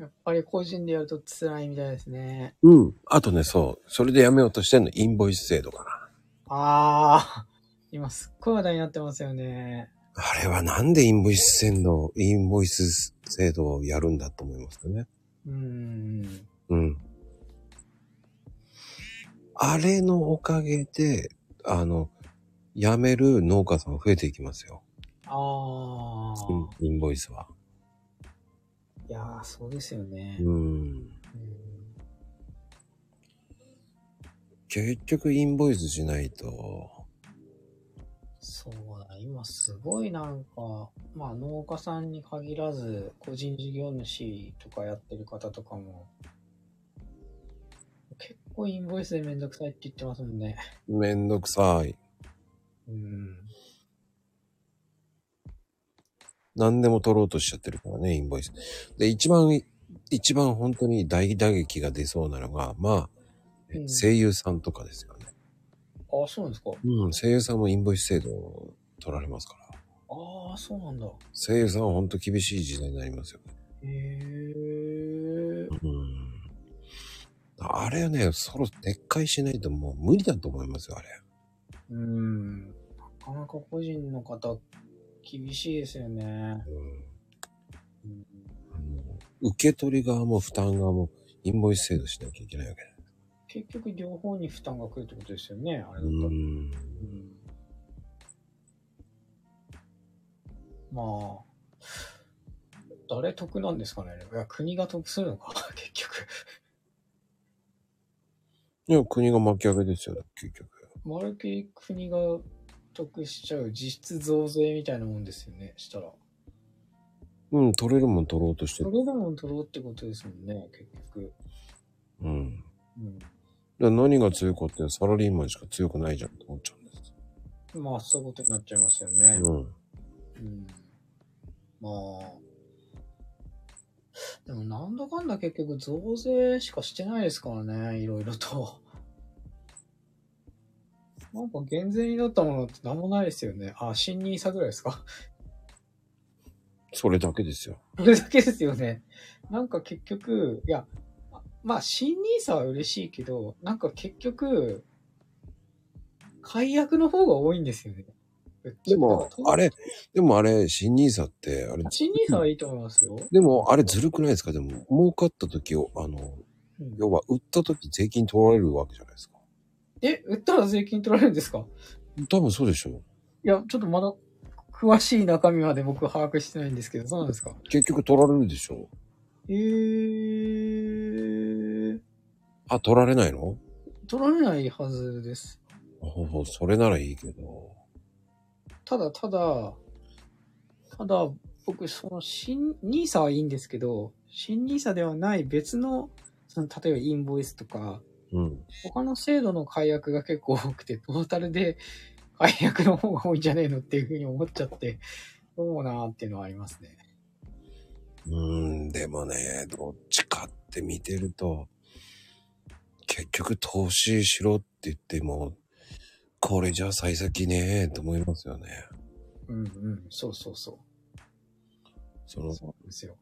[SPEAKER 3] やっぱり個人でやると辛いみたいですね。
[SPEAKER 1] うん。あとね、そう。それでやめようとしてんの、インボイス制度かな。
[SPEAKER 3] ああ、今すっごい話題になってますよね。
[SPEAKER 1] あれはなんでインボイス制度、インボイス制度をやるんだと思いますよね。
[SPEAKER 3] うーん。
[SPEAKER 1] うん。あれのおかげで、あの、辞める農家さんが増えていきますよ。
[SPEAKER 3] ああ、
[SPEAKER 1] うんインボイスは。
[SPEAKER 3] いやー、そうですよね。
[SPEAKER 1] うん。
[SPEAKER 3] うん
[SPEAKER 1] 結局インボイスしないと、
[SPEAKER 3] そうだ、今すごいなんか、まあ農家さんに限らず、個人事業主とかやってる方とかも、結構インボイスでめんどくさいって言ってますもんね。
[SPEAKER 1] めんどくさい。
[SPEAKER 3] うん。
[SPEAKER 1] 何でも取ろうとしちゃってるからね、インボイス。で、一番、一番本当に大打撃が出そうなのが、まあ、え
[SPEAKER 3] うん
[SPEAKER 1] 声優さんとかですよね。
[SPEAKER 3] ああ、そうなんですか。
[SPEAKER 1] うん、声優さんもインボイス制度を取られますから。
[SPEAKER 3] ああ、そうなんだ。
[SPEAKER 1] 声優さんは本当厳しい時代になりますよね。
[SPEAKER 3] へえ。
[SPEAKER 1] うん。あれはね、そろ撤回しないともう無理だと思いますよ、あれ。
[SPEAKER 3] うん。なかなか個人の方、厳しいですよね。
[SPEAKER 1] うん
[SPEAKER 3] うん
[SPEAKER 1] あの。受け取り側も負担側もインボイス制度しなきゃいけないわけだ。
[SPEAKER 3] 結局両方に負担が来るってことですよね、あれだと。
[SPEAKER 1] うん。
[SPEAKER 3] うんまあ、誰得なんですかね。いや、国が得するのか、 結局。
[SPEAKER 1] いや、国が巻き上げですよ、結局。
[SPEAKER 3] まるっきり国が得しちゃう実質増税みたいなもんですよね、したら。
[SPEAKER 1] うん、取れるもん取ろうとして
[SPEAKER 3] そ
[SPEAKER 1] る。
[SPEAKER 3] れでも取ろうってことですもんね、結局。
[SPEAKER 1] うん。
[SPEAKER 3] う
[SPEAKER 1] だから何が強いかってサラリーマンしか強くないじゃんって思っちゃうんです。
[SPEAKER 3] ん。まあ、そういうことになっちゃいますよね。
[SPEAKER 1] うん。
[SPEAKER 3] うんまあ、でもなんだかんだ結局増税しかしてないですからね、いろいろと。 なんか減税になったものって何もないですよね。あ、新ニーサぐらいですか
[SPEAKER 1] それだけですよ。
[SPEAKER 3] これだけですよね。なんか結局、いや、あまあ新ニーサは嬉しいけど、なんか結局、解約の方が多いんですよね。
[SPEAKER 1] でも、あ
[SPEAKER 3] れ
[SPEAKER 1] れ、でもあれ、新ニーサって、あれ、
[SPEAKER 3] 新ニーサはいいと思いますよ。
[SPEAKER 1] でもあれずるくないですかでも、儲かった時を、あの、
[SPEAKER 3] うん
[SPEAKER 1] 要は売った時税金取られるわけじゃないですか。
[SPEAKER 3] え、売ったら税金取られるんですか
[SPEAKER 1] 多分そうでしょう。
[SPEAKER 3] いや、ちょっとまだ詳しい中身まで僕は把握してないんですけど、そうなんですか
[SPEAKER 1] 結局取られるでしょう。
[SPEAKER 3] えー、
[SPEAKER 1] あ、取られないの
[SPEAKER 3] 取られないはずです。
[SPEAKER 1] ほうほう、それならいいけど。
[SPEAKER 3] ただただ、ただ僕、その新、ニーサはいいんですけど、新ニーサではない別の、その例えばインボイスとか、
[SPEAKER 1] うん。
[SPEAKER 3] 他の制度の解約が結構多くて、トータルで 解約の方が多いんじゃねえのっていうふうに思っちゃって、そうなーっていうのはありますね。
[SPEAKER 1] うーん、でもね、どっちかって見てると、結局投資しろって言っても、これじゃ幸先ねえと思いますよね。
[SPEAKER 3] うんうん、そうそうそう。
[SPEAKER 1] その、
[SPEAKER 3] そうなんですよ。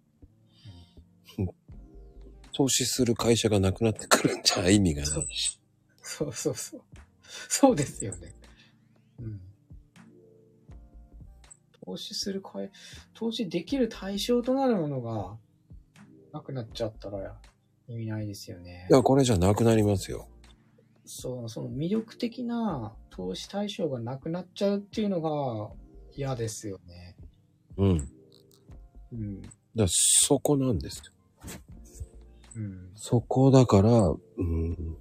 [SPEAKER 1] 投資する会社がなくなってくるんじゃ意味がないし。
[SPEAKER 3] そうそうそう。そうですよね。うん。投資する会、投資できる対象となるものがなくなっちゃったら意味ないですよね
[SPEAKER 1] い。や、これじゃなくなりますよ。
[SPEAKER 3] そう、その魅力的な投資対象がなくなっちゃうっていうのが嫌ですよね。
[SPEAKER 1] うん。だか
[SPEAKER 3] うん。
[SPEAKER 1] らそこなんですよ。
[SPEAKER 3] うん。
[SPEAKER 1] そこだから、うん。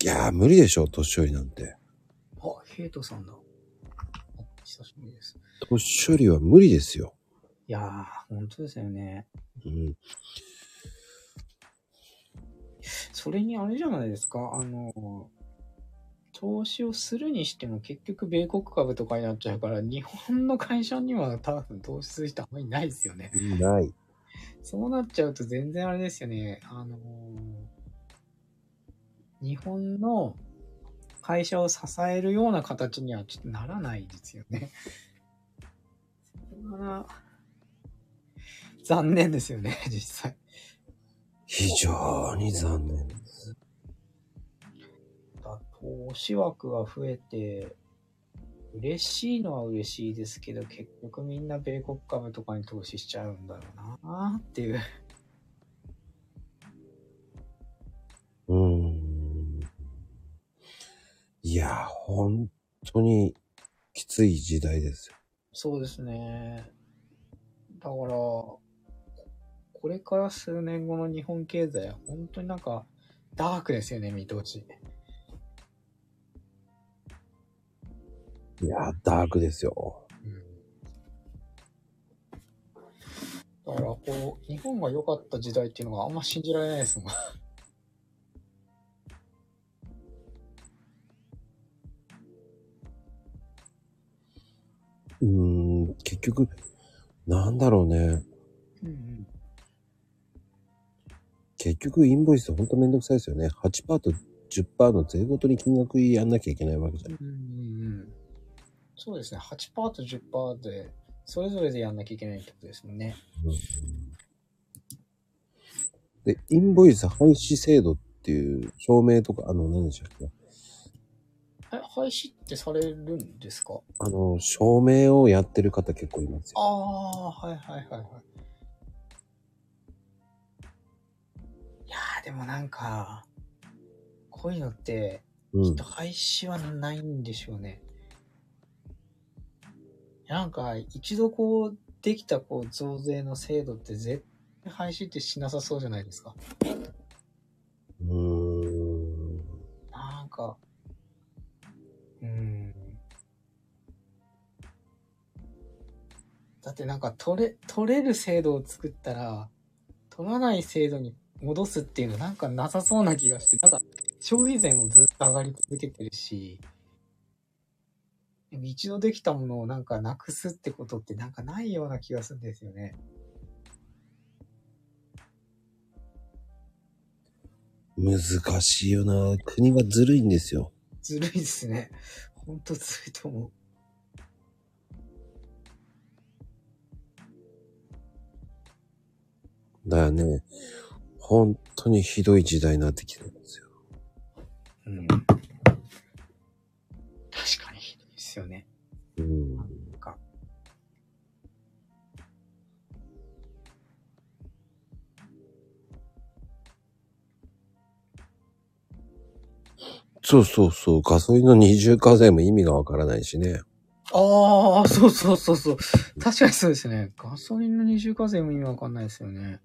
[SPEAKER 1] いやー、無理でしょ、年寄りなんて。
[SPEAKER 3] あ、ヘイトさんだ。あ久しぶりです。
[SPEAKER 1] 年寄りは無理ですよ。
[SPEAKER 3] いやー、本当ですよね。
[SPEAKER 1] うん。
[SPEAKER 3] それにあれじゃないですか、あの、投資をするにしても結局米国株とかになっちゃうから、日本の会社には多分投資する人あんまりないですよね。
[SPEAKER 1] ない。
[SPEAKER 3] そうなっちゃうと全然あれですよね、あの、日本の会社を支えるような形にはちょっとならないですよね。だから 残念ですよね、実際。
[SPEAKER 1] 非常に残念。
[SPEAKER 3] だと推し枠が増えて、嬉しいのは嬉しいですけど、結局みんな米国株とかに投資しちゃうんだろうなー っていう。
[SPEAKER 1] うーん。いや、本当にきつい時代ですよ。
[SPEAKER 3] そうですね。だから、これから数年後の日本経済は本当になんか、ダークですよね、見通し。
[SPEAKER 1] いや、ダークですよ。
[SPEAKER 3] だから、こう、日本が良かった時代っていうのがあんま信じられないですもん。
[SPEAKER 1] うーん、結局、なんだろうね。
[SPEAKER 3] うんうん。
[SPEAKER 1] 結局、インボイスって本当めんどくさいですよね。8%と10%の税ごとに金額やんなきゃいけないわけじゃん。
[SPEAKER 3] うんうんうん。そうですね。8%と10%で、それぞれでやんなきゃいけないってことですもんね。
[SPEAKER 1] で、インボイス廃止制度っていう証明とか、あの、何でしたっけ
[SPEAKER 3] え、廃止ってされるんですか
[SPEAKER 1] あの、証明をやってる方結構いますよ。
[SPEAKER 3] ああ、はいはいはいはい。いやー、でもなんか、こういうのって、
[SPEAKER 1] う
[SPEAKER 3] きっ
[SPEAKER 1] ん
[SPEAKER 3] と。廃止はないんでしょうね。いやなんか、一度こう、できたこう、増税の制度って絶対廃止ってしなさそうじゃないですか。
[SPEAKER 1] うーん。
[SPEAKER 3] なんか、うーん。だってなんか取れ、取れる制度を作ったら、取らない制度に戻すっていうのなんかなさそうな気がして、なんか消費税もずっと上がり続けてるし、でも一度できたものをなんかなくすってことってなんかないような気がするんですよね。
[SPEAKER 1] 難しいよな。国がずるいんですよ。
[SPEAKER 3] ずるいですね。ほんとずるいと思う。
[SPEAKER 1] だよね。本当にひどい時代になってきてるんですよ。
[SPEAKER 3] うん確かにひどいですよね。
[SPEAKER 1] うん。
[SPEAKER 3] なんか。
[SPEAKER 1] そうそうそう。ガソリンの二重課税も意味がわからないしね。
[SPEAKER 3] ああ、そうそうそうそう。確かにそうですね。ガソリンの二重課税も意味わかんないですよね。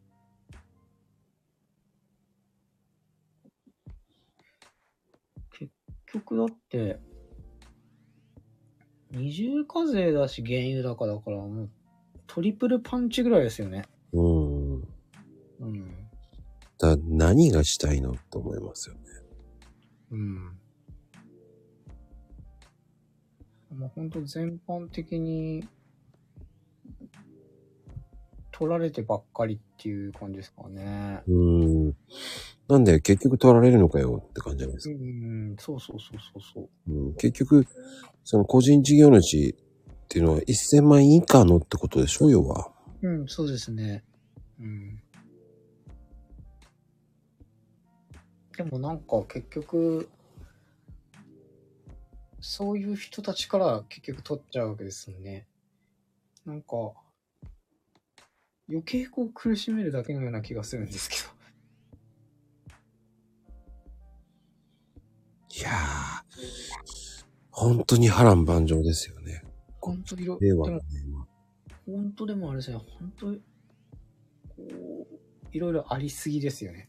[SPEAKER 3] 結局だって、二重課税だし原油高だからもうトリプルパンチぐらいですよね。
[SPEAKER 1] うん。
[SPEAKER 3] うん。
[SPEAKER 1] だ何がしたいのと思いますよ。
[SPEAKER 3] うん。もう本当全般的に取られてばっかりっていう感じですかね。
[SPEAKER 1] うん。なんで結局取られるのかよって感じじゃないです
[SPEAKER 3] う
[SPEAKER 1] か。
[SPEAKER 3] ん、そうそうそうそうそう。
[SPEAKER 1] うん、結局、その個人事業主っていうのは1000万円以下のってことでしょ、要は。
[SPEAKER 3] うん、そうですね。うん。でもなんか結局、そういう人たちから結局取っちゃうわけですよね。なんか、余計こう苦しめるだけのような気がするんですけど。
[SPEAKER 1] いやー、本当に波乱万丈ですよね。
[SPEAKER 3] 本当いろ、で
[SPEAKER 1] 令和の
[SPEAKER 3] も
[SPEAKER 1] ね、今。
[SPEAKER 3] 本当でもあれですね、本当こう、いろいろありすぎですよね。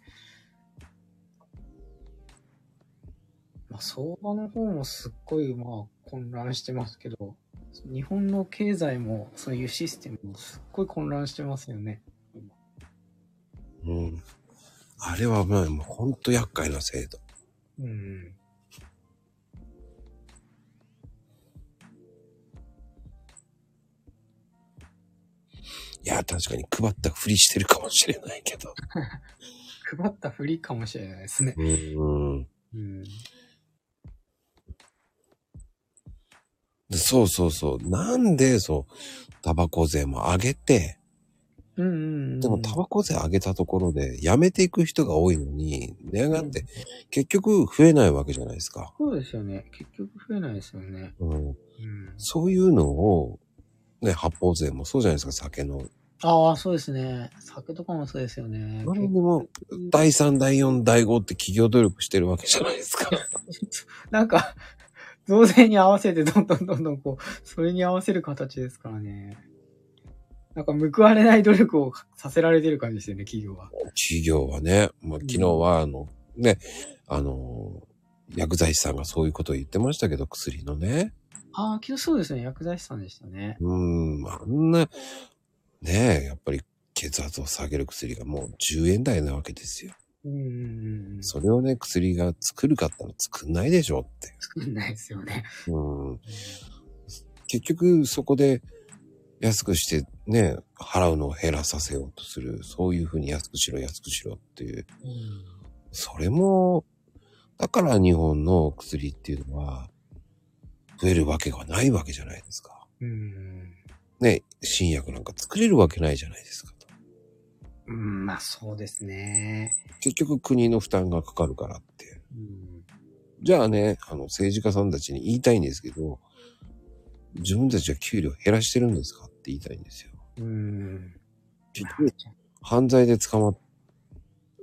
[SPEAKER 3] まあ、相場の方もすっごい、まあ、混乱してますけど、日本の経済も、そういうシステムもすっごい混乱してますよね。
[SPEAKER 1] うん。あれはまあ、もうほんと厄介な制度。
[SPEAKER 3] うん。
[SPEAKER 1] いや、確かに配ったふりしてるかもしれないけど。
[SPEAKER 3] 配ったふりかもしれないですね。
[SPEAKER 1] うん。
[SPEAKER 3] うん。
[SPEAKER 1] そうそうそう。なんで、そう、タバコ税も上げて、
[SPEAKER 3] うんうんうん。
[SPEAKER 1] でもタバコ税上げたところで、やめていく人が多いのに、値上がって、結局増えないわけじゃないですか。
[SPEAKER 3] そうですよね。結局増えないですよね。
[SPEAKER 1] うん、
[SPEAKER 3] うん。
[SPEAKER 1] そういうのを、ね、発泡税もそうじゃないですか、酒の。
[SPEAKER 3] ああ、そうですね。酒とかもそうですよね。
[SPEAKER 1] あれでも、第3、第4、第5って企業努力してるわけじゃないですか。
[SPEAKER 3] なんか、増税に合わせてどんどんどんどんこう、それに合わせる形ですからね。なんか報われない努力をさせられてる感じですよね、企業は。
[SPEAKER 1] 企業はね、まあ、昨日は、あの、ね、あの、薬剤師さんがそういうことを言ってましたけど、薬のね。
[SPEAKER 3] ああ、昨日そうですね。薬剤師さんでしたね。
[SPEAKER 1] うん、あんな、ねえ、やっぱり血圧を下げる薬がもう10円台なわけですよ。
[SPEAKER 3] うんうんうん。
[SPEAKER 1] それをね、薬が作るかったら作んないでしょって。
[SPEAKER 3] 作んないですよね。
[SPEAKER 1] うん、結局そこで安くしてね、払うのを減らさせようとする。そういうふうに安くしろ、安くしろっていう。それも、だから日本の薬っていうのは、増えるわけがないわけじゃないですか。
[SPEAKER 3] うん。
[SPEAKER 1] ね、新薬なんか作れるわけないじゃないですか。
[SPEAKER 3] うん、まあそうですね。
[SPEAKER 1] 結局国の負担がかかるからって。
[SPEAKER 3] うん。
[SPEAKER 1] じゃあね、あの政治家さんたちに言いたいんですけど、自分たちは給料減らしてるんですかって言いたいんですよ。
[SPEAKER 3] うん。
[SPEAKER 1] 結局、犯罪で捕まっ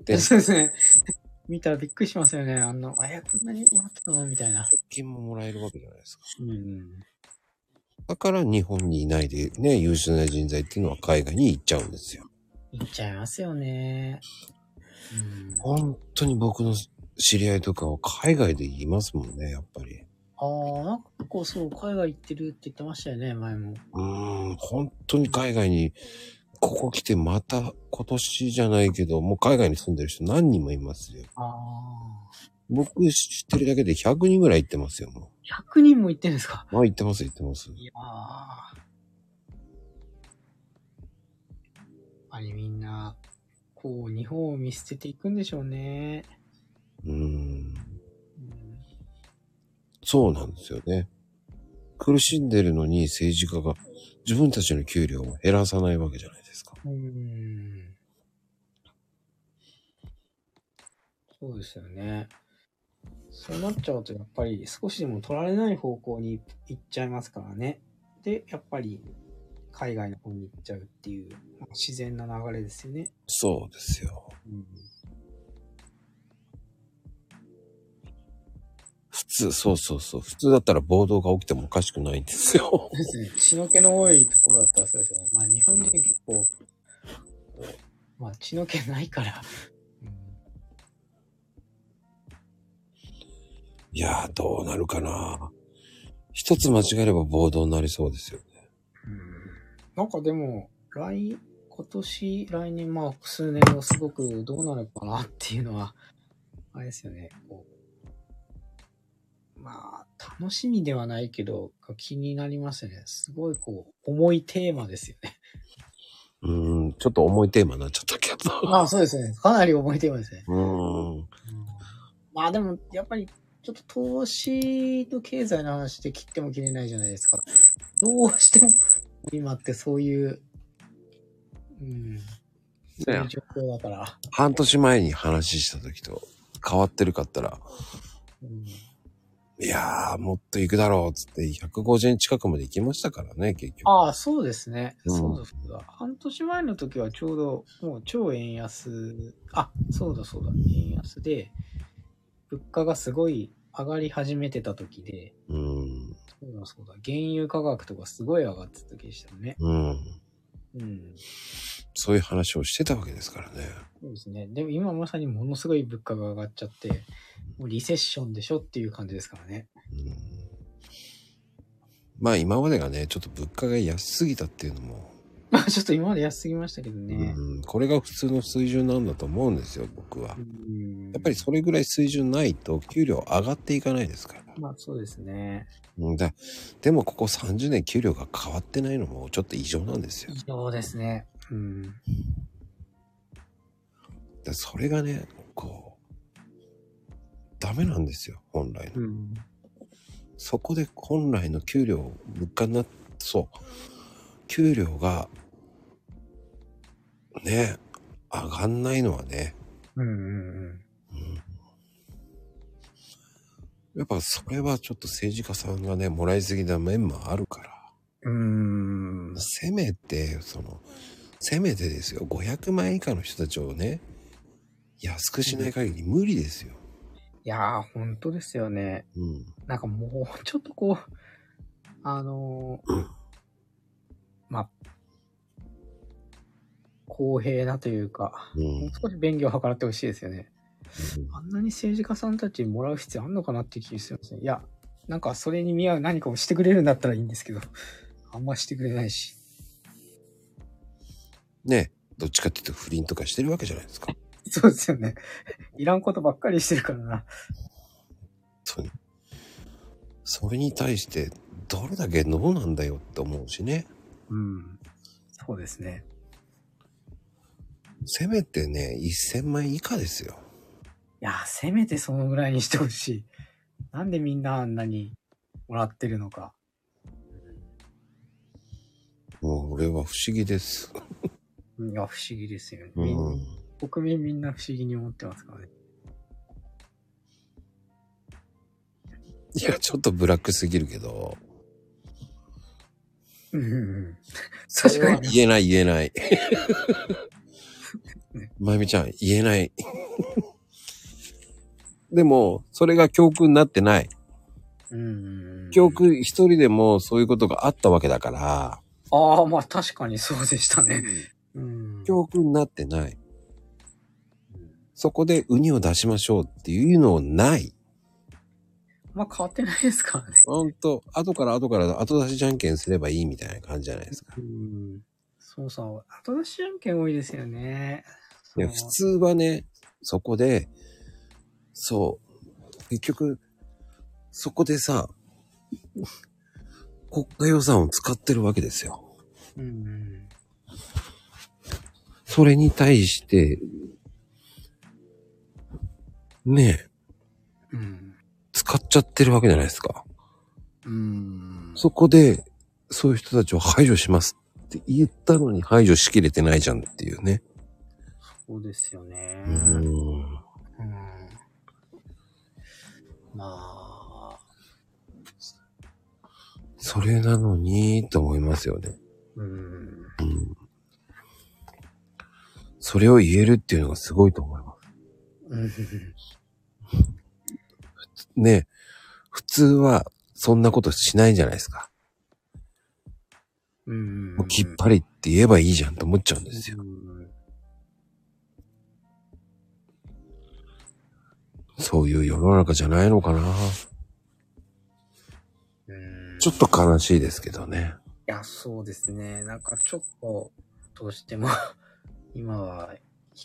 [SPEAKER 1] で
[SPEAKER 3] そうですね。見たらびっくりしますよね。あの、あや、こんなにもらったのみたいな。
[SPEAKER 1] て、金ももらえるわけじゃないですか。
[SPEAKER 3] うんうん。
[SPEAKER 1] だから日本にいないでね、優秀な人材っていうのは海外に行っちゃうんですよ。
[SPEAKER 3] いっちゃいますよね。うん。
[SPEAKER 1] 本当に僕の知り合いとかは海外で言いますもんね、やっぱり。
[SPEAKER 3] ああ、なんか結構そう、海外行ってるって言ってましたよね、前も。
[SPEAKER 1] うーん、本当に海外に、ここ来てまた今年じゃないけど、もう海外に住んでる人何人もいますよ。
[SPEAKER 3] ああ。
[SPEAKER 1] 僕知ってるだけで100人ぐらい行ってますよ、も
[SPEAKER 3] 100人も行ってるんですか
[SPEAKER 1] う。まあ行ってます、行ってます。
[SPEAKER 3] いやー。やっぱりみんな、こう、日本を見捨てていくんでしょうね。
[SPEAKER 1] うーん、
[SPEAKER 3] うん
[SPEAKER 1] そうなんですよね。苦しんでるのに政治家が自分たちの給料を減らさないわけじゃないですか。
[SPEAKER 3] うんそうですよね。そうなっちゃうと、やっぱり少しでも取られない方向に行っちゃいますからね。で、やっぱり海外の方に行っちゃうっていう、まあ自然な流れですよね。
[SPEAKER 1] そうですよ。
[SPEAKER 3] うん、
[SPEAKER 1] 普通、そうそうそう。普通だったら暴動が起きてもおかしくないんですよ。
[SPEAKER 3] そうですね。血の気の多いところだったらそうですよね。まあ日本人結構、こうまあ血の気ないから。
[SPEAKER 1] いやー、どうなるかな。一つ間違えれば暴動になりそうですよね。
[SPEAKER 3] なんかでも、来、今年、来年、まあ、数年はすごくどうなるかなっていうのは、あれですよね。こうまあ、楽しみではないけど、気になりますよね。すごい、こう、重いテーマですよね。
[SPEAKER 1] うーん、ちょっと重いテーマになっちゃったけど。
[SPEAKER 3] まあ、そうですね。かなり重いテーマですね。
[SPEAKER 1] うーん。
[SPEAKER 3] まあ、でも、やっぱり、ちょっと投資と経済の話で切っても切れないじゃないですか。どうしても、今ってそういう、うん、そういう状況だから。
[SPEAKER 1] 半年前に話した時と変わってるかったら、
[SPEAKER 3] うん
[SPEAKER 1] いやー、もっと行くだろうっつって150円近くまで行きましたからね、結局。
[SPEAKER 3] ああ、そうですね。
[SPEAKER 1] うん
[SPEAKER 3] そうだ、そうだ。半年前の時はちょうど、もう超円安、あ、そうだ、そうだ、円安で、物価がすごい上がり始めてた時で、
[SPEAKER 1] うーん。
[SPEAKER 3] そうだ、そうだ、原油価格とかすごい上がってた時でしたよね。
[SPEAKER 1] うん。
[SPEAKER 3] うん。
[SPEAKER 1] そういう話をしてたわけですからね。
[SPEAKER 3] そうですね。でも今まさにものすごい物価が上がっちゃって、もうリセッションでしょっていう感じですからね。
[SPEAKER 1] うん。まあ今までがね、ちょっと物価が安すぎたっていうのも、
[SPEAKER 3] まあちょっと今まで安すぎましたけどね。
[SPEAKER 1] うん、これが普通の水準なんだと思うんですよ、僕は。
[SPEAKER 3] うん
[SPEAKER 1] やっぱりそれぐらい水準ないと給料上がっていかないですから。
[SPEAKER 3] まあそうですね。
[SPEAKER 1] うんだでもここ30年給料が変わってないのもちょっと異常なんですよ。
[SPEAKER 3] 異常ですね。うん。
[SPEAKER 1] だそれがね、こう、ダメなんですよ、本来の。
[SPEAKER 3] うん。
[SPEAKER 1] そこで本来の給料、物価になっそう。給料がね、上がんないのはね、
[SPEAKER 3] うんうんうん。
[SPEAKER 1] やっぱそれはちょっと政治家さんがね、もらいすぎな面もあるから。
[SPEAKER 3] うーん。
[SPEAKER 1] せめて、その、せめてですよ、500万円以下の人たちをね、安くしない限り無理ですよ。
[SPEAKER 3] いやー、本当ですよね。
[SPEAKER 1] うん。
[SPEAKER 3] なんかもうちょっとこう、あのー
[SPEAKER 1] うん
[SPEAKER 3] まあ、公平なというか、
[SPEAKER 1] うん
[SPEAKER 3] もう少し便宜を図らってほしいですよね。あんなに政治家さんたちにもらう必要あんのかなって気がするんですね。いや、なんかそれに見合う何かをしてくれるんだったらいいんですけど、あんましてくれないし。
[SPEAKER 1] ね、どっちかっていうと不倫とかしてるわけじゃないですか。本
[SPEAKER 3] そうですよね。いらんことばっかりしてるからな。
[SPEAKER 1] 当に。それに対して、どれだけどうなんだよって思うしね。
[SPEAKER 3] うん。そうですね。
[SPEAKER 1] せめてね、1000万円以下ですよ。
[SPEAKER 3] いや、せめてそのぐらいにしてほしい。なんでみんなあんなにもらってるのか。
[SPEAKER 1] もう俺は不思議です。
[SPEAKER 3] いや、不思議ですよね。
[SPEAKER 1] う
[SPEAKER 3] みん
[SPEAKER 1] ん。
[SPEAKER 3] 国民みんな不思議に思ってますからね。
[SPEAKER 1] いや、ちょっとブラックすぎるけど。
[SPEAKER 3] うんうん うん。
[SPEAKER 1] 確
[SPEAKER 3] かに
[SPEAKER 1] 言えない言え ない。まゆみちゃん、言えない。 でも、それが教訓になってない。
[SPEAKER 3] うんうん。
[SPEAKER 1] 教訓、一人でもそういうことがあったわけだから、
[SPEAKER 3] ああ、まあ確かにそうでしたね。うん。
[SPEAKER 1] 教訓になってない。そこでウニを出しましょうっていうのをない。
[SPEAKER 3] まあ変わってないですからね。
[SPEAKER 1] ほんと、後から後から後出しじゃんけんすればいいみたいな感じじゃないですか。
[SPEAKER 3] うん。そうそう。後出し案件多いですよね。
[SPEAKER 1] いや、普
[SPEAKER 3] そう
[SPEAKER 1] 通はね、そこで、そう、結局、そこでさ、国家予算を使ってるわけですよ。
[SPEAKER 3] うんうん。
[SPEAKER 1] それに対して、ねえ、
[SPEAKER 3] うん。
[SPEAKER 1] 使っちゃってるわけじゃないですか。
[SPEAKER 3] うん。
[SPEAKER 1] そこで、そういう人たちを排除しますって言ったのに排除しきれてないじゃんっていうね。
[SPEAKER 3] そうですよね。
[SPEAKER 1] うーん
[SPEAKER 3] うんまあ、
[SPEAKER 1] それなのに、と思いますよね。
[SPEAKER 3] うん。
[SPEAKER 1] それを言えるっていうのがすごいと思います。
[SPEAKER 3] うん
[SPEAKER 1] ねえ、普通はそんなことしないじゃないですか。
[SPEAKER 3] うん。
[SPEAKER 1] もうきっぱりって言えばいいじゃんと思っちゃうんですよ。
[SPEAKER 3] うん
[SPEAKER 1] そういう世の中じゃないのかな。
[SPEAKER 3] うん。
[SPEAKER 1] ちょっと悲しいですけどね。
[SPEAKER 3] いや、そうですね。なんかちょっと、どうしても、 今は悲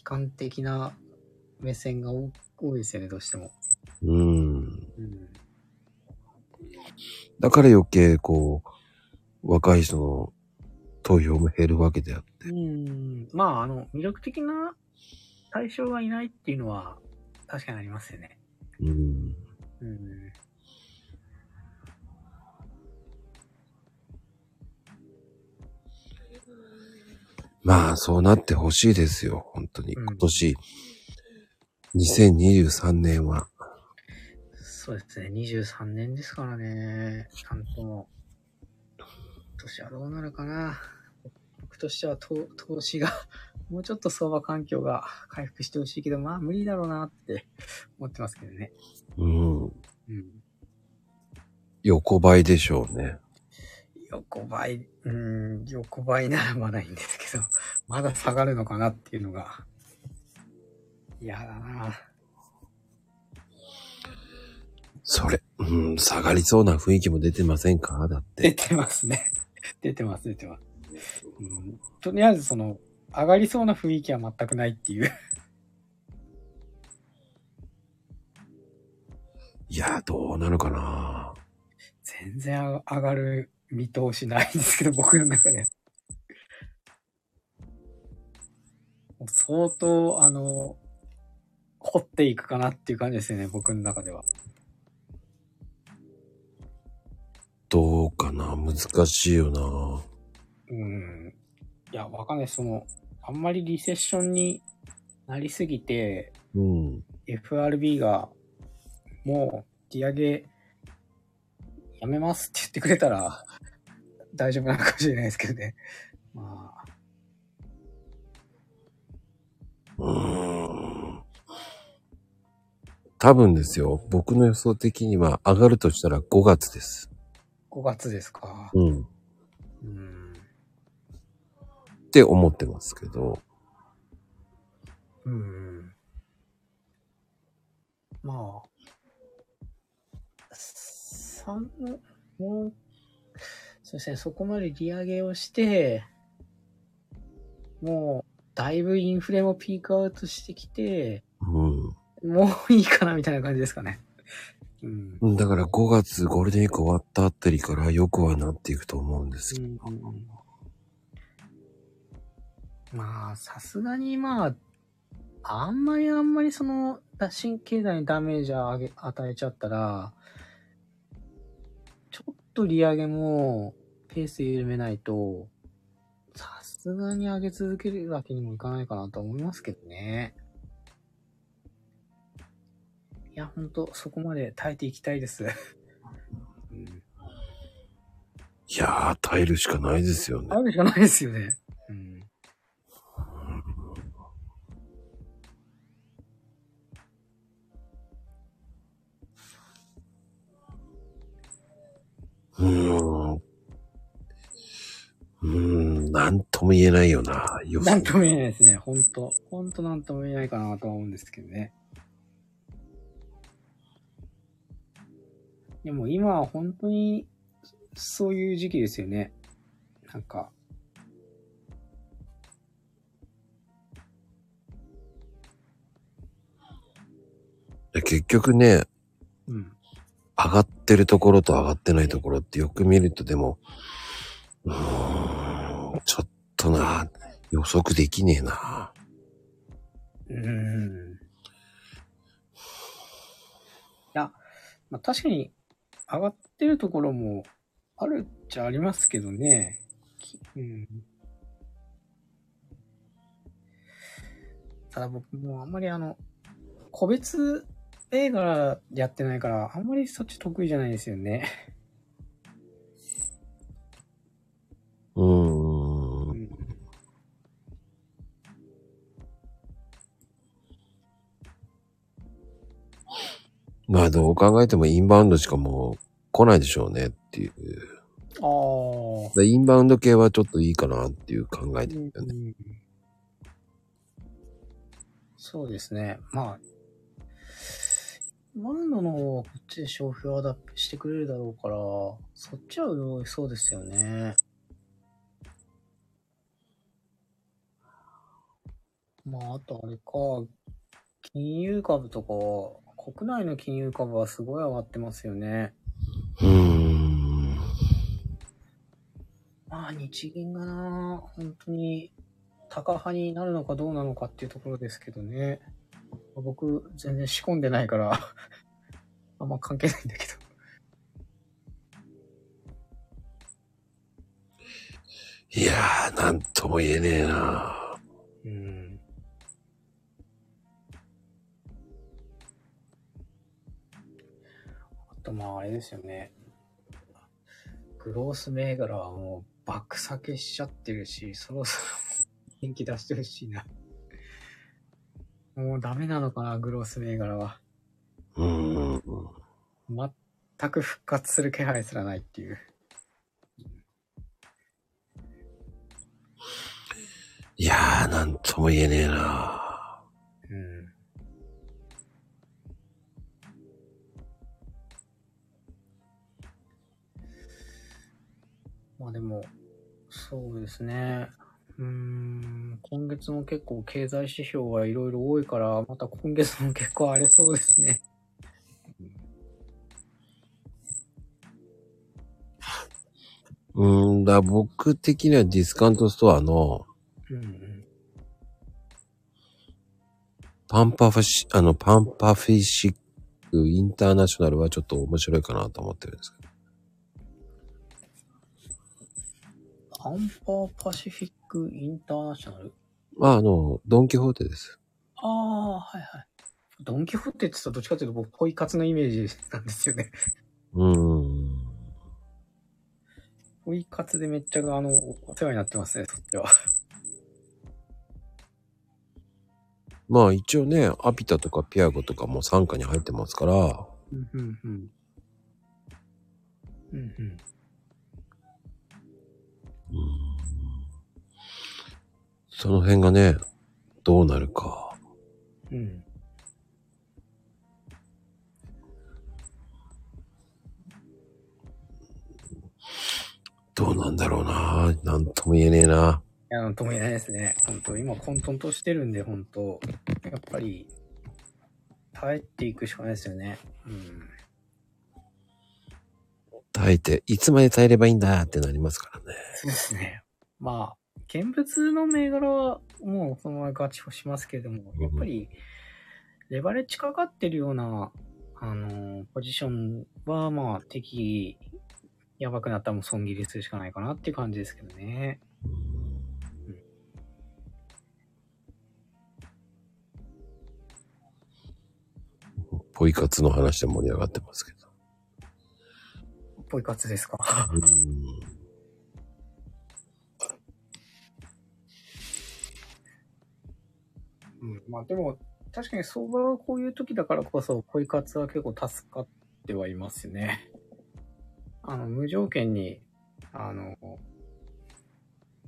[SPEAKER 3] 観的な目線が多多いですよね、どうしても。
[SPEAKER 1] うん。
[SPEAKER 3] うん。
[SPEAKER 1] だから余計こう、若い人の投票も減るわけであって。
[SPEAKER 3] うん。まあ、あの、魅力的な対象がいないっていうのは、確かにありますよね。
[SPEAKER 1] うん。
[SPEAKER 3] うん。
[SPEAKER 1] まあそうなってほしいですよ。本当に。
[SPEAKER 3] うん
[SPEAKER 1] 今年、2023年は。
[SPEAKER 3] そうですね。23年ですからね。ちゃんとも。今年はどうなるかな。僕としては投投資が、 もうちょっと相場環境が回復してほしいけど、まあ無理だろうなって思ってますけどね。
[SPEAKER 1] うん。
[SPEAKER 3] うん。
[SPEAKER 1] 横ばいでしょうね。
[SPEAKER 3] 横ばい、うん、横ばいならまだいいんですけど、 まだ下がるのかなっていうのが、嫌だな。
[SPEAKER 1] それ、うん、下がりそうな雰囲気も出てませんかだって。
[SPEAKER 3] 出てますね。 出てます、出てます。うん、とりあえずその、上がりそうな雰囲気は全くないっていう。
[SPEAKER 1] いや、どうなるかな
[SPEAKER 3] 全然上がる見通しないんですけど、僕の中では。もう相当、あの、掘っていくかなっていう感じですよね、僕の中では。
[SPEAKER 1] どうかな難しいよな
[SPEAKER 3] うん。いや、わかんない。その、あんまりリセッションになりすぎて、
[SPEAKER 1] うん。
[SPEAKER 3] FRB が、もう、利上げ、やめますって言ってくれたら、大丈夫なのかもしれないですけどね。まあ、
[SPEAKER 1] うーん。多分ですよ。僕の予想的には上がるとしたら5月です。
[SPEAKER 3] 5月ですか。
[SPEAKER 1] うん。
[SPEAKER 3] うん。
[SPEAKER 1] って思ってますけど。
[SPEAKER 3] うん。まあ、三もう、そうですね、そこまで利上げをして、もう、だいぶインフレもピークアウトしてきて、
[SPEAKER 1] うん。
[SPEAKER 3] もういいかなみたいな感じですかね。うん。
[SPEAKER 1] うんだから5月ゴールデンウィーク終わったあたりからよくはなっていくと思うんですけど。
[SPEAKER 3] まあ、さすがにまあ、あんまりあんまりその、脱新経済にダメージをあげ与えちゃったら、ちょっと利上げもペース緩めないと、さすがに上げ続けるわけにもいかないかなと思いますけどね。いや、ほんと、そこまで耐えていきたいです。
[SPEAKER 1] いやー、耐えるしかないですよね。
[SPEAKER 3] あるしかないですよね。うん。
[SPEAKER 1] うーん。うーん、なんとも言えないよな。 予
[SPEAKER 3] な
[SPEAKER 1] 想
[SPEAKER 3] んとも言えないですね。ほんと。ほんとなんとも言えないかなとは思うんですけどね。でも今は本当にそういう時期ですよね。なんか。
[SPEAKER 1] で結局ね、
[SPEAKER 3] うん。
[SPEAKER 1] 上がってるところと上がってないところってよく見るとでも、うーん、ちょっとな、予測できねえな。
[SPEAKER 3] うん。いや、まあ確かに上がってるところもあるっちゃありますけどね。きうん。ただ僕もあんまりあの、個別映画やってないから、あんまりそっち得意じゃないですよね。
[SPEAKER 1] うーん。まあどう考えてもインバウンドしかもう来ないでしょうねっていう。
[SPEAKER 3] ああ。
[SPEAKER 1] でインバウンド系はちょっといいかなっていう考えですよね。
[SPEAKER 3] うんそうですね。まあ、マンドの方はこっちで消費をアダプトしてくれるだろうから、そっちは潤いそうですよね。まあ、あとあれか、金融株とか、国内の金融株はすごい上がってますよね。
[SPEAKER 1] うーん。
[SPEAKER 3] まあ、日銀がな、本当に、高派になるのかどうなのかっていうところですけどね。僕、全然仕込んでないから、 あんま関係ないんだけど。
[SPEAKER 1] いやー、なんとも言えねえな。
[SPEAKER 3] うん。あと、まあ、あれですよね。グロース銘柄はもう爆酒しちゃってるし、そろそろ元気出してほしいな。もうダメなのかな、グロース銘柄は。
[SPEAKER 1] うーん。
[SPEAKER 3] 全く復活する気配すらないっていう。
[SPEAKER 1] いやー、なんとも言えねえな。
[SPEAKER 3] うん。まあでも、そうですね。うーん、今月も結構経済指標がいろいろ多いから、また今月も結構荒れそうですね。
[SPEAKER 1] うーんだ、僕的にはディスカウントストアの
[SPEAKER 3] うん
[SPEAKER 1] パンパファシ、あの、パンパフィシックインターナショナルはちょっと面白いかなと思ってるんですけど。
[SPEAKER 3] アンパーパシフィックインターナショナル
[SPEAKER 1] まあ、あの、ドン・キホーテです。
[SPEAKER 3] ああ、はいはい。ドン・キホーテって言ったらどっちかというと僕、ポイ活のイメージなんですよね。
[SPEAKER 1] うーん。
[SPEAKER 3] ポイ活でめっちゃ、あの、お世話になってますね、そっちは。
[SPEAKER 1] まあ、一応ね、アピタとかピアゴとかも傘下に入ってますから、
[SPEAKER 3] うんうんうん。うんうん。
[SPEAKER 1] その辺がね、どうなるか。
[SPEAKER 3] うん。
[SPEAKER 1] どうなんだろうな。なんとも言えねえな。
[SPEAKER 3] いや、なんとも言えないですね。本当今混沌としてるんで、本当やっぱり、耐えていくしかないですよね。うん。
[SPEAKER 1] 耐えて、いつまで耐えればいいんだってなりますからね。
[SPEAKER 3] そうですね。まあ、現物の銘柄はもうそのままガチをしますけれども、やっぱり、レバレッジかかってるような、あのーポジションは、まあ、敵、やばくなったらもう損切りするしかないかなっていう感じですけどね。
[SPEAKER 1] ポイ活の話で盛り上がってますけど。
[SPEAKER 3] ぽい活ですか。
[SPEAKER 1] うーん
[SPEAKER 3] うん。まあ、でも、確かに相場はこういう時だからこそ、ポイ活は結構助かってはいますね。あの、無条件に、あの、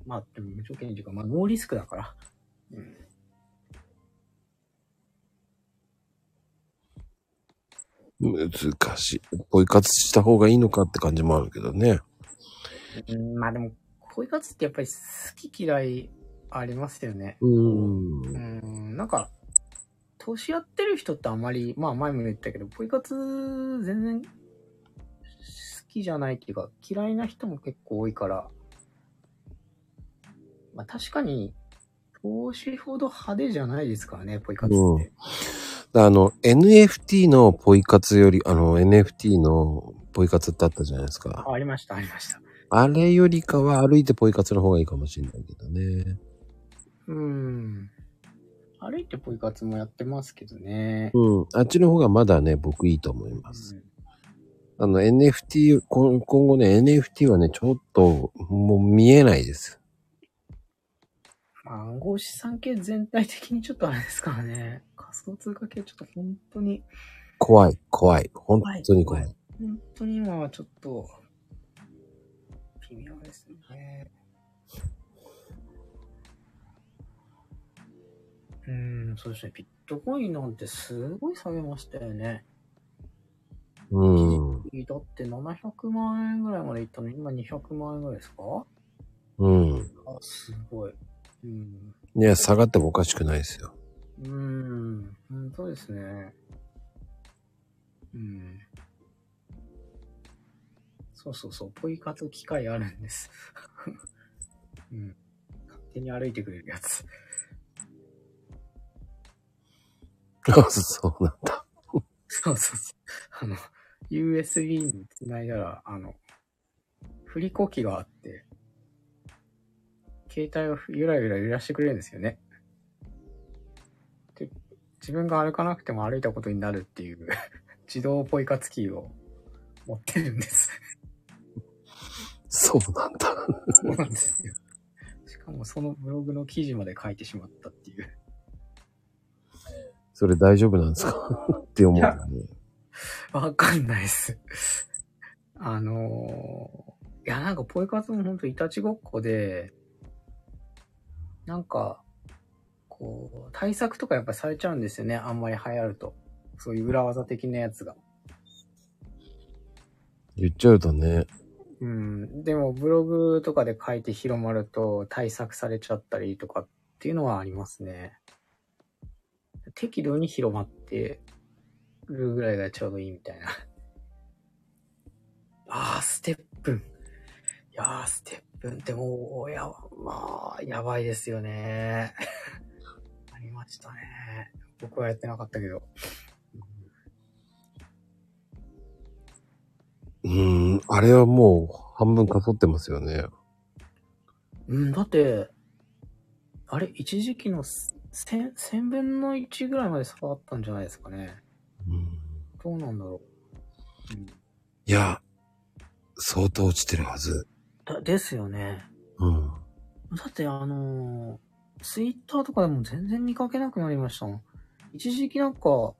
[SPEAKER 3] まあ、でも無条件にというか、まあ、ノーリスクだから。うん。
[SPEAKER 1] 難しい。ポイ活した方がいいのかって感じもあるけどね。
[SPEAKER 3] うんまあでも、恋活ってやっぱり好き嫌いありますよね。
[SPEAKER 1] うー。
[SPEAKER 3] うんん、なんか、年やってる人ってあんまり、まあ前も言ったけど、ポイ活全然好きじゃないっていうか、嫌いな人も結構多いから、まあ確かに、投資ほど派手じゃないですからね、ポイ活って。
[SPEAKER 1] あの、NFT のポイ活より、あの、NFT のポイ活ってあったじゃないですか。
[SPEAKER 3] あありました、ありました。
[SPEAKER 1] あれよりかは歩いてポイ活の方がいいかもしれないけどね。
[SPEAKER 3] うん。歩いてポイ活もやってますけどね。
[SPEAKER 1] うん。あっちの方がまだね、僕いいと思います。あの NFT、こ今後ね、NFT はね、ちょっともう見えないです。
[SPEAKER 3] まあ、暗号資産系全体的にちょっとあれですからね。仮想通貨系ちょっと本当に、
[SPEAKER 1] 怖い、怖い。本当に怖い。
[SPEAKER 3] 本当に今はちょっと、微妙ですね。うーん、そうですね。ビットコインなんてすごい下げましたよね。
[SPEAKER 1] うん。
[SPEAKER 3] だって700万円ぐらいまでいったのに、今200万円ぐらいですか
[SPEAKER 1] うん。
[SPEAKER 3] あ、すごい。うん。
[SPEAKER 1] いや、下がってもおかしくないですよ。
[SPEAKER 3] うーん、うんそうですね。うん。そうそうそう、ポイ活機械あるんです。 うん。勝手に歩いてくれるやつ。
[SPEAKER 1] あそうなんだ。
[SPEAKER 3] そうそうそう。あの、USB につないだら、あの、振り子機があって、携帯をゆらゆら揺らしてくれるんですよね。で、自分が歩かなくても歩いたことになるっていう 自動ポイ活キーを持ってるんです。
[SPEAKER 1] そうなんだ。
[SPEAKER 3] そうなんですよ。しかもそのブログの記事まで書いてしまったっていう。
[SPEAKER 1] それ大丈夫なんですか って思うよね。
[SPEAKER 3] わかんないっす。あのー、いや、なんか、ポイ活もほんといたちごっこで、なんか、こう、対策とかやっぱされちゃうんですよね。あんまり流行ると。そういう裏技的なやつが。
[SPEAKER 1] 言っちゃうとね。
[SPEAKER 3] うん。でも、ブログとかで書いて広まると、対策されちゃったりとかっていうのはありますね。適度に広まってるぐらいがちょうどいいみたいな。 ああ、ステップン。いやー、ステップンってもう、やば、まあ、やばいですよね。 ありましたね。僕はやってなかったけど。
[SPEAKER 1] うん。あれはもう半分かそってますよね。
[SPEAKER 3] うん、だって、あれ、一時期の1000、1000分の1ぐらいまで下がったんじゃないですかね。
[SPEAKER 1] うん
[SPEAKER 3] どうなんだろう。うん
[SPEAKER 1] いや、相当落ちてるはず。
[SPEAKER 3] だですよね。
[SPEAKER 1] うん。
[SPEAKER 3] だって、あのー、ツイッターとかでも全然見かけなくなりましたもん。一時期なんか、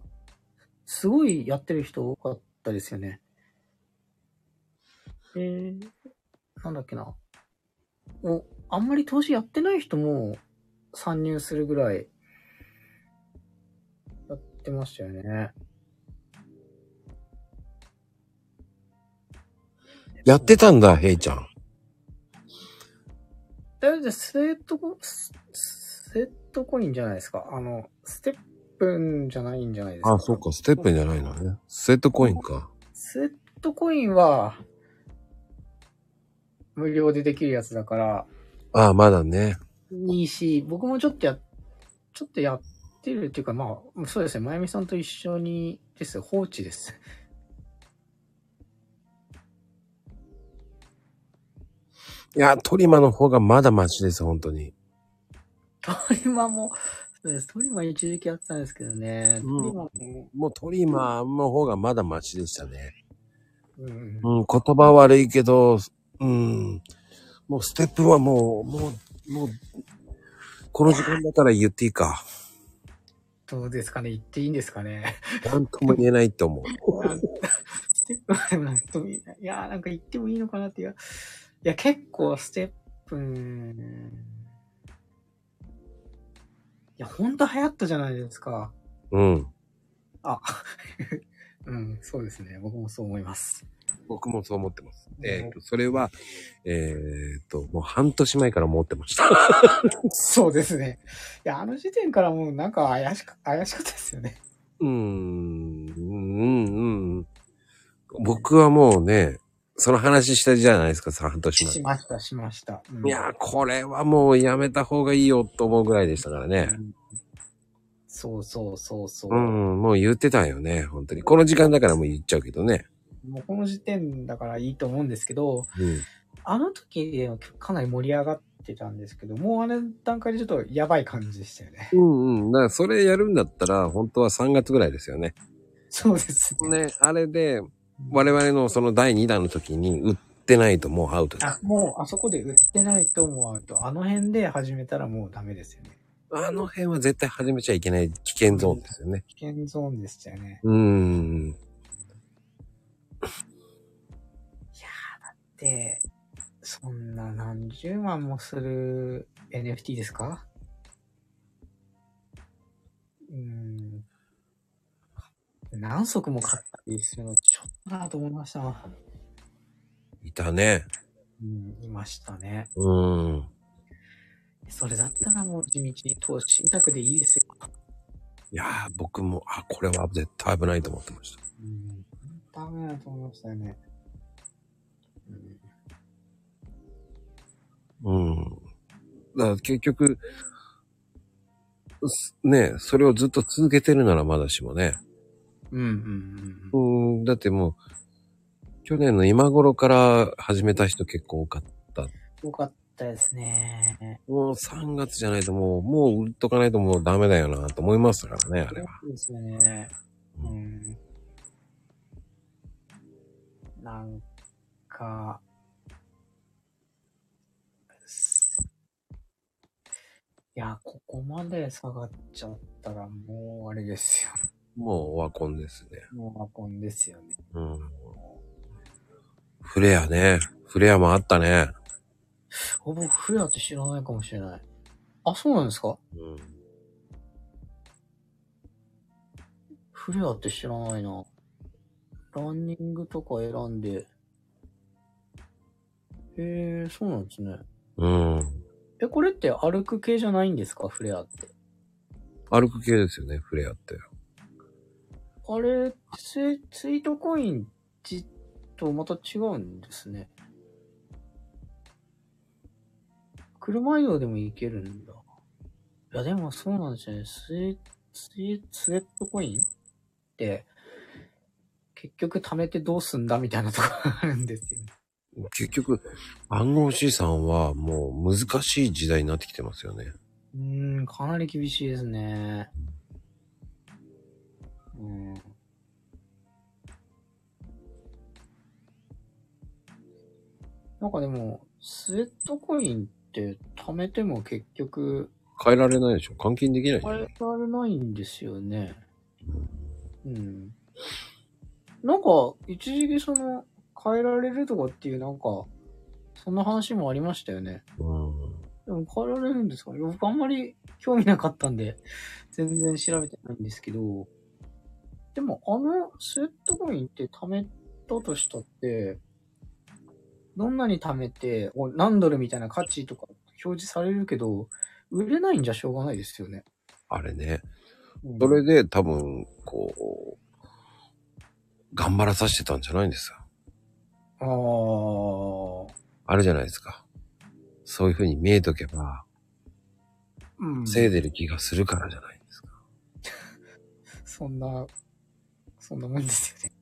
[SPEAKER 3] すごいやってる人多かったですよね。えなんだっけな。もう、あんまり投資やってない人も参入するぐらい、やってましたよね。
[SPEAKER 1] やってたんだ、ヘイちゃん。
[SPEAKER 3] だいたいスレットコ、スレットコインじゃないですか。あの、ステップンじゃないんじゃないですか。
[SPEAKER 1] あ、そうか、ステップじゃないのね。ステットコインか。
[SPEAKER 3] スレットコインは、無料でできるやつだから、
[SPEAKER 1] ああ、まだね。
[SPEAKER 3] いいし、僕もちょっとや、ちょっとやってるっていうか、まあ、そうですね、まゆみさんと一緒にです。放置です。
[SPEAKER 1] いや、トリマの方がまだマシです、本当に。
[SPEAKER 3] トリマも、そうですトリマ一時期やってたんですけどね。
[SPEAKER 1] うん
[SPEAKER 3] トリマも、
[SPEAKER 1] もうトリマの方がまだマシでしたね。
[SPEAKER 3] うん、
[SPEAKER 1] うん、言葉悪いけど、うん。もうステップはもう、もう、もう、この時間だから言っていいか。
[SPEAKER 3] どうですかね言っていいんですかね
[SPEAKER 1] なんとも言えないと思う。
[SPEAKER 3] ステップでもなんともいないいやー、なんか言ってもいいのかなっていう。いや、結構ステップン、いや、ほんと流行ったじゃないですか。
[SPEAKER 1] うん。
[SPEAKER 3] あ、うん、そうですね。僕もそう思います。
[SPEAKER 1] 僕もそう思ってます。えっ、と、それは、えっ、と、もう半年前から思ってました。
[SPEAKER 3] そうですね。いや、あの時点からもうなんか怪しか、怪しかったですよね。
[SPEAKER 1] うーん、うん、うん。僕はもうね、その話したじゃないですか、さ半年前
[SPEAKER 3] し。ました、しました。うん
[SPEAKER 1] いやー、これはもうやめた方がいいよと思うぐらいでしたからね。
[SPEAKER 3] そうそうそうそうう。
[SPEAKER 1] ん、もう言ってたよね、本当に。この時間だからもう言っちゃうけどね。
[SPEAKER 3] もうこの時点だからいいと思うんですけど、
[SPEAKER 1] うん。
[SPEAKER 3] あの時はかなり盛り上がってたんですけど、もうあの段階でちょっとやばい感じでしたよね。
[SPEAKER 1] うんうん。だからそれやるんだったら、本当は3月ぐらいですよね。
[SPEAKER 3] そうですね。
[SPEAKER 1] ね、あれで、我々のその第2弾の時に売ってないともうアウトです
[SPEAKER 3] あもうあそこで売ってないと思うと、あの辺で始めたらもうダメですよね。
[SPEAKER 1] あの辺は絶対始めちゃいけない危険ゾーンですよね。
[SPEAKER 3] 危険ゾーンでしたよね。
[SPEAKER 1] うーん。
[SPEAKER 3] で、そんな何十万もする NFT ですかうーん。何足も買ったりするのちょっとなと思いました。う
[SPEAKER 1] いたね。
[SPEAKER 3] ん、いましたね。
[SPEAKER 1] うーん。
[SPEAKER 3] それだったらもう地道に投資信託でいいですよ。
[SPEAKER 1] いやー、僕も、あ、これは絶対危ないと思ってました。
[SPEAKER 3] うん。ダメだと思いましたよね。うん
[SPEAKER 1] うん。だから結局、すね、それをずっと続けてるならまだしもね。
[SPEAKER 3] うんうん
[SPEAKER 1] うーん、だってもう、去年の今頃から始めた人結構多かった。
[SPEAKER 3] うん。よかったですね。
[SPEAKER 1] もう3月じゃないともう、もう売っとかないともうダメだよなと思いましたからね、あれは。
[SPEAKER 3] そうですよね。うん。なんか、すいや、ここまで下がっちゃったらもうあれですよ。
[SPEAKER 1] もうオワコンですね。
[SPEAKER 3] もうワコンですよね。
[SPEAKER 1] うん。フレアね。フレアもあったね。
[SPEAKER 3] あ、僕、フレアって知らないかもしれない。あ、そうなんですか
[SPEAKER 1] うん。
[SPEAKER 3] フレアって知らないな。ランニングとか選んで。へえ、そうなんですね。
[SPEAKER 1] うん。
[SPEAKER 3] え、これって歩く系じゃないんですかフレアって。
[SPEAKER 1] 歩く系ですよね、フレアって。
[SPEAKER 3] あれ、ツイツイートコインじとまた違うんですね。車移動でもいけるんだ。いや、でもそうなんですよね。スイ、スイ、スウェットコインって、結局貯めてどうすんだみたいなところがあるんですよね。
[SPEAKER 1] 結局、暗号資産はもう難しい時代になってきてますよね。
[SPEAKER 3] うーん、かなり厳しいですね。うん。なんかでも、スウェットコインって貯めても結局、
[SPEAKER 1] 変えられないでしょ換金できないじゃ
[SPEAKER 3] 変
[SPEAKER 1] ん
[SPEAKER 3] えられないんですよね。うん。なんか、一時期その、変えられるとかっていうなんか、そんな話もありましたよね。
[SPEAKER 1] うん。
[SPEAKER 3] でも変えられるんですかね僕あんまり興味なかったんで、全然調べてないんですけど、でもあのスウェットコインって貯めたとしたって、どんなに貯めて、お何ドルみたいな価値とか表示されるけど、売れないんじゃしょうがないですよね。
[SPEAKER 1] あれね。
[SPEAKER 3] うん
[SPEAKER 1] それで多分、こう、頑張らさせてたんじゃないんですよ。
[SPEAKER 3] あー、
[SPEAKER 1] あれじゃないですか。そういう風に見えとけば、
[SPEAKER 3] うん。
[SPEAKER 1] せいでる気がするからじゃないですか。
[SPEAKER 3] そんな、そんなもんですよね。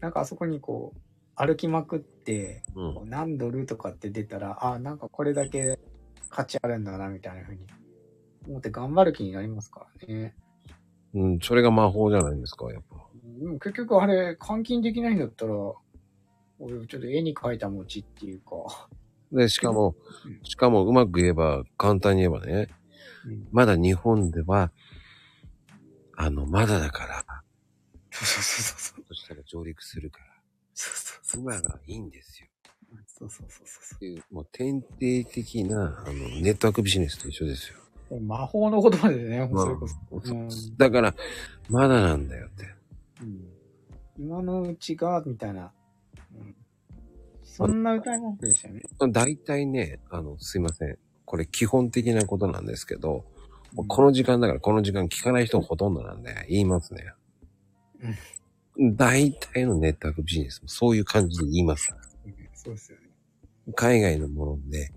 [SPEAKER 3] なんかあそこにこう、歩きまくって、
[SPEAKER 1] うん
[SPEAKER 3] こう何ドルとかって出たら、あ、なんかこれだけ価値あるんだな、みたいな風に思って頑張る気になりますからね。
[SPEAKER 1] うん、それが魔法じゃないですか、やっぱ。
[SPEAKER 3] でも結局あれ、換金できないんだったら、俺ちょっと絵に描いた餅っていうか、
[SPEAKER 1] で、しかも
[SPEAKER 3] うん、
[SPEAKER 1] しかもうまく言えば、簡単に言えばね、
[SPEAKER 3] うん
[SPEAKER 1] まだ日本では、あの、まだだから、
[SPEAKER 3] そうそうそうそう。
[SPEAKER 1] そしたら上陸するから、
[SPEAKER 3] そうそう
[SPEAKER 1] 今がいいんですよ。
[SPEAKER 3] そう。そうそうそうそ
[SPEAKER 1] っていう、もう典型的な、あの、ネットワークビジネスと一緒ですよ。
[SPEAKER 3] う。魔法の言葉でね、それこそ。うん
[SPEAKER 1] だから、まだなんだよって。
[SPEAKER 3] うん今のうちが、みたいな。うんそんな歌い文句でしたよね。
[SPEAKER 1] 大体ね、あの、すいません。これ基本的なことなんですけど、
[SPEAKER 3] うん
[SPEAKER 1] この時間だからこの時間聞かない人もほとんどなんで、言いますね。大体のネットワークビジネスもそういう感じで言います。
[SPEAKER 3] そうですよね。
[SPEAKER 1] 海外のもので、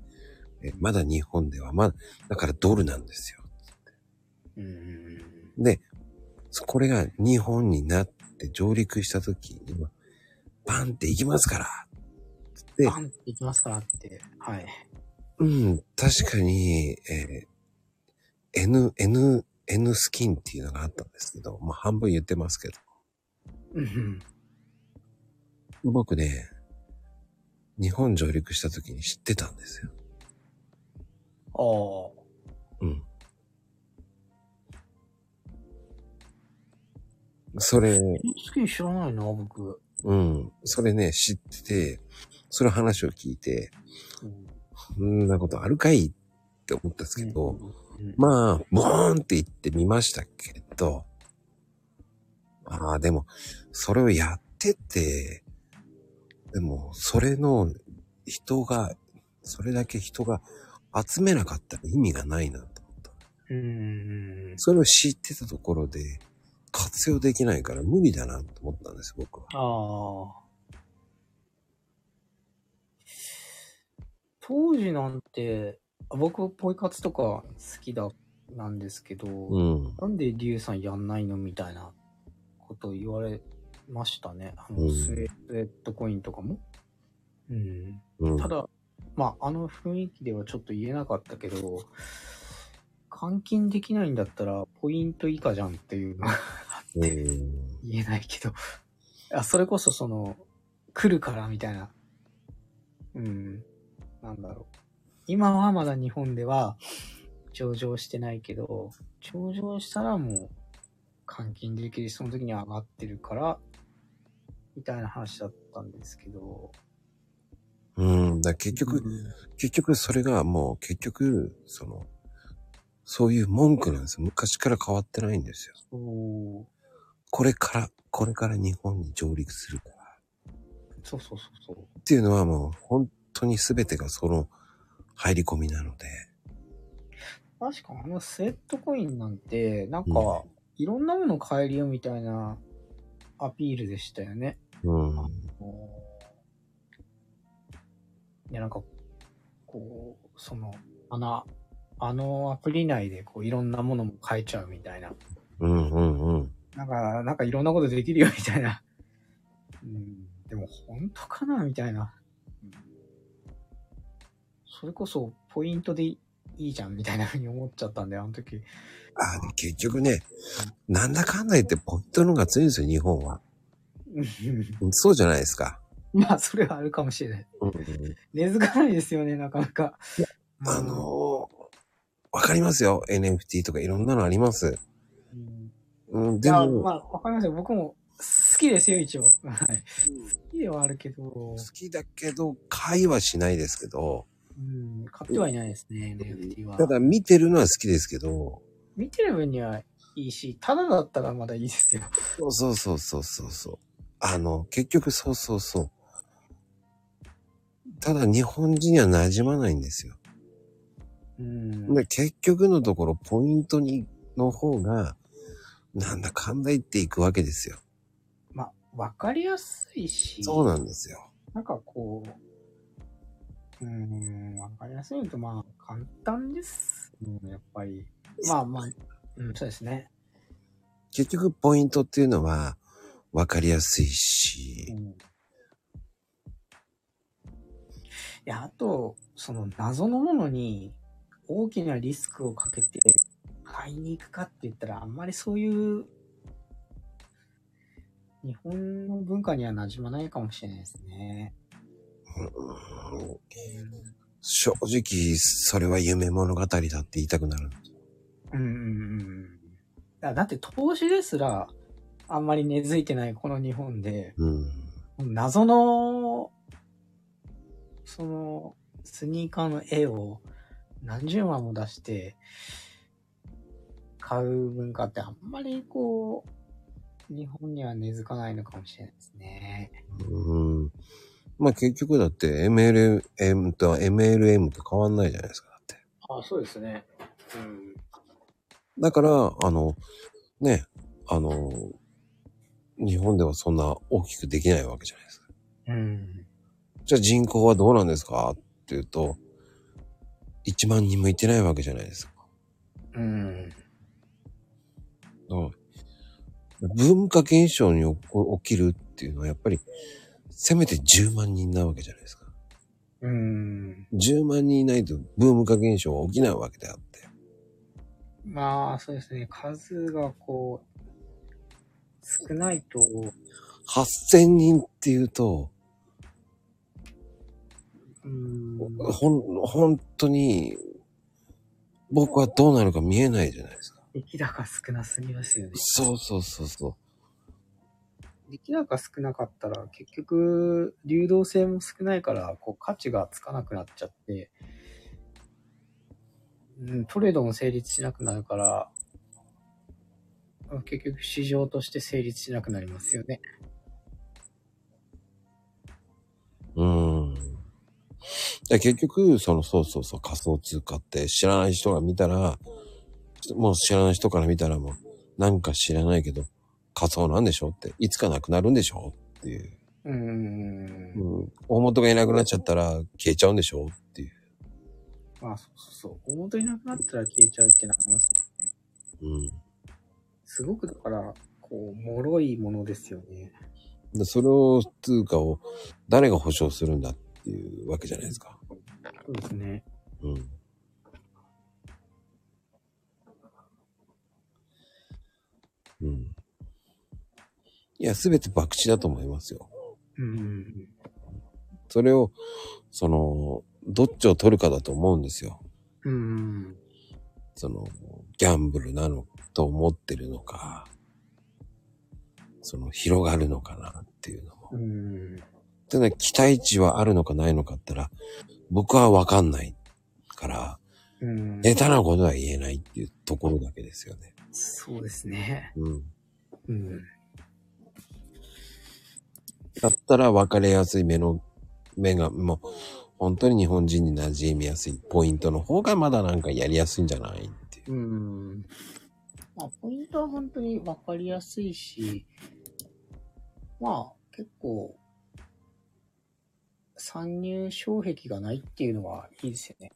[SPEAKER 1] えまだ日本では、まだ、だからドルなんですよ。
[SPEAKER 3] うん。
[SPEAKER 1] で、そこれが日本になって上陸した時には、バンって行きますからで
[SPEAKER 3] バンっていきますからって。はい。
[SPEAKER 1] うん、確かに、えー N、N、N スキンっていうのがあったんですけど、まあ半分言ってますけど、
[SPEAKER 3] うん。
[SPEAKER 1] 僕ね、日本上陸した時に知ってたんですよ。
[SPEAKER 3] ああ。
[SPEAKER 1] うん。それ、
[SPEAKER 3] 好きに知らないな、僕。
[SPEAKER 1] うん、それね、知ってて、その話を聞いて、そんなことあるかいって思ったんですけど、
[SPEAKER 3] うん
[SPEAKER 1] まあ、ボーンって言ってみましたけど、ああ、でも、それをやってて、でも、それの人が、それだけ人が集めなかったら意味がないなと思った。
[SPEAKER 3] うん。
[SPEAKER 1] それを知ってたところで、活用できないから無理だなと思ったんです、僕は。
[SPEAKER 3] ああ。当時なんて、僕、ポイ活とか好きだ、なんですけど、
[SPEAKER 1] うん。
[SPEAKER 3] なんでリュウさんやんないのみたいなことを言われましたね。あ
[SPEAKER 1] う
[SPEAKER 3] の、
[SPEAKER 1] ん
[SPEAKER 3] スウェスウェットコインとかも。うん。
[SPEAKER 1] うん
[SPEAKER 3] た。だ、まあ、あの雰囲気ではちょっと言えなかったけど、換金できないんだったら、ポイント以下じゃんっていうのは
[SPEAKER 1] うん
[SPEAKER 3] 言えないけど、あそれこそその、来るからみたいな、うん、なんだろう。今はまだ日本では上場してないけど、上場したらもう、換金できるし、その時には上がってるから、みたいな話だったんですけど、
[SPEAKER 1] うん。だから結局、
[SPEAKER 3] うん
[SPEAKER 1] 結局それがもう結局、その、そういう文句なんですよ。昔から変わってないんですよ。
[SPEAKER 3] そう
[SPEAKER 1] これから、これから日本に上陸するから。
[SPEAKER 3] そうそうそうそう。
[SPEAKER 1] っていうのはもう本当に全てがその入り込みなので。
[SPEAKER 3] 確かあのスウェットコインなんて、なん
[SPEAKER 1] うん
[SPEAKER 3] か、いろんなもの買えるよみたいなアピールでしたよね。
[SPEAKER 1] うん。
[SPEAKER 3] いや、なんか、こう、その、あの、あのアプリ内でこういろんなものも買えちゃうみたいな。
[SPEAKER 1] うんうんうん。
[SPEAKER 3] なんか、なんかいろんなことできるよみたいな。うん、でも本当かなみたいな。それこそ、ポイントでいいじゃんみたいな風に思っちゃったんで、あの時。
[SPEAKER 1] あー結局ね、なんだかんだ言ってポイントの方が強いんですよ、日本は。そうじゃないですか。
[SPEAKER 3] まあ、それはあるかもしれない。 根付かないですよね、なかなか。
[SPEAKER 1] あのーわかりますよ。NFT とかいろんなのあります。
[SPEAKER 3] うん、
[SPEAKER 1] うん、
[SPEAKER 3] い
[SPEAKER 1] で
[SPEAKER 3] や、まあ、
[SPEAKER 1] も、
[SPEAKER 3] わかりますよ。僕も好きですよ、一応。 はい。好きではあるけど
[SPEAKER 1] 好、きだけど、買いはしないですけど、
[SPEAKER 3] うん、買ってはいないですね、NFT は。
[SPEAKER 1] ただ見てるのは好きですけど、
[SPEAKER 3] 見てる分にはいいし、ただだったらまだいいですよ。
[SPEAKER 1] そうそうそうそうそうそう。あの、結局そうそうそう。ただ日本人には馴染まないんですよ。
[SPEAKER 3] うん。
[SPEAKER 1] で結局のところ、ポイントに、の方が、なんだかんだ言っていくわけですよ。
[SPEAKER 3] まあ、わかりやすいし、
[SPEAKER 1] そうなんですよ。
[SPEAKER 3] なんかこう、うーん、わかりやすいのと、まあ、簡単ですもんね、やっぱり。まあまあ、うん、そうですね。
[SPEAKER 1] 結局、ポイントっていうのは、わかりやすいうし、
[SPEAKER 3] ん。いや、あと、その謎のものに大きなリスクをかけて買いに行くかって言ったら、あんまりそういう、日本の文化には馴染まないかもしれないですね。
[SPEAKER 1] うん正直、それは夢物語だって言いたくなる。
[SPEAKER 3] うんうんうん。だだって投資ですら、あんまり根付いてないこの日本で、
[SPEAKER 1] うん。
[SPEAKER 3] 謎の、その、スニーカーの絵を何十万も出して、買う文化ってあんまりこう、日本には根付かないのかもしれないですね。
[SPEAKER 1] うん。まあ結局だって MLM と MLM と変わんないじゃないですか。だって。
[SPEAKER 3] あそうですね。うん。
[SPEAKER 1] だから、あの、ね、あの、日本ではそんな大きくできないわけじゃないですか。
[SPEAKER 3] うん。
[SPEAKER 1] じゃあ人口はどうなんですかっていうと、1万人もいってないわけじゃないですか。
[SPEAKER 3] うん。
[SPEAKER 1] うん文化現象に起こ起きるっていうのはやっぱり、せめて10万人なわけじゃないですか。
[SPEAKER 3] うん。
[SPEAKER 1] 10万人いないとブーム化現象は起きないわけであって。
[SPEAKER 3] まあ、そうですね。数がこう、少ないと、
[SPEAKER 1] 8000人っていうと、
[SPEAKER 3] うん。
[SPEAKER 1] ほん、本当に、僕はどうなるか見えないじゃないですか。
[SPEAKER 3] 出来高少なすぎますよね。
[SPEAKER 1] そうそうそうそ
[SPEAKER 3] 出来高少なかったら、結局、流動性も少ないから、こう、価値がつかなくなっちゃって、うん、トレードも成立しなくなるから、結局、市場として成立しなくなりますよね。
[SPEAKER 1] う。うん。で結局、その、そうそうそう、仮想通貨って知らない人が見たら、もう知らない人から見たらもう、なんか知らないけど、仮想なんでしょって、いつかなくなるんでしょっていう。
[SPEAKER 3] うーん。
[SPEAKER 1] うん。大元がいなくなっちゃったら消えちゃうんでしょっていう。
[SPEAKER 3] まあ、そうそうそう。大元いなくなったら消えちゃうってなります。
[SPEAKER 1] うん。
[SPEAKER 3] すごく、だから、こう、脆いものですよね。
[SPEAKER 1] でそれを、通貨を誰が保証するんだっていうわけじゃないですか。
[SPEAKER 3] そうですね。
[SPEAKER 1] うん。うん。いや、すべて博打だと思いますよ。
[SPEAKER 3] うん。
[SPEAKER 1] それを、その、どっちを取るかだと思うんですよ。
[SPEAKER 3] うん。
[SPEAKER 1] その、ギャンブルなのと思ってるのか、その、広がるのかなっていうのも。
[SPEAKER 3] うん。
[SPEAKER 1] ただ、期待値はあるのかないのかったら、僕はわかんないから、
[SPEAKER 3] うん。
[SPEAKER 1] 下手なことは言えないっていうところだけですよね。
[SPEAKER 3] そうですね。
[SPEAKER 1] うん。
[SPEAKER 3] うん。
[SPEAKER 1] だったら分かりやすい目の、目が、もう、本当に日本人に馴染みやすいポイントの方がまだなんかやりやすいんじゃないっていう。
[SPEAKER 3] うん。まあ、ポイントは本当に分かりやすいし、まあ、結構、参入障壁がないっていうのはいいですよね。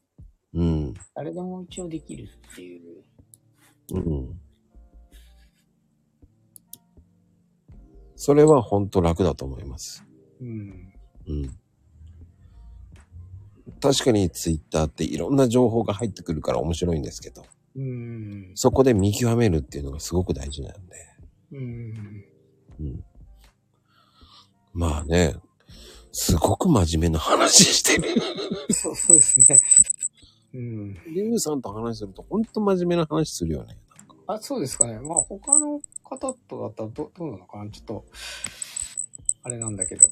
[SPEAKER 1] うん。
[SPEAKER 3] 誰でも一応できるっていう。
[SPEAKER 1] うん。それは本当楽だと思います。
[SPEAKER 3] うん。
[SPEAKER 1] うん。確かにツイッターっていろんな情報が入ってくるから面白いんですけど、
[SPEAKER 3] うん。
[SPEAKER 1] そこで見極めるっていうのがすごく大事なんで。
[SPEAKER 3] うん。
[SPEAKER 1] うん。まあね、すごく真面目な話してる。
[SPEAKER 3] そうそうですね。うん。
[SPEAKER 1] リュウさんと話すると本当真面目な話するよね。なんか
[SPEAKER 3] あ、そうですかね。まあ、他の方とだったらどどうなのかなちょっと、あれなんだけど。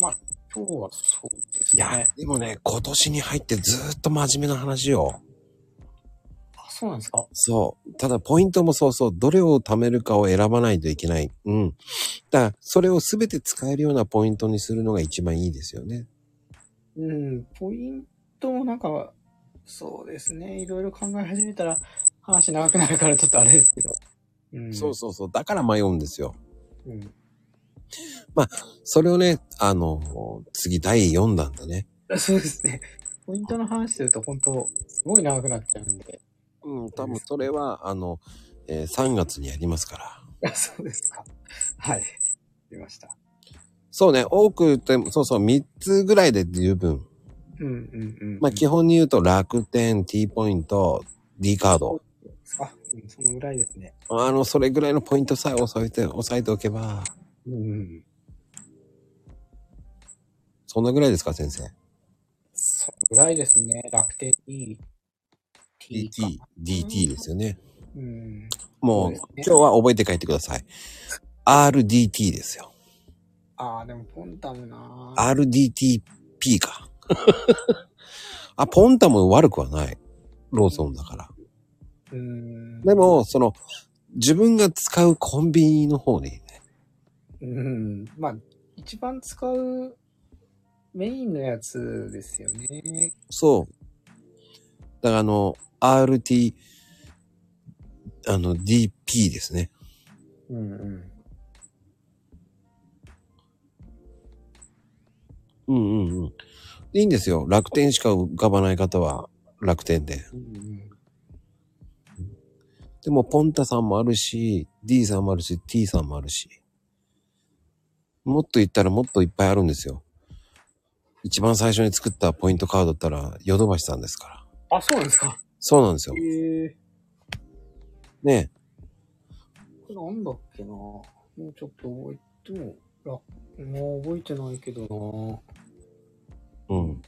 [SPEAKER 3] まあ、今日はそうです
[SPEAKER 1] いや
[SPEAKER 3] ね。、
[SPEAKER 1] でもね、今年に入ってずっと真面目な話よ。
[SPEAKER 3] あ、そうなんですか
[SPEAKER 1] そう。ただ、ポイントもそうそう。どれを貯めるかを選ばないといけない。うん。だから、それを全て使えるようなポイントにするのが一番いいですよね。
[SPEAKER 3] うん、ポイントもなんか、そうですね。いろいろ考え始めたら、話長くなるからちょっとあれですけど。うん。
[SPEAKER 1] そうそうそう。だから迷うんですよ。
[SPEAKER 3] うん。
[SPEAKER 1] それをね、あの、次第4弾だね。
[SPEAKER 3] そうですね。ポイントの話すると本当、すごい長くなっちゃうんで。
[SPEAKER 1] うん、多分それは、あの、えー3月にやりますから。
[SPEAKER 3] あ、そうですか。はい。出ました。
[SPEAKER 1] そうね、多く言っても、そうそう、3つぐらいで十分。
[SPEAKER 3] うんうんうん。
[SPEAKER 1] まあ、基本に言うと、楽天、T ポイント、D カード。
[SPEAKER 3] あ、うんそのぐらいですね。
[SPEAKER 1] あの、それぐらいのポイントさえ押さえて、押さえておけば、
[SPEAKER 3] うんうん。
[SPEAKER 1] そんなぐらいですか、先生。
[SPEAKER 3] そのぐらいですね。楽天に、T か
[SPEAKER 1] DT、DT ですよね。
[SPEAKER 3] うん。
[SPEAKER 1] も
[SPEAKER 3] そ
[SPEAKER 1] う、
[SPEAKER 3] うですね
[SPEAKER 1] 今日は覚えて帰ってください。RDT ですよ。
[SPEAKER 3] ああ、でもポンタムなー
[SPEAKER 1] RDTP か。あ、ポンタも悪くはない。ローソンだから。
[SPEAKER 3] うん。
[SPEAKER 1] でも、その、自分が使うコンビニの方にね。
[SPEAKER 3] うん。まあ、一番使うメインのやつですよね。
[SPEAKER 1] そう。だからあの、RT、あの、DP ですね。
[SPEAKER 3] うんうん。
[SPEAKER 1] うんうんうん。いいんですよ。楽天しか浮かばない方は楽天で。
[SPEAKER 3] うん
[SPEAKER 1] でも、ポンタさんもあるし、D さんもあるし、T さんもあるし。もっと言ったらもっといっぱいあるんですよ。一番最初に作ったポイントカードだったら、ヨドバシさんですから。
[SPEAKER 3] あ、そうなんですか。
[SPEAKER 1] そうなんですよ
[SPEAKER 3] へ。え
[SPEAKER 1] ね
[SPEAKER 3] ー。なんだっけなもうちょっと覚えても、らもう覚えてないけど
[SPEAKER 1] え。
[SPEAKER 3] な
[SPEAKER 1] うん。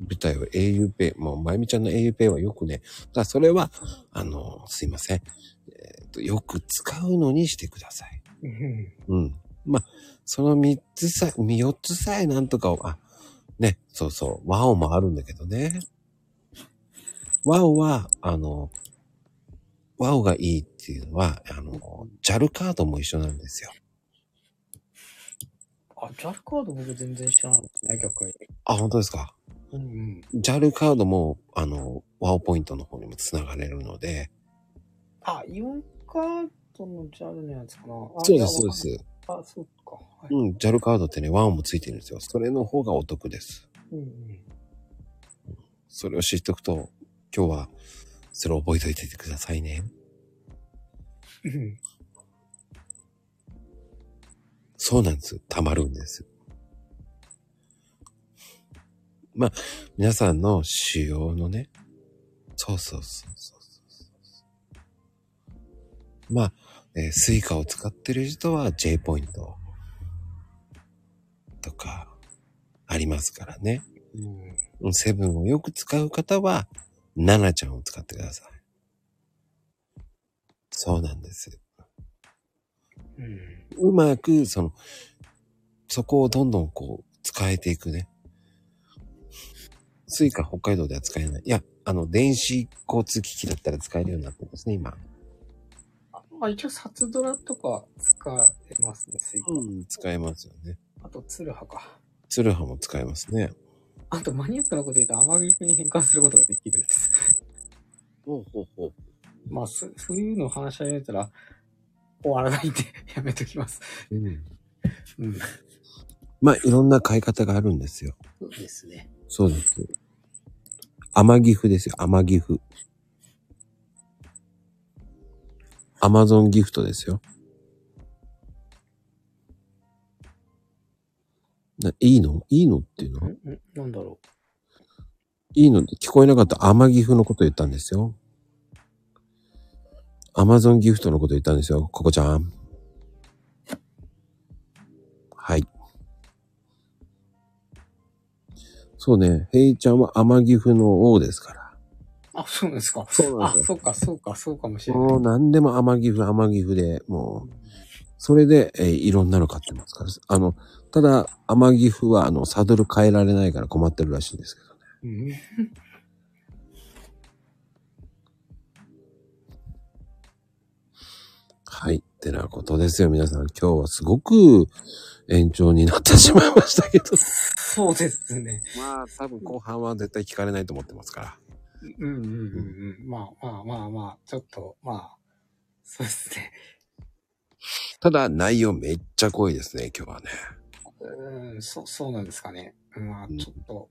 [SPEAKER 1] 舞台は auPay。もう、まゆみちゃんの auPay はよくね。だからそれは、あの、すいません。えっと、よく使うのにしてください。
[SPEAKER 3] うん。
[SPEAKER 1] うん。まあ、その三つさえ、四つさえなんとかを、あ、ね、そうそう、ワオもあるんだけどね。ワオは、あの、ワオがいいっていうのは、あの、JAL カードも一緒なんですよ。
[SPEAKER 3] あ、ジャルカード僕全然知らないですね、逆に。
[SPEAKER 1] あ、本当ですか。
[SPEAKER 3] うんうん。
[SPEAKER 1] JAL カードも、あの、ワオポイントの方にも繋がれるので。
[SPEAKER 3] あ、イオンカードのジャルのやつかなあ
[SPEAKER 1] そうです、そうで。す。
[SPEAKER 3] あ、そうか。はい。
[SPEAKER 1] うん、JAL カードってね、ワオもついてるんですよ。それの方がお得です。
[SPEAKER 3] うんうん。
[SPEAKER 1] それを知っておくと、今日は、それを覚えておいてくださいね。
[SPEAKER 3] うん
[SPEAKER 1] そうなんです。溜まるんです。まあ、皆さんの使用のね、そうそうそうそうそうそう。まあ、えースイカを使ってる人は J ポイントとかありますからね。
[SPEAKER 3] うん。
[SPEAKER 1] うんセブンをよく使う方は、ナナちゃんを使ってください。そうなんです。
[SPEAKER 3] うん。
[SPEAKER 1] うまく、その、そこをどんどんこう、使えていくね。スイカ北海道では使えない。いや、あの、電子交通機器だったら使えるようになってますね、今。
[SPEAKER 3] まあ一応、サツドラとか使えますね、スイカ。
[SPEAKER 1] うん、使えますよね。
[SPEAKER 3] あと、ツルハか。
[SPEAKER 1] ツルハも使えますね。
[SPEAKER 3] あと、マニアックなこと言うと、アマギクに変換することができるんです。
[SPEAKER 1] ほうほうほう。
[SPEAKER 3] まあ、そそういうのを話し始めたら、終わらないんで、 やめときます。
[SPEAKER 1] うん、
[SPEAKER 3] うん。
[SPEAKER 1] まあ、いろんな買い方があるんですよ。
[SPEAKER 3] そうですね。
[SPEAKER 1] そうです。甘ギフですよ、甘ギフ。アマゾンギフトですよ。ないいのいいのっていうの
[SPEAKER 6] んんなんだろ
[SPEAKER 1] いいのって聞こえなかった天岐阜のこと言ったんですよ。アマゾンギフトのこと言ったんですよ、ここちゃん。はい。そうね、ヘイちゃんは天岐阜の王ですから。
[SPEAKER 3] あ、そうなんですか。
[SPEAKER 1] そうなん
[SPEAKER 3] あ
[SPEAKER 1] で、す
[SPEAKER 3] そうか、そうか、そうかもしれない。
[SPEAKER 1] もう何でも天岐阜、天岐阜で、もう、それで、えーいろんなの買ってますから。あの、ただ、天岐阜は、あの、サドル変えられないから困ってるらしいんですけどね。
[SPEAKER 3] うん
[SPEAKER 1] はい。ってなことですよ、皆さん。今日はすごく延長になってしまいましたけど。
[SPEAKER 3] そうですね。
[SPEAKER 1] まあ、多分後半は絶対聞かれないと思ってますから。
[SPEAKER 3] うんうんうんうん。まあまあまあまあ、ちょっと、まあ、そうですね。
[SPEAKER 1] ただ、内容めっちゃ濃いですね、今日はね。
[SPEAKER 3] うん、そう、そうなんですかね。まあ、
[SPEAKER 1] うん
[SPEAKER 3] ちょっと、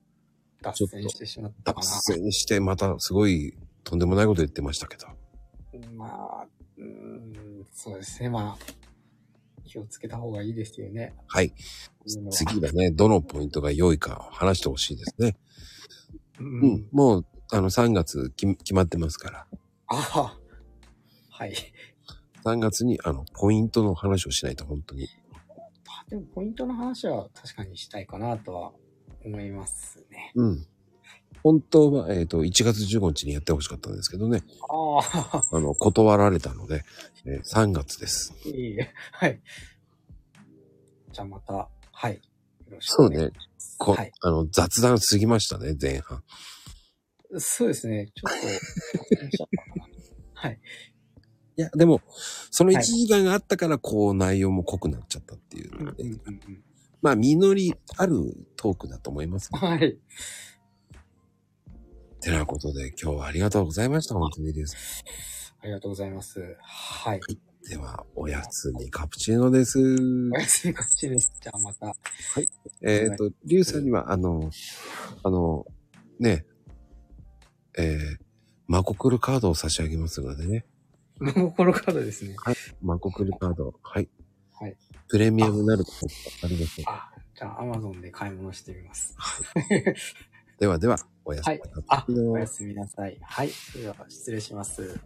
[SPEAKER 3] 脱線してしまったか
[SPEAKER 1] 脱
[SPEAKER 3] な。
[SPEAKER 1] 線して、またすごい、とんでもないこと言ってましたけど。
[SPEAKER 3] まあ、うん、そうですね。まあ、気をつけた方がいいですよね。
[SPEAKER 1] はい。次はね、どのポイントが良いかを話してほしいですね。
[SPEAKER 3] う
[SPEAKER 1] うんん。。もう、あの、3月き決まってますから。
[SPEAKER 3] ああ。はい。
[SPEAKER 1] 3月に、あの、ポイントの話をしないと、本当に。
[SPEAKER 3] まあでも、ポイントの話は確かにしたいかなとは思いますね。
[SPEAKER 1] うん。本当は、えっ、と、1月15日にやってほしかったんですけどね。
[SPEAKER 3] ああ、
[SPEAKER 1] あの、断られたので、えー3月です。
[SPEAKER 3] いい。はい。じゃあまた、はい。よろしく
[SPEAKER 1] そう
[SPEAKER 3] お願い
[SPEAKER 1] ね。こ
[SPEAKER 3] はい。
[SPEAKER 1] あの、雑談すぎましたね、前半。
[SPEAKER 3] そうですね。ちょっと、 脱線しちゃったかなはい。
[SPEAKER 1] いや、でも、その1
[SPEAKER 3] はい
[SPEAKER 1] 時間があったから、こう、内容も濃くなっちゃったっていうので、
[SPEAKER 3] うんうんうん
[SPEAKER 1] まあ、実りあるトークだと思います、ね。
[SPEAKER 3] はい。
[SPEAKER 1] てなことで、今日はありがとうございました。本当にです。
[SPEAKER 3] ありがとうございます。はい。
[SPEAKER 1] では、おやつにカプチーノです。
[SPEAKER 3] おやすみこっちです。じゃあまた。
[SPEAKER 1] えっ、と、リュウさんには、あの、あの、ね、えー、マコクルカードを差し上げますのでね。
[SPEAKER 3] もうこのカードですね。
[SPEAKER 1] マコクルカード、はい。
[SPEAKER 3] はい
[SPEAKER 1] プレミアムになるとあります。
[SPEAKER 3] あ、じゃあ Amazon で買い物してみます。
[SPEAKER 1] ではでは、おやすみ
[SPEAKER 3] はい
[SPEAKER 1] なさい。
[SPEAKER 3] あ、おやすみなさい。はい。それでは失礼します。